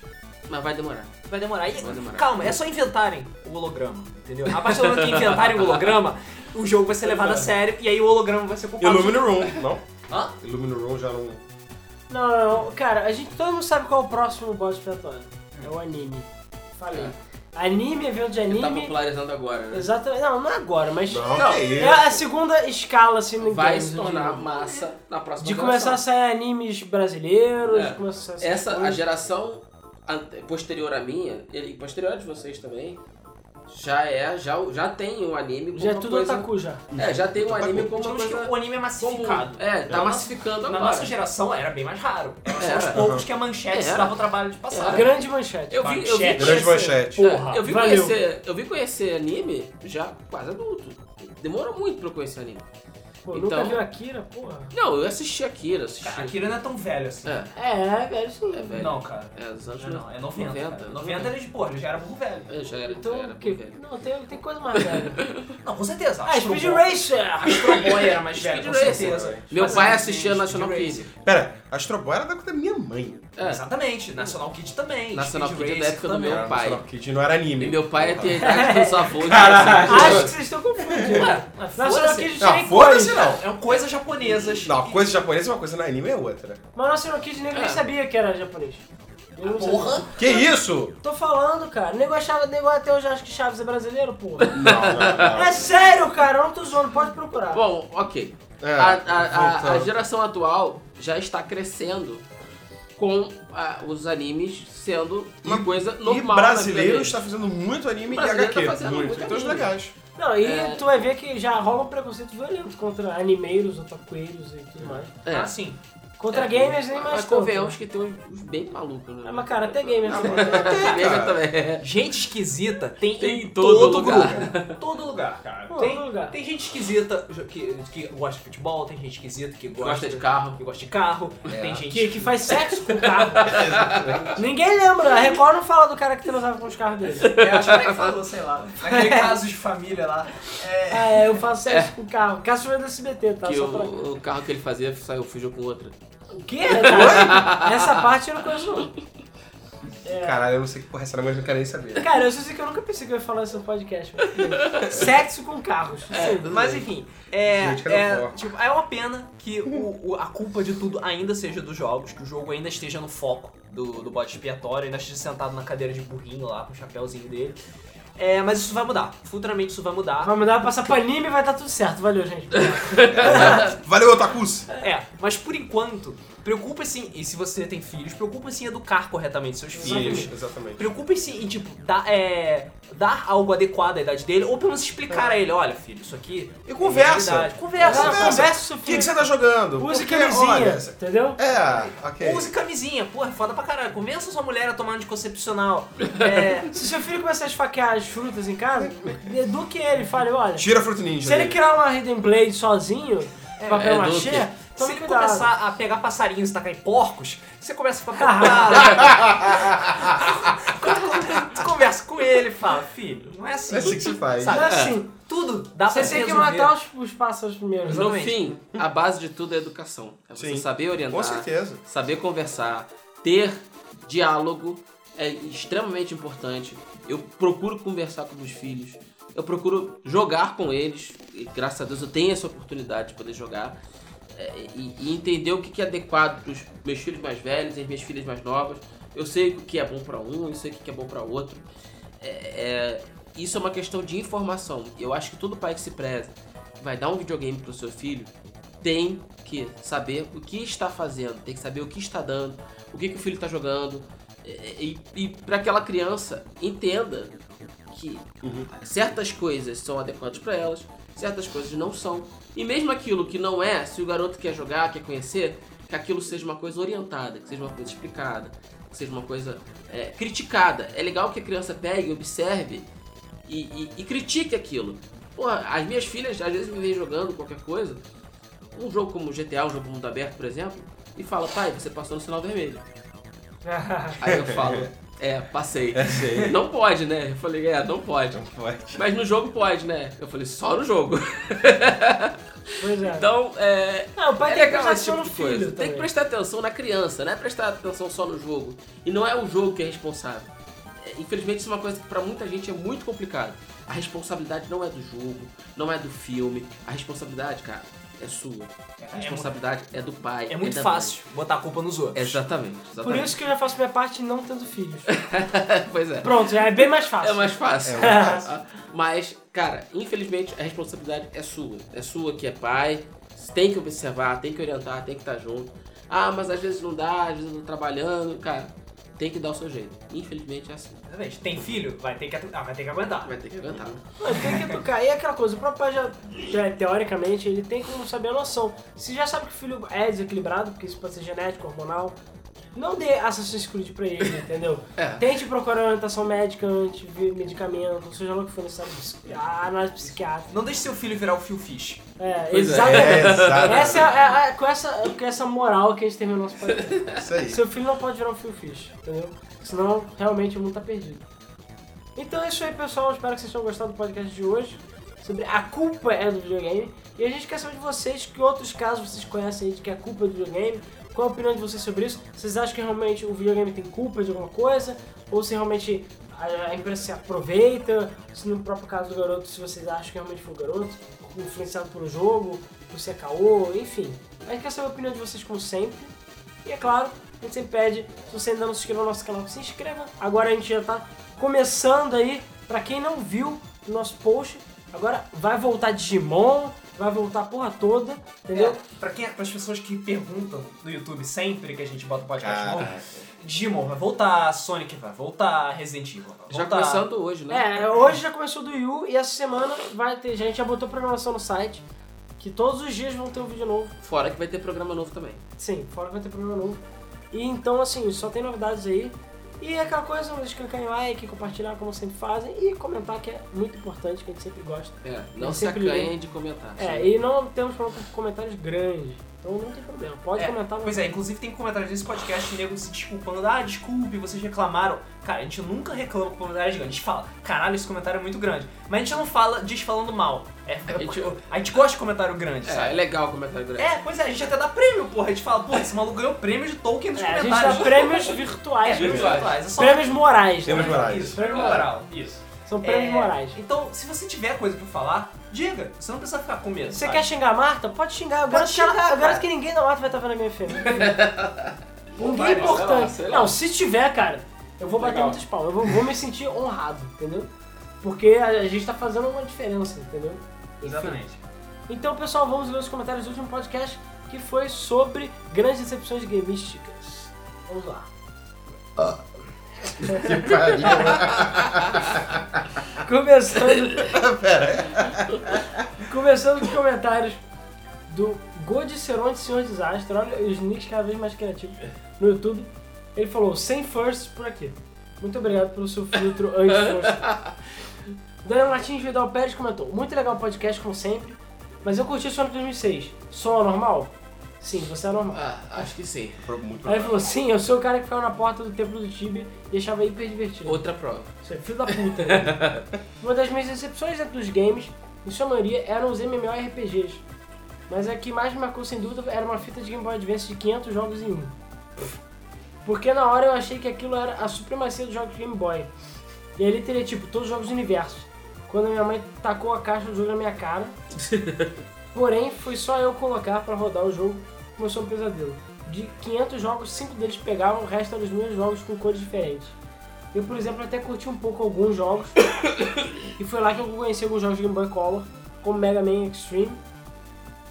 [SPEAKER 4] Mas vai demorar.
[SPEAKER 1] Vai demorar. E,
[SPEAKER 4] Vai demorar.
[SPEAKER 1] Calma, é só inventarem o holograma, entendeu? A partir do momento que inventarem o holograma, o jogo vai ser levado a sério e aí o holograma vai ser culpado.
[SPEAKER 3] Illumina Room, não?
[SPEAKER 1] Hã?
[SPEAKER 3] Illumina Room já não.
[SPEAKER 2] Não, não, não. Cara, a gente todo mundo sabe qual é o próximo boss expiatório. É o anime.
[SPEAKER 4] É.
[SPEAKER 2] Falei. Anime, evento de
[SPEAKER 4] Que tá
[SPEAKER 2] anime.
[SPEAKER 4] popularizando agora, né?
[SPEAKER 2] Exatamente. Não, não é agora, mas.
[SPEAKER 3] Não,
[SPEAKER 4] Não,
[SPEAKER 3] que
[SPEAKER 2] É
[SPEAKER 3] isso.
[SPEAKER 2] a segunda escala, assim, no
[SPEAKER 4] Vai
[SPEAKER 2] games,
[SPEAKER 4] se
[SPEAKER 2] eu
[SPEAKER 4] tornar
[SPEAKER 2] digo.
[SPEAKER 4] massa na próxima
[SPEAKER 2] De começar a
[SPEAKER 4] geração.
[SPEAKER 2] sair animes brasileiros,
[SPEAKER 4] É.
[SPEAKER 2] de começar a sair
[SPEAKER 4] Essa, a
[SPEAKER 2] coisas.
[SPEAKER 4] geração ante- posterior à minha, e posterior à de vocês também, já é, já, já tem o anime como
[SPEAKER 2] Já é
[SPEAKER 4] uma
[SPEAKER 2] tudo
[SPEAKER 4] coisa...
[SPEAKER 2] otaku já.
[SPEAKER 4] É, já tem o
[SPEAKER 3] Otaku.
[SPEAKER 4] anime
[SPEAKER 2] Então,
[SPEAKER 4] como uma
[SPEAKER 1] Digamos que
[SPEAKER 2] um
[SPEAKER 4] coisa...
[SPEAKER 1] o anime é massificado.
[SPEAKER 4] É, tá
[SPEAKER 1] Na
[SPEAKER 4] massificando
[SPEAKER 1] Na
[SPEAKER 4] agora.
[SPEAKER 1] nossa geração era bem mais raro. São os
[SPEAKER 4] Era.
[SPEAKER 1] poucos que a manchete se
[SPEAKER 4] Era.
[SPEAKER 1] dava o trabalho de
[SPEAKER 4] Ah.
[SPEAKER 1] passar.
[SPEAKER 2] Grande manchete.
[SPEAKER 4] Eu vi, eu vi
[SPEAKER 1] Manchete.
[SPEAKER 3] Grande
[SPEAKER 4] conhecer-
[SPEAKER 3] manchete.
[SPEAKER 4] É,
[SPEAKER 2] Porra,
[SPEAKER 4] eu, vi
[SPEAKER 2] valeu.
[SPEAKER 4] conhecer, eu vi conhecer anime já quase adulto. Demorou muito pra eu conhecer anime.
[SPEAKER 2] Pô, nunca
[SPEAKER 4] Então-
[SPEAKER 2] viu Akira, né? porra.
[SPEAKER 4] Não, eu assisti Akira, assisti...
[SPEAKER 1] Cara, Akira não é tão velho assim.
[SPEAKER 4] É,
[SPEAKER 2] É, velho, sim.
[SPEAKER 4] é velho.
[SPEAKER 1] Não, cara.
[SPEAKER 4] É, dos anos
[SPEAKER 1] Não, não, é 90. 90, cara. 90
[SPEAKER 4] 90.
[SPEAKER 1] eles, pô, eles já era burro velho.
[SPEAKER 4] É, já era, já era
[SPEAKER 2] Então, que...
[SPEAKER 4] bem velho.
[SPEAKER 2] Não, tem, tem coisa mais velha.
[SPEAKER 1] Não, com certeza.
[SPEAKER 2] ah,
[SPEAKER 1] Astro
[SPEAKER 2] Speed
[SPEAKER 1] Boy-
[SPEAKER 2] Racer!
[SPEAKER 1] Astro Boy era mais
[SPEAKER 4] Speed
[SPEAKER 1] velho, com
[SPEAKER 4] Racer.
[SPEAKER 1] certeza.
[SPEAKER 4] Meu
[SPEAKER 1] Mas,
[SPEAKER 4] pai
[SPEAKER 1] assim,
[SPEAKER 4] assistia
[SPEAKER 1] Speed
[SPEAKER 4] National
[SPEAKER 1] Racer.
[SPEAKER 4] Kid.
[SPEAKER 3] Pera, Astro Boy era da época da minha mãe.
[SPEAKER 4] É.
[SPEAKER 1] Exatamente. National Kid também.
[SPEAKER 4] National
[SPEAKER 1] Speed
[SPEAKER 4] Kid é da
[SPEAKER 1] Racer
[SPEAKER 4] época do
[SPEAKER 1] também.
[SPEAKER 4] meu pai.
[SPEAKER 3] Não, Kid não era anime.
[SPEAKER 4] E meu pai é tem a idade dos avôs.
[SPEAKER 2] Acho que vocês estão confundindo. National
[SPEAKER 1] foda-se.
[SPEAKER 2] Kid não
[SPEAKER 3] Não,
[SPEAKER 2] tem coisa.
[SPEAKER 3] foda-se não.
[SPEAKER 1] É coisas japonesas.
[SPEAKER 3] Não, coisa japonesa é uma coisa, no anime é outra.
[SPEAKER 2] Mas nossa, o Kid nego nem
[SPEAKER 4] É.
[SPEAKER 2] sabia que era japonês. Eu não sabia.
[SPEAKER 1] Porra.
[SPEAKER 3] Que isso?
[SPEAKER 2] Tô falando, cara. O nego achava, o nego até hoje acha que Chaves é brasileiro, porra.
[SPEAKER 3] Não, não,
[SPEAKER 2] É sério, cara, eu não tô zoando, pode procurar.
[SPEAKER 4] Bom, ok.
[SPEAKER 3] não. É,
[SPEAKER 4] A, a- a- a
[SPEAKER 3] voltando.
[SPEAKER 4] geração atual já está crescendo com ah, os animes sendo uma
[SPEAKER 3] E-
[SPEAKER 4] coisa
[SPEAKER 3] E
[SPEAKER 4] normal.
[SPEAKER 3] brasileiro
[SPEAKER 4] na vida
[SPEAKER 3] está fazendo muito anime e
[SPEAKER 4] Brasileiro tá
[SPEAKER 3] HQ.
[SPEAKER 4] fazendo
[SPEAKER 3] muito.
[SPEAKER 4] muito
[SPEAKER 3] Então os
[SPEAKER 4] anime.
[SPEAKER 3] legais.
[SPEAKER 2] Não, e
[SPEAKER 4] É.
[SPEAKER 2] tu vai ver que já rola um preconceito violento contra animeiros, otakueiros e tudo mais.
[SPEAKER 4] dele. É.
[SPEAKER 1] Ah, sim.
[SPEAKER 2] Contra
[SPEAKER 4] É,
[SPEAKER 2] gamers nem
[SPEAKER 4] mas
[SPEAKER 2] mais
[SPEAKER 4] convenhamos
[SPEAKER 2] tanto.
[SPEAKER 4] que tem uns, uns bem malucos, né?
[SPEAKER 2] Ah, mas cara, até gamers.
[SPEAKER 3] Não,
[SPEAKER 2] também.
[SPEAKER 3] mas-
[SPEAKER 4] Gamer
[SPEAKER 3] cara.
[SPEAKER 4] também.
[SPEAKER 1] é Gente esquisita tem,
[SPEAKER 4] Tem
[SPEAKER 1] em
[SPEAKER 4] todo lugar.
[SPEAKER 1] Grupo. Todo lugar, cara.
[SPEAKER 2] Todo
[SPEAKER 1] tem,
[SPEAKER 2] lugar.
[SPEAKER 1] tem gente esquisita que, que gosta de futebol, tem gente esquisita que gosta,
[SPEAKER 4] Gosta de carro. É.
[SPEAKER 1] que gosta de carro, tem gente
[SPEAKER 2] Que, que faz sexo com o carro. Ninguém lembra, a Record não fala do cara que transava com os carros dele.
[SPEAKER 1] É, acho que ele falou, sei lá. Aquele caso de família lá. É,
[SPEAKER 2] Ah, é, eu faço sexo com o carro. O Cássio foi do SBT, tá?
[SPEAKER 4] Que
[SPEAKER 2] Só pra...
[SPEAKER 4] o, o carro que ele fazia saiu, fugiu com outra.
[SPEAKER 2] O quê? Cara? Essa parte eu não conheço, não.
[SPEAKER 3] Caralho, eu não sei que porra é essa era, mas eu não quero nem saber.
[SPEAKER 2] Cara, eu só sei que eu nunca pensei que eu ia falar isso no podcast. mas tudo bem. Sexo com carros. Sim.
[SPEAKER 1] mas enfim, é,
[SPEAKER 3] Gente, cadê o
[SPEAKER 1] é,
[SPEAKER 3] foco?
[SPEAKER 1] tipo, é uma pena que o- o- a culpa de tudo ainda seja dos jogos, que o jogo ainda esteja no foco do, do bode expiatório, ainda esteja sentado na cadeira de burrinho lá, com o chapéuzinho dele. É, mas isso vai mudar. Futuramente isso vai mudar.
[SPEAKER 2] Vai mandar passar pra anime e vai dar tudo certo. Valeu, gente.
[SPEAKER 3] Valeu, Otakus!
[SPEAKER 1] É, mas por enquanto, preocupa-se em, e se você tem filhos, preocupa-se em educar corretamente seus filhos.
[SPEAKER 3] Filhos, exatamente.
[SPEAKER 1] Preocupa-se em, tipo, dar, é, dar algo adequado à idade dele, ou pelo menos explicar a ele, olha, filho, isso aqui...
[SPEAKER 3] E conversa.
[SPEAKER 1] é realidade. Conversa,
[SPEAKER 2] Cara,
[SPEAKER 1] conversa.
[SPEAKER 2] conversa,
[SPEAKER 3] O que, que
[SPEAKER 2] filho.
[SPEAKER 3] você tá jogando?
[SPEAKER 2] Use
[SPEAKER 3] Porque,
[SPEAKER 2] camisinha,
[SPEAKER 3] olha,
[SPEAKER 2] entendeu?
[SPEAKER 3] É, ok.
[SPEAKER 1] Use camisinha, porra, é foda pra caralho. Convença sua mulher a tomar anticoncepcional. É,
[SPEAKER 2] Se seu filho começar a esfaquear as frutas em casa, eduque ele. Fale, olha,
[SPEAKER 3] Tira a Fruit Ninja.
[SPEAKER 2] se ele
[SPEAKER 3] dele.
[SPEAKER 2] criar uma Hidden Blade sozinho, papel
[SPEAKER 4] é,
[SPEAKER 2] machê,
[SPEAKER 4] eduque.
[SPEAKER 1] se
[SPEAKER 2] tome
[SPEAKER 1] ele
[SPEAKER 2] cuidado.
[SPEAKER 1] começar a pegar passarinhos e tacar em porcos, você começa a ficar preocupado. Quando tu conversa com ele, fala, filho, não é assim.
[SPEAKER 3] É assim que se faz.
[SPEAKER 1] Sabe?
[SPEAKER 2] Não é assim.
[SPEAKER 1] Tudo
[SPEAKER 5] tudo. Dá pra
[SPEAKER 2] Você tem que
[SPEAKER 5] resolver.
[SPEAKER 2] matar os, os pássaros primeiro.
[SPEAKER 4] um No
[SPEAKER 5] Exatamente.
[SPEAKER 4] fim, a base de tudo é educação. É você
[SPEAKER 3] Sim.
[SPEAKER 4] saber orientar.
[SPEAKER 2] Ah.
[SPEAKER 3] Com certeza.
[SPEAKER 4] saber conversar, ter diálogo é extremamente importante. Eu procuro conversar com meus filhos, eu procuro jogar com eles, e graças a Deus eu tenho essa oportunidade de poder jogar é, e, e entender o que que é adequado para os meus filhos mais velhos e as minhas filhas mais novas. Eu sei o que é bom para um, eu sei o que é bom para outro. É, é, isso é uma questão de informação. Eu acho que todo pai que se preza, que vai dar um videogame para o seu filho, tem que saber o que está fazendo, tem que saber o que está dando, o que, que o filho está jogando. É, E, e, para aquela criança entenda que certas coisas são adequadas para elas, certas coisas não são. E mesmo aquilo que não é, se o garoto quer jogar, quer conhecer, que aquilo seja uma coisa orientada, que seja uma coisa explicada, que seja uma coisa é, criticada. É legal que a criança pegue, observe e, e- e critique aquilo. Porra, as minhas filhas às vezes me vêm jogando qualquer coisa, um jogo como GTA, um jogo mundo aberto, por exemplo, e fala, pai, você passou no sinal vermelho. Aí eu falo, é, passei. Não pode, né? Eu falei, é, não pode.
[SPEAKER 3] Pode.
[SPEAKER 4] Mas no jogo pode, né? Eu falei, só no jogo.
[SPEAKER 2] Pois é.
[SPEAKER 4] Então, é.
[SPEAKER 2] Não, o pai
[SPEAKER 4] é
[SPEAKER 2] tem que
[SPEAKER 4] legal
[SPEAKER 2] prestar
[SPEAKER 4] esse tipo
[SPEAKER 2] atenção no
[SPEAKER 4] de coisa.
[SPEAKER 2] um filho.
[SPEAKER 4] Tem que
[SPEAKER 2] também.
[SPEAKER 4] prestar atenção na criança, não é prestar atenção só no jogo. E não é o jogo que é responsável. É, Infelizmente, isso é uma coisa que pra muita gente é muito complicado. A responsabilidade não é do jogo, não é do filme. A responsabilidade, cara, é sua. A responsabilidade é, do pai.
[SPEAKER 5] É muito
[SPEAKER 4] da mãe.
[SPEAKER 5] fácil botar a culpa nos outros.
[SPEAKER 4] Exatamente,
[SPEAKER 2] Por
[SPEAKER 4] exatamente.
[SPEAKER 2] isso que eu já faço minha parte não tendo filhos.
[SPEAKER 4] pois é.
[SPEAKER 2] Pronto, já é bem mais
[SPEAKER 4] É
[SPEAKER 2] fácil.
[SPEAKER 4] mais fácil.
[SPEAKER 3] É mais fácil.
[SPEAKER 4] Ah, Mas, cara, infelizmente a responsabilidade é sua. É sua que é pai. Você tem que observar, tem que orientar, tem que estar junto. Ah, mas às vezes não dá, às vezes eu tô trabalhando. Cara, tem que dar o seu jeito. Infelizmente é assim.
[SPEAKER 5] Exatamente. Tem filho? Vai ter que, atu- ah, vai ter que aguentar.
[SPEAKER 4] Vai ter que aguentar.
[SPEAKER 2] Mas tem que educar. E é aquela coisa, o próprio pai já, já, teoricamente, ele tem como saber a noção. Se já sabe que o filho é desequilibrado, porque isso pode ser genético, hormonal, não dê Assassin's Creed pra ele, entendeu?
[SPEAKER 4] É.
[SPEAKER 2] Tente procurar orientação médica antes, ver medicamento, seja lá o que for necessário, psiqui- ah, a análise psiquiátrica.
[SPEAKER 5] Não deixe seu filho virar o Phil Fish.
[SPEAKER 2] É,
[SPEAKER 4] Pois é.
[SPEAKER 2] exatamente.
[SPEAKER 3] É, exatamente.
[SPEAKER 2] Essa é, a- a- com, essa, com essa moral que a gente terminou nosso podcast.
[SPEAKER 3] Isso aí.
[SPEAKER 2] Seu filho não pode virar um fio fish, entendeu? Senão, realmente, o mundo tá perdido. Então é isso aí, pessoal. Espero que vocês tenham gostado do podcast de hoje. Sobre a culpa é do videogame. E a gente quer saber de vocês que outros casos vocês conhecem aí de que a culpa é do videogame. Qual a opinião de vocês sobre isso? Vocês acham que realmente o videogame tem culpa de alguma coisa? Ou se realmente a a empresa se aproveita? Se no próprio caso do garoto, se vocês acham que realmente foi o garoto? Influenciado pelo jogo? Por ser caô? Enfim. A gente quer saber a opinião de vocês como sempre. E é claro, a gente sempre pede, se você ainda não se inscreveu no nosso canal, se inscreva. Agora a gente já tá começando aí, pra quem não viu o nosso post, agora vai voltar Digimon, vai voltar a porra toda, entendeu?
[SPEAKER 5] É, pra quem, pras pessoas que perguntam no YouTube sempre que a gente
[SPEAKER 1] É,
[SPEAKER 5] bota o podcast
[SPEAKER 3] Caraca.
[SPEAKER 5] novo, Digimon vai voltar, Sonic vai voltar, Resident Evil vai
[SPEAKER 4] Já
[SPEAKER 5] voltar.
[SPEAKER 4] começando hoje, né?
[SPEAKER 2] É, hoje já começou do Yu e essa semana vai ter, a gente já botou programação no site, que todos os dias vão ter um vídeo novo.
[SPEAKER 4] Fora que vai ter programa novo também.
[SPEAKER 2] Sim, fora que vai ter programa novo. E então, assim, só tem novidades aí. E é aquela coisa, não deixa de clicar em like, compartilhar como sempre fazem e comentar que é muito importante, que a gente sempre gosta.
[SPEAKER 4] É,
[SPEAKER 2] Eu
[SPEAKER 4] não se
[SPEAKER 2] sempre
[SPEAKER 4] acanhem de comentar.
[SPEAKER 2] É, e não temos problema com comentários grandes. Então não tem problema. Pode
[SPEAKER 5] É,
[SPEAKER 2] comentar, mas
[SPEAKER 5] Pois é, inclusive tem comentários desse podcast, nego se desculpando. Ah, desculpe, vocês reclamaram. Cara, a gente nunca reclama com comentários grandes. A gente fala, caralho, esse comentário é muito grande. Mas a gente não fala diz falando mal. É, a, gente, a gente gosta de comentário grande,
[SPEAKER 4] É, é
[SPEAKER 5] sabe?
[SPEAKER 4] legal o comentário grande.
[SPEAKER 5] É, pois é, a gente até dá prêmio, porra. A gente fala, porra, esse maluco ganhou prêmio de Tolkien nos
[SPEAKER 2] É, a gente
[SPEAKER 5] comentários.
[SPEAKER 2] dá prêmios virtuais. né?
[SPEAKER 5] É, prêmios
[SPEAKER 4] Virtuais.
[SPEAKER 5] virtuais, é só-
[SPEAKER 2] Prêmios morais. né?
[SPEAKER 3] Temos morais.
[SPEAKER 5] Isso, prêmio moral. Isso.
[SPEAKER 2] São prêmios
[SPEAKER 5] É,
[SPEAKER 2] morais.
[SPEAKER 5] Então, se você tiver coisa pra falar, diga. Você não precisa ficar com medo.
[SPEAKER 2] Você
[SPEAKER 5] sabe?
[SPEAKER 2] quer xingar a Marta? Pode xingar. Eu garanto, que, ela-
[SPEAKER 5] xingar,
[SPEAKER 2] eu garanto
[SPEAKER 5] cara.
[SPEAKER 2] que ninguém da Marta vai estar vendo a minha filha. ninguém
[SPEAKER 4] vai,
[SPEAKER 2] é
[SPEAKER 4] vai,
[SPEAKER 2] importante.
[SPEAKER 4] sei lá, sei lá.
[SPEAKER 2] Não, se tiver, cara, eu vou bater
[SPEAKER 4] Legal.
[SPEAKER 2] muitos pau. Eu vou, vou me sentir honrado, entendeu? Porque a, a gente tá fazendo uma diferença, entendeu?
[SPEAKER 5] Exatamente.
[SPEAKER 2] Então, pessoal, vamos ler os comentários do último podcast que foi sobre grandes decepções gamísticas. Vamos lá.
[SPEAKER 3] Que pariu.
[SPEAKER 2] Começando,
[SPEAKER 3] Pera.
[SPEAKER 2] começando com os comentários do Godiceronte Senhor Desastre, olha os nicks cada vez mais criativos no YouTube. Ele falou, sem first por aqui. Muito obrigado pelo seu filtro anti-first. Daniel Martins Vidal Pérez comentou, muito legal o podcast, como sempre, mas eu curti o Sonic 2006. Som é normal? Sim, você é normal.
[SPEAKER 4] Ah, acho que sim.
[SPEAKER 3] Muito
[SPEAKER 2] Aí ele falou, sim, eu sou o cara que ficava na porta do templo do Tibia e achava hiper divertido.
[SPEAKER 4] Outra prova.
[SPEAKER 2] Isso é filho da puta. né? Uma das minhas decepções dentro dos games em sua maioria, eram os MMORPGs. Mas a que mais me marcou, sem dúvida, era uma fita de Game Boy Advance de 500 jogos em um. Porque na hora eu achei que aquilo era a supremacia dos jogos de Game Boy. E ali teria, tipo, todos os jogos do universo. Quando minha mãe tacou a caixa do jogo na minha cara. Porém, foi só eu colocar pra rodar o jogo, começou um pesadelo. De 500 jogos, 5 deles pegavam, o resto eram os meus jogos com cores diferentes. Eu, por exemplo, até curti um pouco alguns jogos. e foi lá que eu conheci alguns jogos de Game Boy Color, como Mega Man Extreme.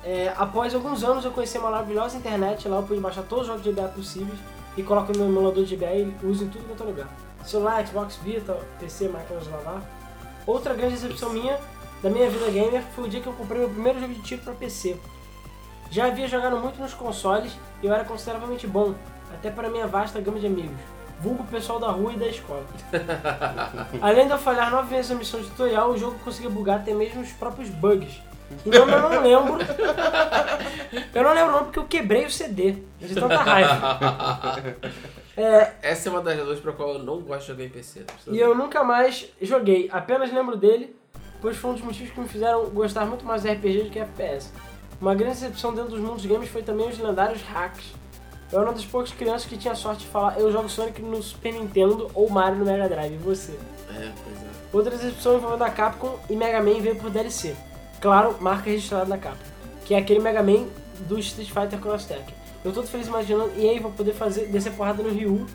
[SPEAKER 2] É, após alguns anos eu conheci a maravilhosa internet, lá eu pude baixar todos os jogos de GBA possíveis e coloco no emulador de GBA e uso em tudo quanto é lugar. Celular, Xbox, Vita, PC, máquina de lavar. Outra grande decepção minha, da minha vida gamer, foi o dia que eu comprei meu primeiro jogo de tiro para PC. Já havia jogado muito nos consoles e eu era consideravelmente bom, até para minha vasta gama de amigos, vulgo pessoal da rua e da escola. Além de eu falhar nove vezes a missão de tutorial, o jogo conseguia bugar até mesmo os próprios bugs. Então eu não lembro. Eu não lembro não porque eu quebrei o CD de tanta raiva. É,
[SPEAKER 4] Essa é uma das razões pra qual eu não gosto de jogar em PC.
[SPEAKER 2] e eu nunca mais joguei, apenas lembro dele, pois foi um dos motivos que me fizeram gostar muito mais de RPG do que FPS. Uma grande decepção dentro dos mundos games foi também os lendários hacks. Eu era uma das poucas crianças que tinha sorte de falar eu jogo Sonic no Super Nintendo ou Mario no Mega Drive, e você?
[SPEAKER 4] É, pois é.
[SPEAKER 2] Outra decepção envolvendo a Capcom e Mega Man veio por DLC. Claro, marca registrada da Capcom. Que é aquele Mega Man do Street Fighter Cross Tekken. Eu tô todo feliz imaginando, e aí vou poder fazer, descer porrada no Ryu.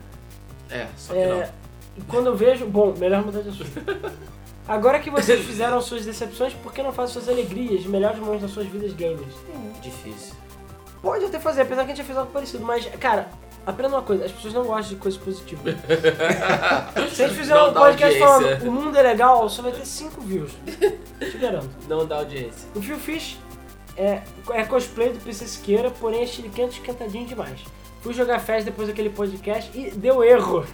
[SPEAKER 4] É, só que
[SPEAKER 2] É, e quando eu vejo, bom, melhor mudar de assunto. Agora que vocês fizeram suas decepções, por que não fazem suas alegrias, melhores momentos das suas vidas gamers?
[SPEAKER 4] não. Difícil.
[SPEAKER 2] Pode até fazer, apesar que a gente já fez algo parecido, mas, cara, aprenda uma coisa, as pessoas não gostam de coisas positivas. Se a gente fizer
[SPEAKER 4] Não
[SPEAKER 2] um
[SPEAKER 4] dá
[SPEAKER 2] podcast
[SPEAKER 4] audiência.
[SPEAKER 2] falando o mundo é legal, só vai ter 5 views. Te garanto.
[SPEAKER 4] Não dá audiência.
[SPEAKER 2] O Fio Fish é, é cosplay do PC Siqueira, porém é estiliquento esquentadinho demais. Fui jogar festa depois daquele podcast e deu erro.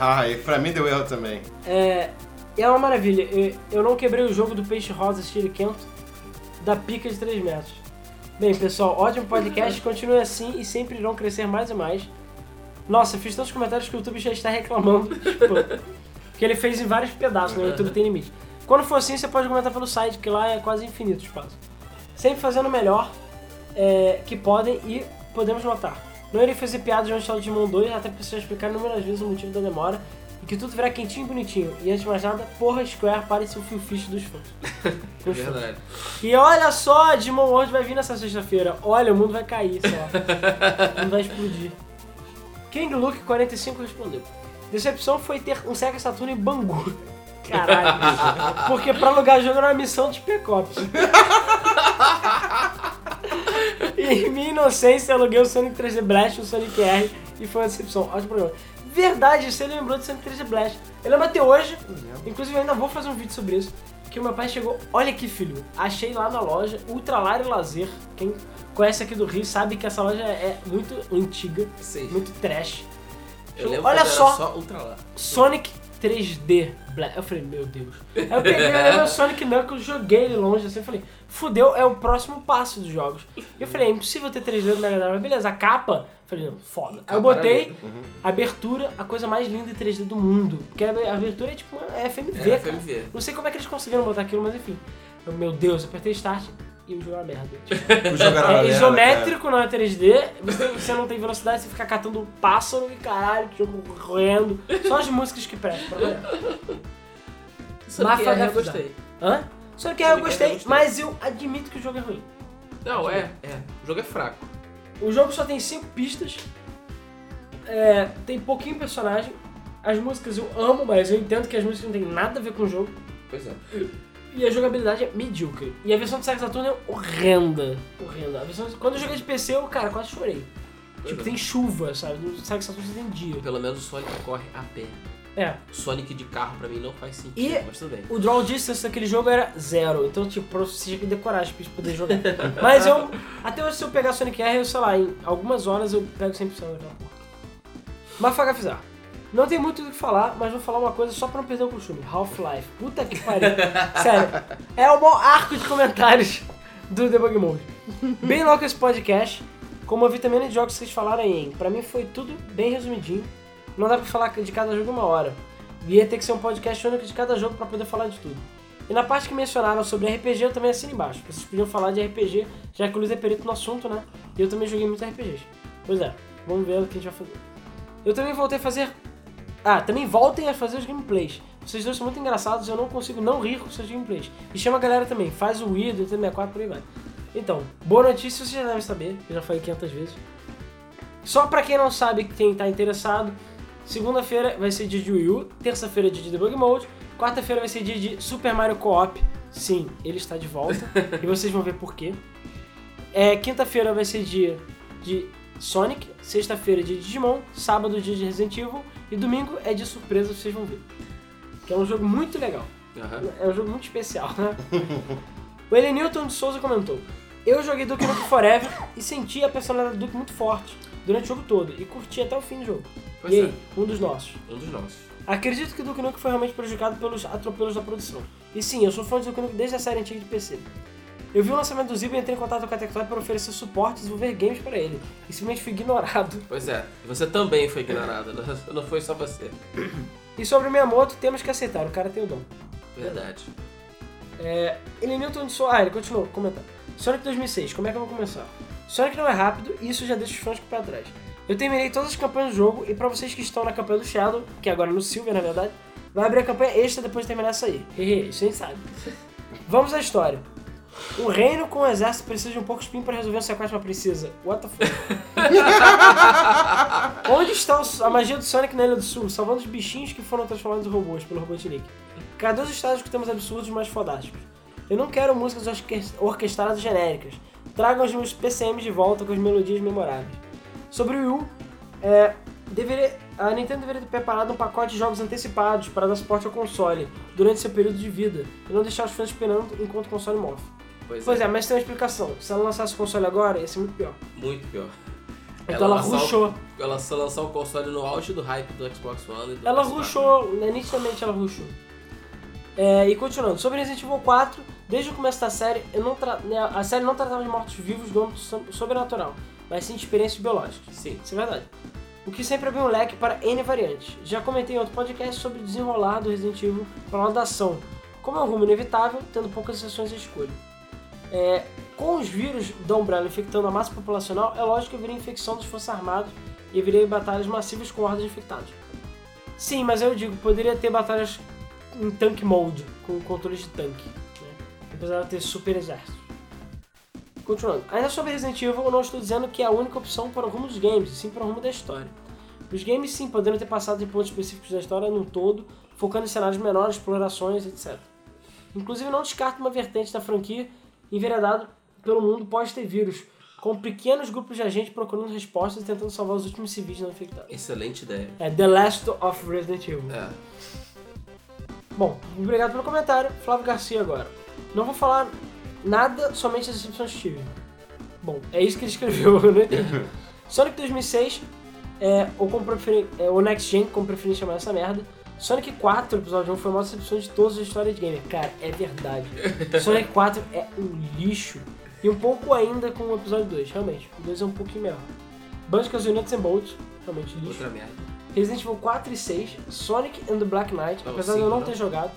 [SPEAKER 3] Ah, e pra mim deu erro também.
[SPEAKER 2] É, é uma maravilha. Eu, eu não quebrei o jogo do peixe rosa estiliquento da pica de 3 metros. Bem, pessoal, ótimo podcast. Continue assim e sempre irão crescer mais e mais. Nossa, fiz tantos comentários que o YouTube já está reclamando. Tipo, que ele fez em vários pedaços, né? O YouTube tem limite. Quando for assim, você pode comentar pelo site, que lá é quase infinito o espaço. Sempre fazendo o melhor é, que podem e podemos notar. Não irei fazer piadas de Uncharted Mão 2, até porque vocês já explicaram inúmeras vezes o motivo da demora e que tudo virá quentinho e bonitinho. E antes de mais nada, porra, Square parece o fio fish dos fãs.
[SPEAKER 4] É
[SPEAKER 2] Dos fãs.
[SPEAKER 4] verdade.
[SPEAKER 2] E olha só, Digimon World vai vir nessa sexta-feira. Olha, o mundo vai cair, sei lá. o mundo vai explodir. King Luke 45 respondeu. Decepção foi ter um Sega Saturno em Bangu. Caralho. Porque pra alugar jogo era uma missão de Pecops. em minha inocência, aluguei o Sonic 3D Blast e o Sonic R e foi uma decepção. Ótimo problema. Verdade, você lembrou do Sonic 3D Blast. Eu lembro até hoje, inclusive eu ainda vou fazer um vídeo sobre isso, que o meu pai chegou, olha aqui filho, achei lá na loja Ultralar e Lazer. Quem conhece aqui do Rio sabe que essa loja é muito antiga,
[SPEAKER 4] Sim.
[SPEAKER 2] muito trash.
[SPEAKER 4] Eu lembro
[SPEAKER 2] Olha
[SPEAKER 4] quando era
[SPEAKER 2] só.
[SPEAKER 4] só ultra lá.
[SPEAKER 2] Sonic 3D. Black. Eu falei, meu Deus. Aí eu peguei eu lembro, o Sonic Knuckles, joguei ele longe assim, eu falei, fudeu, é o próximo passo dos jogos. E eu falei, é impossível ter 3D no Mega Drive, mas beleza, a capa, eu falei, não, foda. Aí eu botei a abertura, a coisa mais linda em 3D do mundo. Porque a abertura é tipo uma é FMV,
[SPEAKER 4] Era
[SPEAKER 2] cara.
[SPEAKER 4] FMV.
[SPEAKER 2] Não sei como é que eles conseguiram botar aquilo, mas enfim. Eu, meu Deus, apertei start e o jogo é uma merda.
[SPEAKER 3] O jogo era uma
[SPEAKER 2] É
[SPEAKER 3] Tá, merda,
[SPEAKER 2] isométrico, não é 3D. Você, você não tem velocidade, você fica catando pássaro e caralho, tipo, correndo. Só as músicas que prestam pra galera.
[SPEAKER 4] Sonic
[SPEAKER 2] Mafa
[SPEAKER 4] R eu
[SPEAKER 2] Gato Dá.
[SPEAKER 4] gostei.
[SPEAKER 2] Hã? Só que eu
[SPEAKER 4] Sonic
[SPEAKER 2] gostei,
[SPEAKER 4] eu gostei.
[SPEAKER 2] mas eu admito que o jogo é ruim.
[SPEAKER 4] Não, é, é. O jogo é fraco.
[SPEAKER 2] O jogo só tem cinco pistas. É, tem pouquinho personagem. As músicas eu amo, mas eu entendo que as músicas não tem nada a ver com o jogo.
[SPEAKER 4] Pois é.
[SPEAKER 2] E a jogabilidade é medíocre. E a versão do Sega Saturn é horrenda. Horrenda. A versão... Quando eu joguei de PC, eu, cara, quase chorei. Tipo,
[SPEAKER 4] é.
[SPEAKER 2] tem chuva, sabe? No Sega Saturn você tem dia.
[SPEAKER 4] Pelo menos o Sonic corre a pé.
[SPEAKER 2] É.
[SPEAKER 4] O Sonic de carro pra mim não faz sentido,
[SPEAKER 2] E-
[SPEAKER 4] mas tudo bem.
[SPEAKER 2] O draw distance daquele jogo era zero. Então, tipo, pra você tinha que decorar as pistas pra poder jogar. Mas eu... Até hoje, se eu pegar Sonic R, eu sei lá, em algumas horas eu pego 100% daquela porra. Mas Fagafizar. Não tem muito do que falar, mas vou falar uma coisa só pra não perder o costume. Half-Life. Puta que pariu. Sério. É o maior arco de comentários do Debug Mode. Bem louco esse podcast. Como a vitamina de jogos que vocês falaram aí, hein? Pra mim foi tudo bem resumidinho. Não dá pra falar de cada jogo em uma hora. Ia ter que ser um podcast único de cada jogo pra poder falar de tudo. E na parte que mencionaram sobre RPG, eu também assino embaixo. Vocês podiam falar de RPG, já que o Luiz é perito no assunto, né? E eu também joguei muitos RPGs. Pois é, vamos ver o que a gente vai fazer. Eu também voltei a fazer. Ah, também voltem a fazer os gameplays. Vocês dois são muito engraçados, eu não consigo não rir com seus gameplays. E chama a galera também, faz o Wii do 64 por aí vai. Então, boa notícia, vocês já devem saber, eu já falei 500 vezes. Só pra quem não sabe, quem tá interessado, segunda-feira vai ser dia de Wii U, terça-feira é dia de Debug Mode, quarta-feira vai ser dia de Super Mario Co-op. Sim, ele está de volta e vocês vão ver por quê. É, quinta-feira vai ser dia de Sonic, sexta-feira é dia de Digimon, sábado é dia de Resident Evil e domingo é de surpresa, vocês vão ver. Que é um jogo muito legal.
[SPEAKER 4] Aham.
[SPEAKER 2] É um jogo muito especial, né? o Ele Newton de Souza comentou: Eu joguei Duke Nukem Forever e senti a personalidade do Duke muito forte durante o jogo todo e curti até o fim do jogo.
[SPEAKER 4] Pois
[SPEAKER 2] e
[SPEAKER 4] é.
[SPEAKER 2] aí, um dos nossos.
[SPEAKER 4] Um dos nossos.
[SPEAKER 2] Acredito que Duke Nukem foi realmente prejudicado pelos atropelos da produção. E sim, eu sou fã de Duke Nukem desde a série antiga de PC. Eu vi o lançamento do Ziba e entrei em contato com a Tectoy para oferecer suporte e desenvolver games para ele. E simplesmente fui ignorado.
[SPEAKER 4] Pois é, e você também foi ignorado, não- não foi só você.
[SPEAKER 2] E sobre o Miyamoto, temos que aceitar, o cara tem o dom.
[SPEAKER 4] Verdade.
[SPEAKER 2] É, Ele Newton de Souza. Ah, ele continuou, comentar. Sonic 2006, como é que eu vou começar? Sonic não é rápido e isso já deixa os fãs com o pé atrás. Eu terminei todas as campanhas do jogo e pra vocês que estão na campanha do Shadow, que agora é no Silver na verdade, vai abrir a campanha extra depois de terminar essa aí. Hehe, isso nem sabe. Vamos à história. Um reino com um exército precisa de um pouco espinho pra resolver um sequestro de uma princesa. What the fuck? Onde está o- a magia do Sonic na Ilha do Sul, salvando os bichinhos que foram transformados em robôs pelo Robotnik? Cadê os estádios que temos absurdos mais fodásticos? Eu não quero músicas orque- orquestradas genéricas. Tragam os meus PCMs de volta com as melodias memoráveis. Sobre o Wii U, é, deveria- a Nintendo deveria ter preparado um pacote de jogos antecipados para dar suporte ao console durante seu período de vida e não deixar os fãs esperando enquanto o console morre.
[SPEAKER 4] Pois,
[SPEAKER 2] Pois
[SPEAKER 4] é,
[SPEAKER 2] é, mas tem uma explicação. Se ela lançasse o console agora, ia ser muito pior.
[SPEAKER 4] muito pior.
[SPEAKER 2] Então ela,
[SPEAKER 4] lançar o-
[SPEAKER 2] rushou.
[SPEAKER 4] Ela só lançou o console no auge do hype do Xbox One. E do
[SPEAKER 2] Ela
[SPEAKER 4] PS4.
[SPEAKER 2] rushou, né? nitidamente ela rushou. É, e continuando, sobre Resident Evil 4, desde o começo da série, eu não tra- né, a série não tratava de mortos-vivos do âmbito so- sobrenatural, mas sim de experiências biológicas.
[SPEAKER 4] Sim.
[SPEAKER 2] Isso é verdade. O que sempre abriu um leque para N variantes. Já comentei em outro podcast sobre o desenrolar do Resident Evil para lado da ação, como é um rumo inevitável, tendo poucas exceções à escolha. É, com os vírus da Umbrella infectando a massa populacional, é lógico que haveria infecção dos Forças Armadas e haveria batalhas massivas com hordas infectadas. Sim, mas eu digo, poderia ter batalhas em tanque mode, com controles de tanque. Né? Não precisava ter super exército. Continuando. Ainda sobre Resident Evil, eu não estou dizendo que é a única opção para o rumo dos games, e sim para o rumo da história. Os games sim poderiam ter passado de pontos específicos da história num todo, focando em cenários menores, explorações, etc. Inclusive não descarto uma vertente da franquia enveredado pelo mundo pós ter vírus, com pequenos grupos de agentes procurando respostas e tentando salvar os últimos civis não infectados.
[SPEAKER 4] Excelente ideia.
[SPEAKER 2] É The Last of Resident Evil.
[SPEAKER 4] É.
[SPEAKER 2] Bom, obrigado pelo comentário. Flávio Garcia agora. Não vou falar nada, somente as excepções que tive. Bom, é isso que ele escreveu, eu não entendi. Sonic 2006, é, ou, como preferi- é, ou Next Gen, como preferir chamar essa merda. Sonic 4, episódio 1, foi a maior decepção de todas as histórias de gamer. Cara, é verdade. Sonic 4 é um lixo. E um pouco ainda com o episódio 2, realmente. O 2 é um pouquinho melhor. Banjo-Kazooie Nuts and Bolts, realmente lixo.
[SPEAKER 4] Outra merda.
[SPEAKER 2] Resident Evil 4 e 6, Sonic and the Black Knight,
[SPEAKER 4] Ah, o
[SPEAKER 2] apesar de eu
[SPEAKER 4] cinco,
[SPEAKER 2] não
[SPEAKER 4] né?
[SPEAKER 2] ter jogado.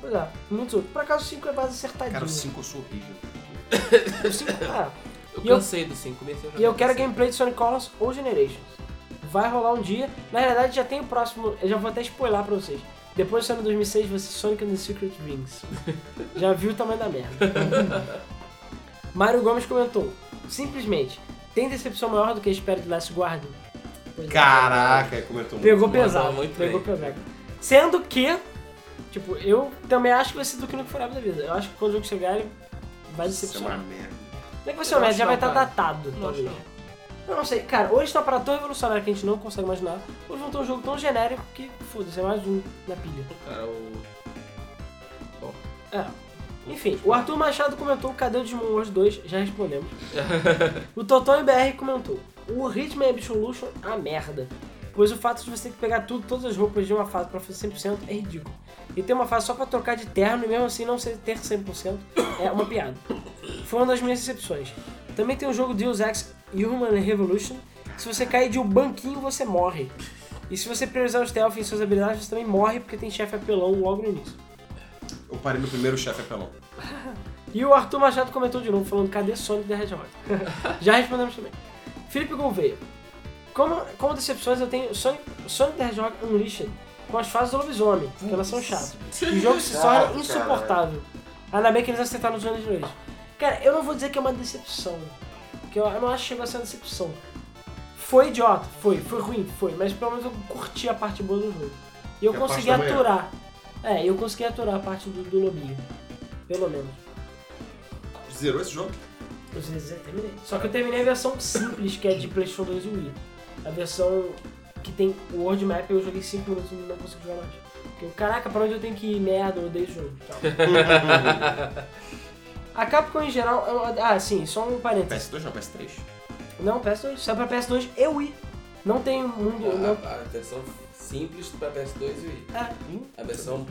[SPEAKER 2] Pois é, muitos outros. Por acaso o 5 é mais acertadinho.
[SPEAKER 3] Cara, o 5 eu sou horrível.
[SPEAKER 2] O cinco- ah,
[SPEAKER 4] Eu
[SPEAKER 2] E eu-
[SPEAKER 4] cansei do 5, comecei a jogar.
[SPEAKER 2] e eu quero
[SPEAKER 4] cinco.
[SPEAKER 2] gameplay de Sonic Colors ou Generations. Vai rolar um dia. Na realidade, já tem o próximo. Eu já vou até spoiler pra vocês. Depois do ano 2006, vai ser Sonic and the Secret Rings. já viu o tamanho da merda. Mário Gomes comentou: simplesmente, tem decepção maior do que espero de Last Guardian? Pois é.
[SPEAKER 3] Caraca, aí um- comentou muito.
[SPEAKER 2] Pegou
[SPEAKER 4] Mandou
[SPEAKER 2] pesado,
[SPEAKER 4] muito
[SPEAKER 2] pegou pesado. Sendo que, tipo, eu também acho que vai ser do que no Forever da vida. Eu acho que quando o jogo chegar, ele vai
[SPEAKER 3] Isso é uma
[SPEAKER 2] decepcionar.
[SPEAKER 3] merda.
[SPEAKER 2] Como é que vai ser
[SPEAKER 4] Eu
[SPEAKER 2] o médio?
[SPEAKER 4] acho
[SPEAKER 2] Já vai
[SPEAKER 4] não,
[SPEAKER 2] estar
[SPEAKER 4] cara.
[SPEAKER 2] datado,
[SPEAKER 4] Não acho
[SPEAKER 2] talvez.
[SPEAKER 4] não.
[SPEAKER 2] Eu não sei, cara, tá ou eles estão para tão revolucionário que a gente não consegue imaginar, ou eles vão ter um jogo tão genérico que, foda-se, é mais um na pilha.
[SPEAKER 4] Cara, o...
[SPEAKER 2] É. Enfim, o Arthur Machado comentou cadê o Digimon Wars 2, já respondemos. o Toton BR comentou, o Hitman Absolution a merda. Pois o fato de você ter que pegar tudo, todas as roupas de uma fase pra fazer 100% é ridículo. E ter uma fase só pra trocar de terno e mesmo assim não ser- ter 100% é uma piada. Foi uma das minhas decepções. Também tem o jogo Deus Ex Human Revolution. que Se você cair de um banquinho, você morre. E se você priorizar o stealth e suas habilidades, você também morre porque tem chefe apelão logo no início.
[SPEAKER 3] O Eu parei no primeiro chefe é apelão.
[SPEAKER 2] E o Arthur Machado comentou de novo, falando, cadê Sonic the Hedgehog? Já respondemos também. Felipe Gouveia. Como, como decepções eu tenho Sonic, Sonic the Hedgehog Unleashed, com as fases do lobisomem, porque elas são chatas. O jogo se torna
[SPEAKER 6] Chato,
[SPEAKER 2] insuportável. A Namé que eles acertaram nos anos de noite. Cara, eu não vou dizer que é uma decepção. Porque eu, eu não acho que chegou a ser uma decepção. Foi idiota, foi, foi ruim, foi. Mas pelo menos eu curti a parte boa do jogo. E eu
[SPEAKER 3] Que é a
[SPEAKER 2] consegui
[SPEAKER 3] parte da manhã.
[SPEAKER 2] aturar. É, eu consegui aturar a parte do, do lobinho. Pelo menos.
[SPEAKER 3] Zerou esse jogo?
[SPEAKER 2] Eu sei dizer, terminei. Só que eu terminei a versão simples, que é de PlayStation 2 e Wii. A versão que tem o World Map eu joguei 5 minutos e não consegui jogar mais. Porque, eu, caraca, pra onde eu tenho que ir? Merda, eu odeio esse jogo. Tchau. a Capcom em geral. eu- ah, sim, só um parênteses.
[SPEAKER 3] PS2 não, PS3.
[SPEAKER 2] Não, PS2. Só pra PS2 e Wii. Não tem um mundo. não-
[SPEAKER 4] A, a versão simples pra PS2 e Wii.
[SPEAKER 2] É.
[SPEAKER 4] A versão.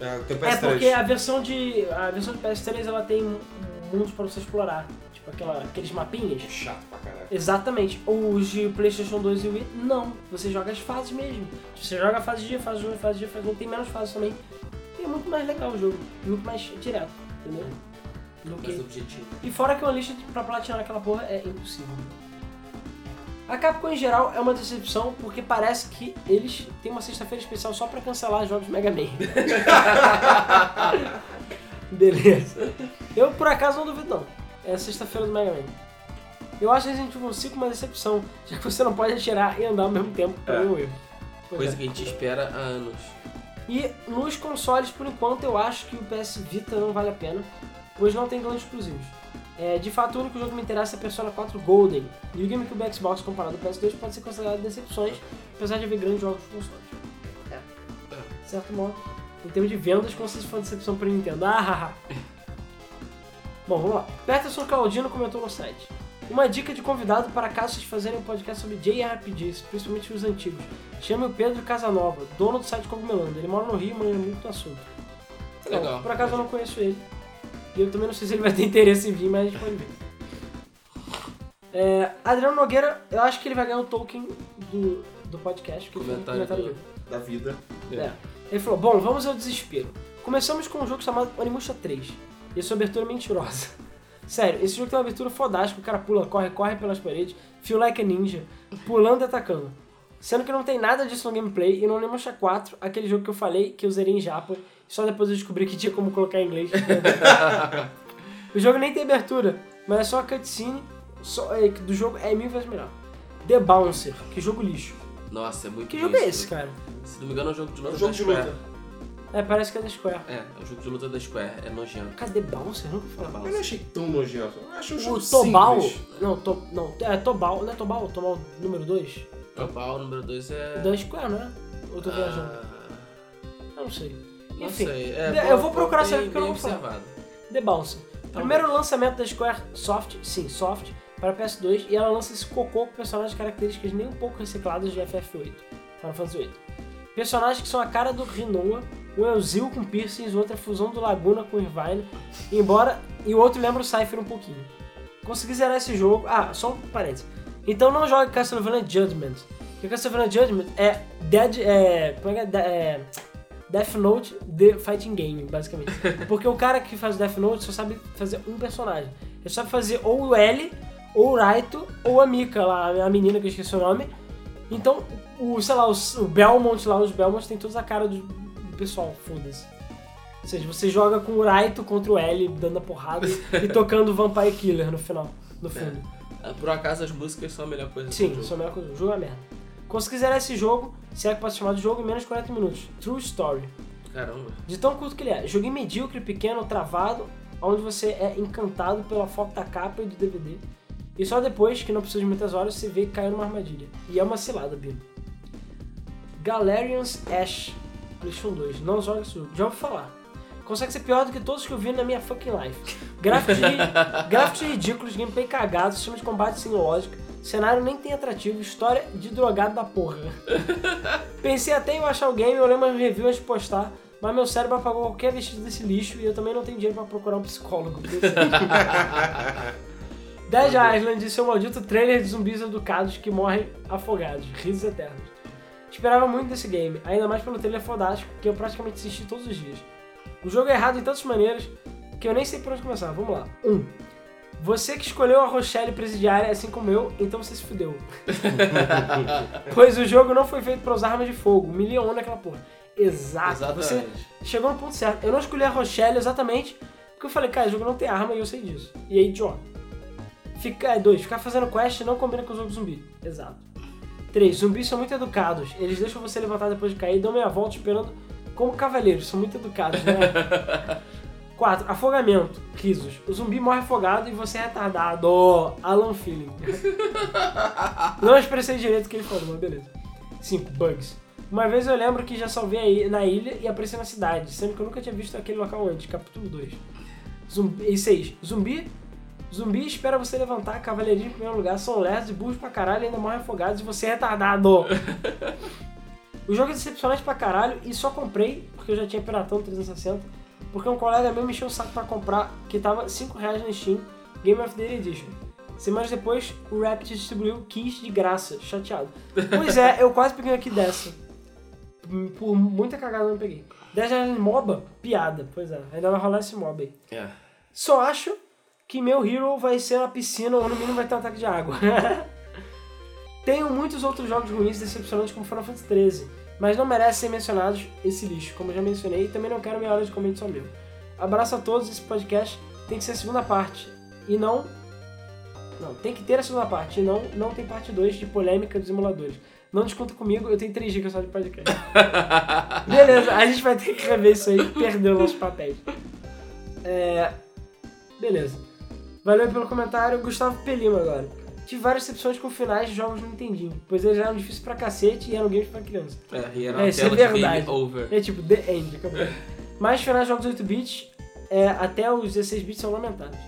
[SPEAKER 3] É, tem
[SPEAKER 2] É
[SPEAKER 3] PS3.
[SPEAKER 2] porque a versão de. A versão de PS3 ela tem mundos pra você explorar. Tipo aquela, aqueles mapinhas.
[SPEAKER 3] Chato pra caralho.
[SPEAKER 2] Exatamente. Os de PlayStation 2 e Wii, não. Você joga as fases mesmo. Você joga a fase de fase 1, fase de fase 1, tem menos fases também. E é muito mais legal o jogo. Muito mais direto, entendeu? Do
[SPEAKER 4] Mais
[SPEAKER 2] que...
[SPEAKER 4] objetivo.
[SPEAKER 2] E fora que uma lista de- pra platinar aquela porra é impossível. A Capcom em geral é uma decepção porque parece que eles têm uma sexta-feira especial só pra cancelar jogos Mega Man. Beleza. Eu por acaso não duvido não. É a sexta-feira do Mega Man. Eu acho Resident Evil 5 uma decepção, já que você não pode atirar e andar ao mesmo tempo pra nenhum erro. Pois é.
[SPEAKER 4] Coisa que a gente espera há anos.
[SPEAKER 2] E nos consoles, por enquanto, eu acho que o PS Vita não vale a pena, pois não tem grandes exclusivos. É, de fato, o único jogo que me interessa é Persona 4 Golden, e o GameCube e Xbox comparado ao PS2 pode ser considerado decepções, apesar de haver grandes jogos de consoles. De certo modo, em termos de vendas, como se isso for uma decepção para Nintendo. Ah, haha. Bom, vamos lá. Peterson Claudino comentou no site. Uma dica de convidado para caso vocês fazerem um podcast sobre JRPGs, principalmente os antigos. Chame o Pedro Casanova, dono do site Cogumelando. Ele mora no Rio, manja muito do assunto.
[SPEAKER 4] Legal.
[SPEAKER 2] Bom, por acaso eu não conheço ele. E eu também não sei se ele vai ter interesse em vir, mas a gente pode ver. É, Adriano Nogueira, eu acho que ele vai ganhar o token do, do podcast. porque ele fez um
[SPEAKER 4] Comentário do-
[SPEAKER 2] dele.
[SPEAKER 3] Da vida.
[SPEAKER 2] É. Ele falou, bom, vamos ao desespero. Começamos com um jogo chamado Onimusha 3. E a sua abertura é mentirosa. Sério, esse jogo tem uma abertura fodástica, o cara pula, corre, corre pelas paredes, feel like a ninja, pulando e atacando. Sendo que não tem nada disso no gameplay, e no Onimusha 4, aquele jogo que eu falei, que eu zerei em japa, e só depois eu descobri que tinha como colocar em inglês. o jogo nem tem abertura, mas é só a cutscene só, é, do jogo é mil vezes melhor. The Bouncer, que jogo lixo.
[SPEAKER 4] Nossa, é muito
[SPEAKER 2] Que
[SPEAKER 4] ruim
[SPEAKER 2] jogo é esse, cara?
[SPEAKER 4] Se não me engano, é um jogo de luta
[SPEAKER 3] um jogo
[SPEAKER 4] da
[SPEAKER 3] de
[SPEAKER 4] Square.
[SPEAKER 2] É, parece que é da Square.
[SPEAKER 4] É, é um jogo de luta da Square. É nojento.
[SPEAKER 2] Cadê Bouncer? Não
[SPEAKER 4] Tá
[SPEAKER 2] fala.
[SPEAKER 4] bom.
[SPEAKER 3] Eu não achei tão nojento. Eu acho um jogo
[SPEAKER 2] O Tobal.
[SPEAKER 3] simples.
[SPEAKER 2] Não, to, não, é Tobal, não é Tobal, Tobal número 2?
[SPEAKER 4] Topal número 2 é.
[SPEAKER 2] Da Square, não é? Ou eu tô viajando?
[SPEAKER 4] Ah,
[SPEAKER 2] Eu não sei.
[SPEAKER 4] Não
[SPEAKER 2] Enfim,
[SPEAKER 4] sei. É,
[SPEAKER 2] eu
[SPEAKER 4] boa-
[SPEAKER 2] vou procurar
[SPEAKER 4] bem-
[SPEAKER 2] saber porque eu não
[SPEAKER 4] bem
[SPEAKER 2] vou falar.
[SPEAKER 4] observado.
[SPEAKER 2] The Bouncer. Primeiro lançamento da Square Soft, sim, Soft, para PS2, e ela lança esse cocô com personagens características nem um pouco recicladas de FF8, Final Fantasy VIII. Personagens que são a cara do Rinoa, um é o Zil com piercings, o outro é a fusão do Laguna com o Irvine, embora, e o outro lembra o Cypher um pouquinho. Consegui zerar esse jogo, ah, só um parênteses. Então não jogue Castlevania Judgment, porque Castlevania Judgment é Dead, é, como é, que é, De- é Death Note The Fighting Game, basicamente. Porque o cara que faz Death Note só sabe fazer um personagem. Ele sabe fazer ou o L, ou o Raito, ou a Mika lá, a menina que eu esqueci o nome. Então, o, sei lá, os- o Belmont lá, os Belmont tem toda a cara do, do pessoal, foda-se. Ou seja, você joga com o Raito contra o L, dando a porrada e tocando Vampire Killer no final, no fundo.
[SPEAKER 4] Ah, Por acaso, as músicas são a melhor coisa
[SPEAKER 2] Sim,
[SPEAKER 4] do jogo.
[SPEAKER 2] sou a melhor coisa. O jogo é uma merda. Consegui zerar esse jogo, se é que posso chamar de jogo, em menos de 40 minutos. True Story.
[SPEAKER 4] Caramba.
[SPEAKER 2] De tão curto que ele é. Joguei medíocre, pequeno, travado, onde você é encantado pela foto da capa e do DVD. E só depois, que não precisa de muitas horas, você vê que caiu numa armadilha. E é uma cilada, Bino. Galerian's Ash, PlayStation 2. Não joga esse jogo. Já ouvi falar. Consegue ser pior do que todos que eu vi na minha fucking life. Gráficos, ri- gráficos ridículos, gameplay cagado, sistema de combate sem lógica, cenário nem tem atrativo, história de drogado da porra. Pensei até em baixar o game, eu lembro uma review antes de postar, mas meu cérebro apagou qualquer vestígio desse lixo e eu também não tenho dinheiro pra procurar um psicólogo. Dead Island e seu maldito trailer de zumbis educados que morrem afogados. Risos eternos. Esperava muito desse game, ainda mais pelo trailer fodástico que eu praticamente assisti todos os dias. O jogo é errado em tantas maneiras que eu nem sei por onde começar. Vamos lá. Um. Você que escolheu a Rochelle presidiária, assim como eu, então você se fudeu. pois o jogo não foi feito pra usar arma de fogo. Milhão naquela porra. Exato. Ah, Você
[SPEAKER 4] Exatamente.
[SPEAKER 2] chegou no ponto certo. Eu não escolhi a Rochelle exatamente porque eu falei, cara, o jogo não tem arma e eu sei disso. E aí, John. Fica, é, dois, ficar fazendo quest não combina com o jogo zumbi. Exato. Três, zumbis são muito educados. Eles deixam você levantar depois de cair e dão meia volta esperando como cavaleiros. São muito educados, né? Quatro, afogamento. Risos. O zumbi morre afogado e você é retardado. Alan Feeling. não expressei direito o que ele falou, mas beleza. 5. Bugs. Uma vez eu lembro que já salvei a ilha- na ilha e apareci na cidade, sendo que eu nunca tinha visto aquele local antes. Capítulo 2. Zumbi, e 6. Zumbi. Zumbi espera você levantar, cavaleirinho em primeiro lugar, são lerdos e burros pra caralho, ainda morrem afogados e você é retardado. o jogo é decepcionante pra caralho e só comprei, porque eu já tinha Piratão 360, porque um colega meu me encheu o saco pra comprar, que tava 5 reais na Steam, Game of the Year Edition. Semanas depois, o Rapid distribuiu 15 de graça, chateado. Pois é, eu quase peguei aqui dessa. Por muita cagada eu não peguei. 10 reais em MOBA? Piada. Pois é, ainda vai rolar esse MOBA aí.
[SPEAKER 4] É.
[SPEAKER 2] Só acho que meu hero vai ser na piscina ou no mínimo vai ter um ataque de água. Tenho muitos outros jogos ruins e decepcionantes como Final Fantasy XIII, mas não merece ser mencionados esse lixo, como eu já mencionei, e também não quero meia hora de comente só meu. Abraço a todos, esse podcast tem que ser a segunda parte, e não... Não, tem que ter a segunda parte, e não, não tem parte 2 de polêmica dos emuladores. Não desconta comigo, eu tenho 3 gigas só de podcast. Beleza, a gente vai ter que rever isso aí, perdeu nossos papéis. Beleza. Valeu pelo comentário, Gustavo Pelima agora. Tive várias decepções com finais de jogos no Nintendinho, pois eles eram difíceis pra cacete e eram games pra criança.
[SPEAKER 4] É, e era
[SPEAKER 2] É,
[SPEAKER 4] uma
[SPEAKER 2] isso é
[SPEAKER 4] tela de
[SPEAKER 2] verdade.
[SPEAKER 4] game over.
[SPEAKER 2] É tipo, The End, acabou. Mas finais de jogos 8-bits, é, até os 16-bits são lamentáveis.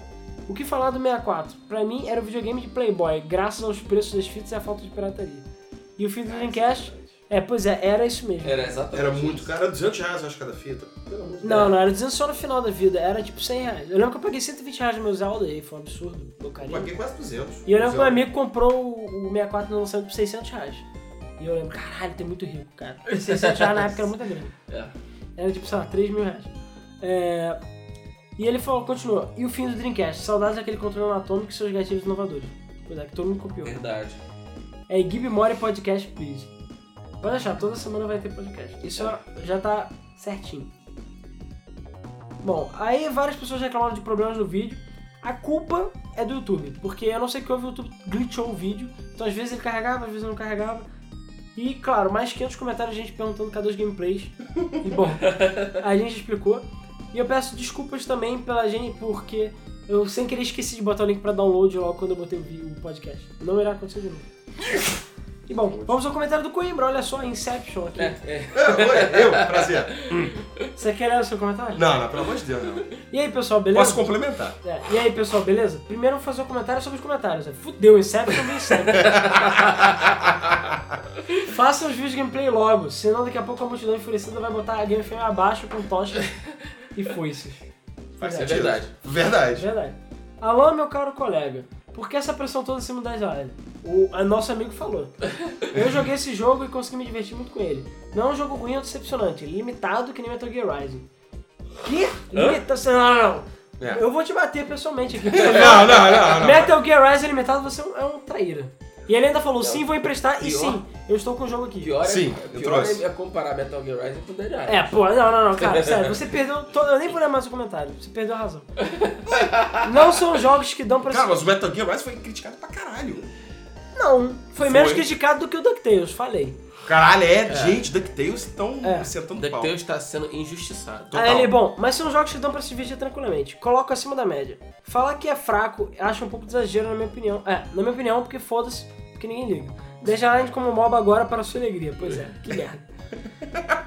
[SPEAKER 2] O que falar do 64? Pra mim, era o videogame de Playboy, graças aos preços das fitas e à falta de pirataria. E o fim do Dreamcast? É, pois é, era isso mesmo.
[SPEAKER 4] Era exatamente.
[SPEAKER 3] Era muito
[SPEAKER 4] isso.
[SPEAKER 3] caro, era 200 reais, eu acho, cada fita. Pelo amor de Deus.
[SPEAKER 2] Não, não, era dizendo só no final da vida, era tipo 100 reais. Eu lembro que eu paguei 120 reais no meu Zelda e foi um absurdo,
[SPEAKER 3] Eu
[SPEAKER 2] loucaria.
[SPEAKER 3] Paguei quase 200.
[SPEAKER 2] E eu lembro que meu
[SPEAKER 3] Zero.
[SPEAKER 2] amigo comprou o o 64 no lançamento por 600 reais. E eu lembro, caralho, tem muito rico, cara. 600 reais na época era muito grande.
[SPEAKER 4] É.
[SPEAKER 2] Era tipo, sei lá, 3 mil reais. É, E ele falou, continuou. E o fim do Dreamcast? Saudades daquele controle anatômico e seus gatilhos inovadores. Pois é, que todo mundo copiou.
[SPEAKER 4] Verdade.
[SPEAKER 2] É Gib More Podcast, please. Pode achar, toda semana vai ter podcast. Isso já tá certinho. Bom, aí várias pessoas reclamaram de problemas no vídeo. A culpa é do YouTube, porque eu não sei o que houve, o YouTube glitchou o vídeo. Então às vezes ele carregava, às vezes não carregava. E claro, mais 500 comentários de gente perguntando cadê os gameplays. E bom, a gente explicou. E eu peço desculpas também pela gente, porque eu sem querer esqueci de botar o link pra download logo quando eu botei o vi- o podcast. Não irá acontecer de novo. E bom, vamos ao comentário do Coimbra, olha só, Inception aqui.
[SPEAKER 3] É, oi, eu, prazer.
[SPEAKER 2] Você quer ler o seu comentário?
[SPEAKER 3] Não, não, pelo amor de Deus, não.
[SPEAKER 2] E aí, pessoal, beleza?
[SPEAKER 3] Posso complementar?
[SPEAKER 2] É, E aí, pessoal, beleza? Primeiro eu vou fazer um comentário sobre os comentários. né? Fudeu, é Inception vem sempre. Façam os vídeos de gameplay logo, senão daqui a pouco a multidão enfurecida vai botar a Game FM abaixo com tochas e foices.
[SPEAKER 3] Faz
[SPEAKER 2] É
[SPEAKER 3] sentido.
[SPEAKER 4] verdade.
[SPEAKER 2] É
[SPEAKER 3] Verdade.
[SPEAKER 2] verdade. Alô, meu caro colega, por que essa pressão toda em cima das áreas? O a nosso amigo falou. Eu joguei esse jogo e consegui me divertir muito com ele. Não é um jogo ruim ou decepcionante, limitado que nem Metal Gear Rising. Que? Limitação? Não, não, não.
[SPEAKER 3] É.
[SPEAKER 2] Eu vou te bater pessoalmente aqui.
[SPEAKER 3] Não, não, não, não.
[SPEAKER 2] Metal Gear Rising limitado, você é um- é um traíra. E ele ainda falou, sim, vou emprestar, e
[SPEAKER 4] Pior.
[SPEAKER 2] sim, eu estou com o jogo aqui.
[SPEAKER 4] Pior,
[SPEAKER 3] Sim,
[SPEAKER 4] é,
[SPEAKER 3] eu
[SPEAKER 4] pior
[SPEAKER 3] trouxe.
[SPEAKER 4] é comparar Metal Gear Rising com Dead Island.
[SPEAKER 2] É, pô, não, não, não, cara, sério, você perdeu. to- Eu nem vou ler mais o comentário, você perdeu a razão. Não são jogos que dão pra
[SPEAKER 3] Cara, mas o Metal Gear Rising foi criticado pra caralho.
[SPEAKER 2] Não, foi, menos
[SPEAKER 3] Foi.
[SPEAKER 2] criticado do que o DuckTales, falei.
[SPEAKER 3] Caralho, é, gente, DuckTales estão
[SPEAKER 2] É.
[SPEAKER 3] sentando pau.
[SPEAKER 4] DuckTales está sendo injustiçado.
[SPEAKER 3] Total.
[SPEAKER 2] Aí ele, é bom, mas são jogos que dão pra se divertir tranquilamente. Coloco acima da média. Falar que é fraco, acho um pouco de exagero na minha opinião. É, na minha opinião, porque foda-se, porque ninguém liga. Deixa a gente como MOBA agora para sua alegria. Pois é, que merda.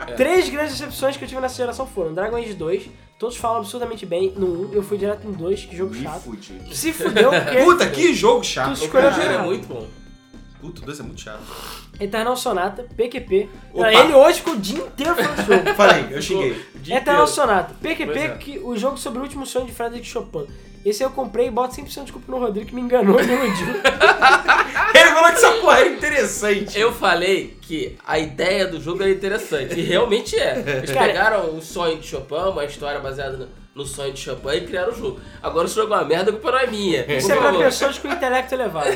[SPEAKER 3] É.
[SPEAKER 2] Três grandes decepções que eu tive nessa geração foram Dragon Age 2, todos falam absurdamente bem no 1, eu fui direto no 2, que jogo
[SPEAKER 3] Me
[SPEAKER 2] chato.
[SPEAKER 3] fude.
[SPEAKER 2] Se fudeu, porque...
[SPEAKER 3] Puta, que jogo chato.
[SPEAKER 2] Tu escolheu-
[SPEAKER 4] O jogo é muito bom.
[SPEAKER 3] Puta, o 2 é muito chato.
[SPEAKER 2] Eternal Sonata, PQP.
[SPEAKER 3] Opa.
[SPEAKER 2] Ele hoje ficou o dia inteiro falando sobre.
[SPEAKER 3] Falei, eu xinguei.
[SPEAKER 4] Tipo, De
[SPEAKER 2] Eternal Sonata. PQP,
[SPEAKER 4] Pois é.
[SPEAKER 2] que, o jogo sobre o último sonho de Frederic Chopin. Esse eu comprei e boto 100% de culpa no um Rodrigo, que me enganou e me iludiu.
[SPEAKER 3] Ele falou que essa porra era interessante.
[SPEAKER 4] Eu falei que a ideia do jogo era interessante. E realmente é. Eles
[SPEAKER 2] Cara,
[SPEAKER 4] pegaram um sonho de Chopin, uma história baseada no, no sonho de Chopin e criaram o jogo. Agora o jogo é uma merda, a culpa não é minha.
[SPEAKER 2] Isso é pra
[SPEAKER 4] Por favor.
[SPEAKER 2] pessoas com intelecto elevado.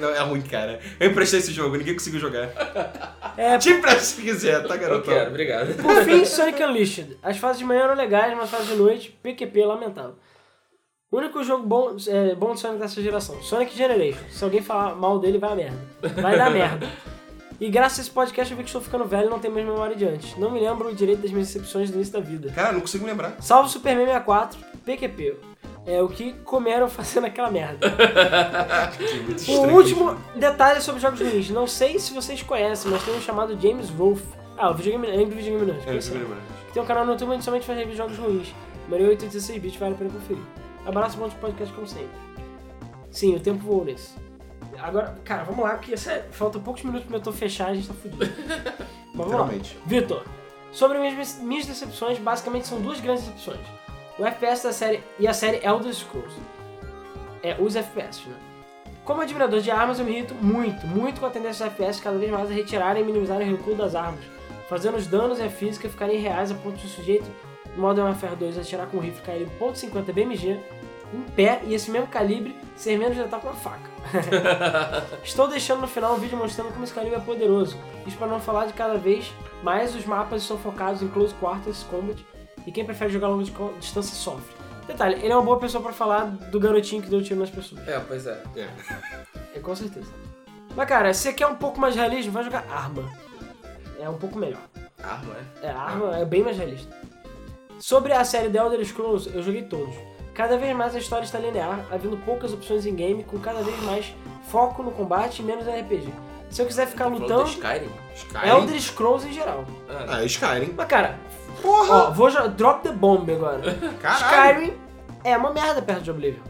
[SPEAKER 3] Não, é ruim, cara. Eu emprestei esse jogo, ninguém conseguiu jogar.
[SPEAKER 2] É,
[SPEAKER 3] Te empresta se quiser, tá,
[SPEAKER 4] Eu
[SPEAKER 3] garotão?
[SPEAKER 4] quero, obrigado.
[SPEAKER 2] por fim, Sonic Unleashed. As fases de manhã eram legais, mas as fases de noite, PQP, é lamentável. O único jogo bom, é, bom de Sonic dessa geração, Sonic Generation. Se alguém falar mal dele, vai a merda. Vai dar merda. E graças a esse podcast eu vi que estou ficando velho e não tenho mais memória de antes. Não me lembro direito das minhas decepções do início da vida.
[SPEAKER 3] Cara, não consigo lembrar.
[SPEAKER 2] Salvo Superman 64, PQP. É o que comeram fazendo aquela merda. o último detalhe sobre jogos ruins. Não sei se vocês conhecem, mas tem um chamado James Wolfe. Ah, o videogame, lembro do videogame Nerd,
[SPEAKER 3] Eu É, não consigo
[SPEAKER 2] conhece?
[SPEAKER 3] lembrar.
[SPEAKER 2] que Tem um canal no YouTube onde somente faz review de jogos ruins. Mario 816 bits, vale a pena conferir. Abraço, bom de podcast como sempre. Sim, o tempo voou nesse. Agora, cara, vamos lá, porque sério, faltam poucos minutos pra eu fechar e a gente tá fudido. Mas vamos lá.
[SPEAKER 3] Literalmente.
[SPEAKER 2] Vitor, sobre minhas, minhas decepções, basicamente são duas grandes decepções. O FPS da série e a série Elder Scrolls. É, os FPS, né? Como admirador de armas, eu me irrito muito, muito com a tendência dos FPS cada vez mais a retirarem e minimizarem o recuo das armas, fazendo os danos e a física ficarem reais a ponto de o sujeito no Modern Warfare 2 atirar com um rifle cair em .50 BMG, em pé, e esse mesmo calibre ser menos letal com uma faca. Estou deixando no final um vídeo mostrando como esse calibre é poderoso. Isso para não falar de cada vez mais os mapas são focados em close quarters combat e quem prefere jogar longa disco- distância sofre. Detalhe, ele é uma boa pessoa para falar do garotinho que deu tiro nas pessoas.
[SPEAKER 4] É, pois é.
[SPEAKER 2] É, com certeza. Mas cara, se você quer um pouco mais realismo, vai jogar arma. É um pouco melhor.
[SPEAKER 4] Arma, é.
[SPEAKER 2] É, a arma é bem mais realista. Sobre a série The Elder Scrolls, eu joguei todos. Cada vez mais a história está linear, havendo poucas opções em game, com cada vez mais foco no combate e menos RPG. Se eu quiser ficar
[SPEAKER 4] Tá Falando do
[SPEAKER 2] lutando,
[SPEAKER 4] Skyrim?
[SPEAKER 3] Skyrim?
[SPEAKER 2] Elder Scrolls em geral.
[SPEAKER 4] Ah,
[SPEAKER 3] Ah, Skyrim.
[SPEAKER 2] Mas cara,
[SPEAKER 3] Porra!
[SPEAKER 2] ó, vou jo- drop the bomb agora.
[SPEAKER 3] Caralho!
[SPEAKER 2] Skyrim é uma merda perto de Oblivion.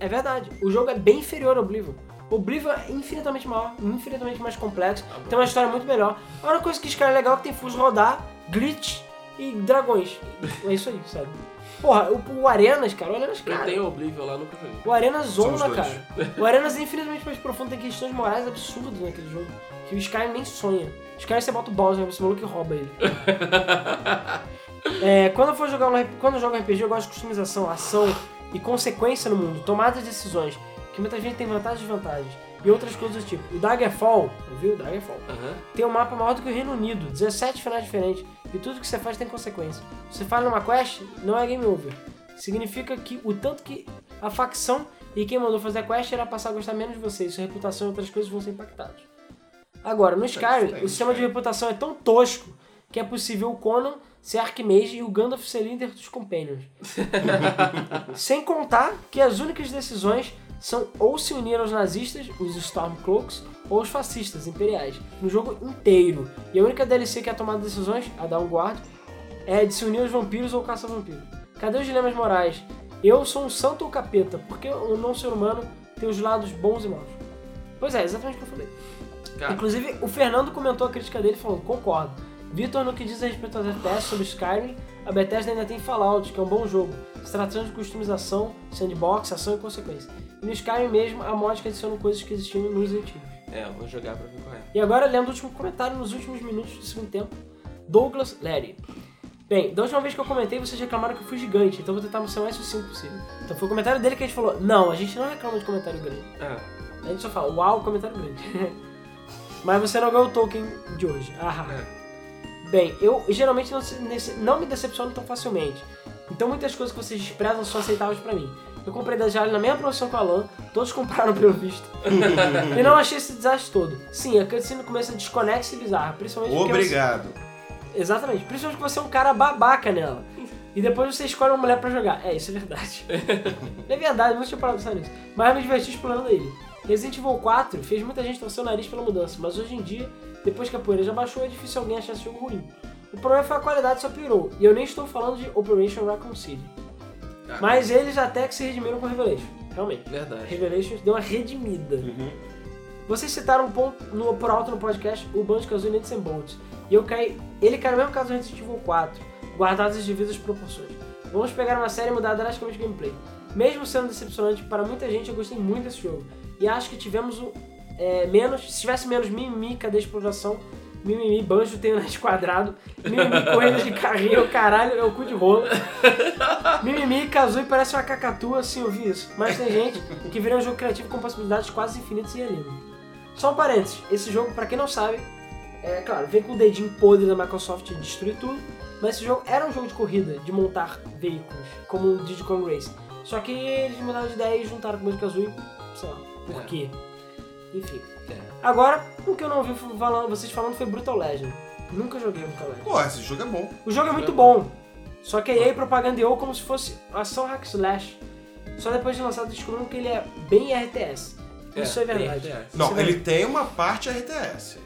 [SPEAKER 2] É verdade. O jogo é bem inferior ao Oblivion. Oblivion é infinitamente maior, infinitamente mais complexo,
[SPEAKER 3] Tá
[SPEAKER 2] tem uma história muito melhor. A única coisa que Skyrim é legal é que tem fuso rodar, glitch e dragões. É isso aí, sabe? Porra, o, o Arenas, cara, o Arenas,
[SPEAKER 4] Eu
[SPEAKER 2] cara.
[SPEAKER 4] tenho Oblivion lá, nunca joguei.
[SPEAKER 2] O Arenas
[SPEAKER 3] Somos
[SPEAKER 2] zona,
[SPEAKER 3] dois.
[SPEAKER 2] cara. O Arenas é infinitamente mais profundo, tem questões morais absurdas naquele jogo. Que o Skyrim nem sonha. O Skyrim você bota o Bowser, você maluco que rouba ele. É, quando eu for jogar um R- quando eu jogo RPG, eu gosto de customização, ação e consequência no mundo, tomada de decisões, que muita gente tem vantagens e desvantagens, e outras coisas do tipo. O Daggerfall, viu? O Daggerfall.
[SPEAKER 4] Aham.
[SPEAKER 2] Tem um mapa maior do que o Reino Unido, 17 finais diferentes, e tudo que você faz tem consequência. Se você fala numa quest, não é game over. Significa que o tanto que a facção e quem mandou fazer a quest irá passar a gostar menos de você, e sua reputação e outras coisas vão ser impactados. Agora, no
[SPEAKER 3] isso
[SPEAKER 2] Skyrim,
[SPEAKER 3] aí,
[SPEAKER 2] o sistema de reputação é tão tosco que é possível o Conan ser arquimage e o Gandalf ser líder dos Companions. Sem contar que as únicas decisões são ou se unir aos nazistas, os Stormcloaks, ou os fascistas, imperiais, no jogo inteiro. E a única DLC que é tomada decisões, a Downguard, é de se unir aos vampiros ou caça-vampiros. Cadê os dilemas morais? Eu sou um santo ou capeta? Porque o não ser humano tem os lados bons e maus. Pois é, exatamente o que eu falei.
[SPEAKER 4] Cara.
[SPEAKER 2] Inclusive, o Fernando comentou a crítica dele falando, concordo. Vitor, no que diz a respeito aos FPS sobre Skyrim, a Bethesda ainda tem Fallout, que é um bom jogo, se tratando de customização, sandbox, ação e consequência. E no Skyrim mesmo, há mods que adicionam coisas que existiam nos antigos.
[SPEAKER 4] É, eu vou jogar pra ver qual é.
[SPEAKER 2] E agora, lendo o último comentário nos últimos minutos do segundo tempo, Douglas Larry. Bem, da última vez que eu comentei, vocês reclamaram que eu fui gigante, então eu vou tentar ser o mais sucinto possível. Então foi o comentário dele que a gente falou, não, a gente não reclama de comentário grande.
[SPEAKER 5] É.
[SPEAKER 4] Ah,
[SPEAKER 2] A gente só fala, uau, comentário grande. Mas você não ganhou o token de hoje. Ah, Bem, eu geralmente não, se- nesse- não me decepciono tão facilmente. Então muitas coisas que vocês desprezam são aceitáveis pra mim. Eu comprei da Jale na mesma promoção que o Alan, todos compraram pelo visto. e não achei esse desastre todo. Sim, a cutscene no começo é desconexa e bizarra, principalmente porque você-
[SPEAKER 3] Obrigado.
[SPEAKER 2] Exatamente. Principalmente que você é um cara babaca nela. E depois você escolhe uma mulher pra jogar. É, isso é verdade. é verdade, não tinha parado de pensar nisso. Mas eu me diverti explorando ele. Resident Evil 4 fez muita gente torcer o nariz pela mudança, mas hoje em dia, depois que a poeira já baixou, é difícil alguém achar esse jogo ruim. O problema foi a qualidade só piorou, e eu nem estou falando de Operation Raccoon City.
[SPEAKER 4] Ah.
[SPEAKER 2] Mas eles até que se redimiram com Revelation, realmente.
[SPEAKER 4] verdade.
[SPEAKER 2] Revelations deu uma redimida. Vocês citaram um ponto no, por alto no podcast o Banjo-Kazooie Nuts and Bolts. E eu caí... Ele caiu no mesmo caso do Resident Evil 4, guardadas as devidas proporções. Vamos pegar uma série e mudar drasticamente o gameplay. Mesmo sendo decepcionante para muita gente, eu gostei muito desse jogo. E acho que tivemos o, é, menos. Se tivesse menos mimimi, cadê a exploração? Mimimi, banjo, tem nariz quadrado. Mimimi, corridas de carrinho, caralho, é o cu de rolo. Mimimi, Kazooie parece uma cacatua, assim, eu vi isso. Mas tem gente que vira um jogo criativo com possibilidades quase infinitas e é lindo. Só um parênteses, esse jogo, pra quem não sabe, é claro, vem com o dedinho podre da Microsoft de destruir tudo, mas esse jogo era um jogo de corrida, de montar veículos, como o Diddy Kong Race. Só que eles mudaram de ideia e juntaram com o Banjo Kazooie, sei lá, por
[SPEAKER 4] É.
[SPEAKER 2] quê? Enfim.
[SPEAKER 4] É.
[SPEAKER 2] Agora, o que eu não ouvi falando- vocês falando foi Brutal Legend. Nunca joguei Brutal Legend.
[SPEAKER 3] Pô, esse jogo é bom.
[SPEAKER 2] O jogo é muito bom, só que a EA propagandeou como se fosse ação hack slash. Só depois de lançado descobriram que ele é bem RTS. Isso é verdade.
[SPEAKER 4] RTS.
[SPEAKER 3] Não,
[SPEAKER 2] Você
[SPEAKER 3] ele tem uma parte RTS.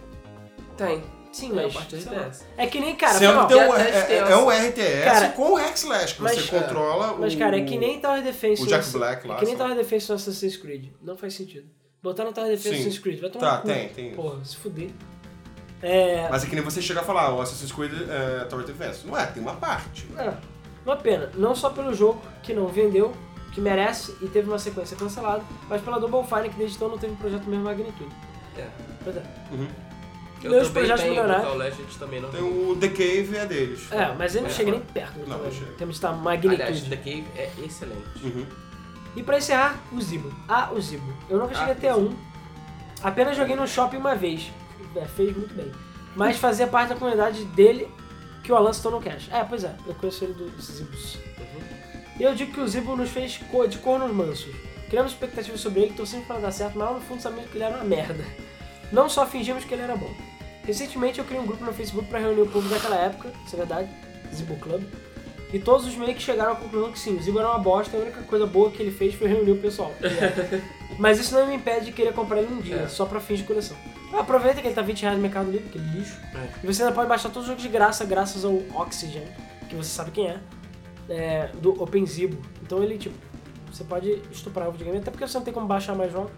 [SPEAKER 4] Tem.
[SPEAKER 2] Sim,
[SPEAKER 4] Tem a
[SPEAKER 2] mas...
[SPEAKER 4] parte
[SPEAKER 2] sei lá.
[SPEAKER 4] RTS.
[SPEAKER 2] É que nem, cara...
[SPEAKER 3] Sendo
[SPEAKER 2] não,
[SPEAKER 3] que tem
[SPEAKER 4] é
[SPEAKER 3] um,
[SPEAKER 4] até
[SPEAKER 3] é, é-
[SPEAKER 4] extenso.
[SPEAKER 3] é um RTS
[SPEAKER 2] Cara,
[SPEAKER 3] com o hack slash, que
[SPEAKER 2] mas-
[SPEAKER 3] você controla
[SPEAKER 2] Mas,
[SPEAKER 3] o...
[SPEAKER 2] cara, é que nem Tower Defense...
[SPEAKER 3] O
[SPEAKER 2] no-
[SPEAKER 3] Jack Black lá. assim.
[SPEAKER 2] É que nem
[SPEAKER 3] sei lá.
[SPEAKER 2] Tower Defense no Assassin's Creed. Não faz sentido. Botar no Tower Defense no
[SPEAKER 3] Sim.
[SPEAKER 2] Assassin's Creed. Vai tomar
[SPEAKER 3] Tá,
[SPEAKER 2] no cu.
[SPEAKER 3] tem, tem.
[SPEAKER 2] Porra, se fuder. É...
[SPEAKER 3] Mas é que nem você chegar e falar, o Assassin's Creed é, Tower Defense. Não é, tem uma parte.
[SPEAKER 2] É, uma pena, não só pelo jogo que não vendeu, que merece e teve uma sequência cancelada, mas pela Double Fine que desde então não teve um projeto da mesma magnitude.
[SPEAKER 4] É.
[SPEAKER 2] Pois é.
[SPEAKER 4] Eu
[SPEAKER 2] Meus
[SPEAKER 4] também
[SPEAKER 2] projetos
[SPEAKER 4] tenho
[SPEAKER 2] melhoraram.
[SPEAKER 4] Brutal Legend também não.
[SPEAKER 3] Tem o The Cave, é deles.
[SPEAKER 2] É, mas ele não
[SPEAKER 4] É,
[SPEAKER 2] chega nem perto do
[SPEAKER 3] Não,
[SPEAKER 2] tamanho,
[SPEAKER 3] não chega.
[SPEAKER 2] em termos da
[SPEAKER 4] Aliás,
[SPEAKER 2] magnitude.
[SPEAKER 4] isso daqui é excelente.
[SPEAKER 3] Uhum.
[SPEAKER 2] E pra encerrar, o Zibo. Ah, o Zibo. Eu nunca cheguei
[SPEAKER 4] Ah,
[SPEAKER 2] até um. Apenas joguei no shopping uma vez. É, fez muito bem. Mas fazia parte da comunidade dele que o Alan citou no Cash. É, pois é, eu conheço ele dos Zibos. E eu digo que o Zibo nos fez co- de cornos mansos. Criamos expectativas sobre ele, torcendo pra dar certo, mas lá no fundo sabíamos que ele era uma merda. Não só fingimos que ele era bom. Recentemente eu criei um grupo no Facebook pra reunir o povo daquela época, isso é verdade, Zibo Club. E todos os meio que chegaram à conclusão que sim, o Zibo era uma bosta, a única coisa boa que ele fez foi reunir o pessoal. tá Mas isso não me impede de querer comprar ele um dia,
[SPEAKER 4] É.
[SPEAKER 2] só pra fins de coleção. Aproveita que ele tá 20 reais no Mercado Livre, que lixo. E você ainda pode baixar todos os jogos de graça, graças ao Oxygen, que você sabe quem é, é, do OpenZibo. Então ele, tipo, você pode estuprar o videogame, até porque você não tem como baixar mais jogos.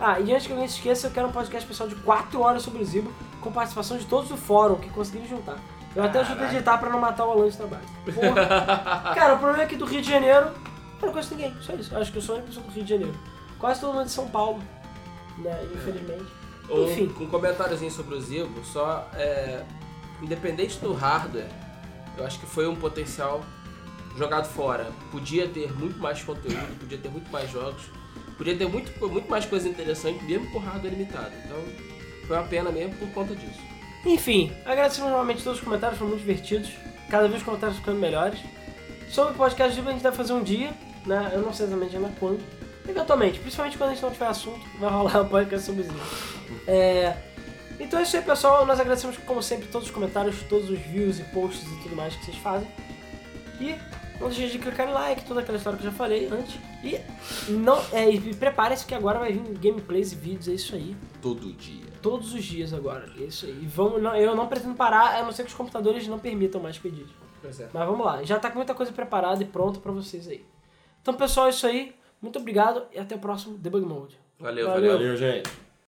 [SPEAKER 2] Ah, e antes que alguém se esqueça, eu quero um podcast especial de 4 horas sobre o Zibo, com participação de todos do fórum que conseguimos juntar. Eu até ajudei a editar pra não matar o Alan de trabalho. Porra. Cara, o problema é que do Rio de Janeiro, eu não conheço ninguém, só isso. Eu acho que eu sou a única pessoa do Rio de Janeiro. Quase todo mundo é de São Paulo, né, infelizmente.
[SPEAKER 4] Um,
[SPEAKER 2] Enfim.
[SPEAKER 4] um comentáriozinho sobre o Zibo, só é, independente do hardware, eu acho que foi um potencial jogado fora. Podia ter muito mais conteúdo, podia ter muito mais jogos, podia ter muito, muito mais coisa interessante, mesmo com hardware limitado. Então, foi uma pena mesmo por conta disso.
[SPEAKER 2] Enfim, agradecemos novamente todos os comentários, foram muito divertidos. Cada vez os comentários ficando melhores. Sobre o podcast Zibo, a gente vai fazer um dia, né? Eu não sei exatamente ainda quando. Eventualmente, principalmente quando a gente não tiver assunto, vai rolar um podcast sobre Zibo. É... Então é isso aí, pessoal. Nós agradecemos, como sempre, todos os comentários, todos os views e posts e tudo mais que vocês fazem. E não deixe de clicar em like, toda aquela história que eu já falei antes. E, não, é, e preparem-se que agora vai vir gameplays e vídeos, é isso aí
[SPEAKER 4] Todo dia.
[SPEAKER 2] todos os dias agora. É Isso aí. Vamos, não, eu não pretendo parar, a não ser que os computadores não permitam mais que eu edite.
[SPEAKER 4] Pois é.
[SPEAKER 2] Mas vamos lá, já tá com muita coisa preparada e pronta pra vocês aí. Então, pessoal, é isso aí. Muito obrigado e até o próximo Debug Mode.
[SPEAKER 4] Valeu,
[SPEAKER 2] Valeu.
[SPEAKER 4] valeu.
[SPEAKER 3] Valeu, gente.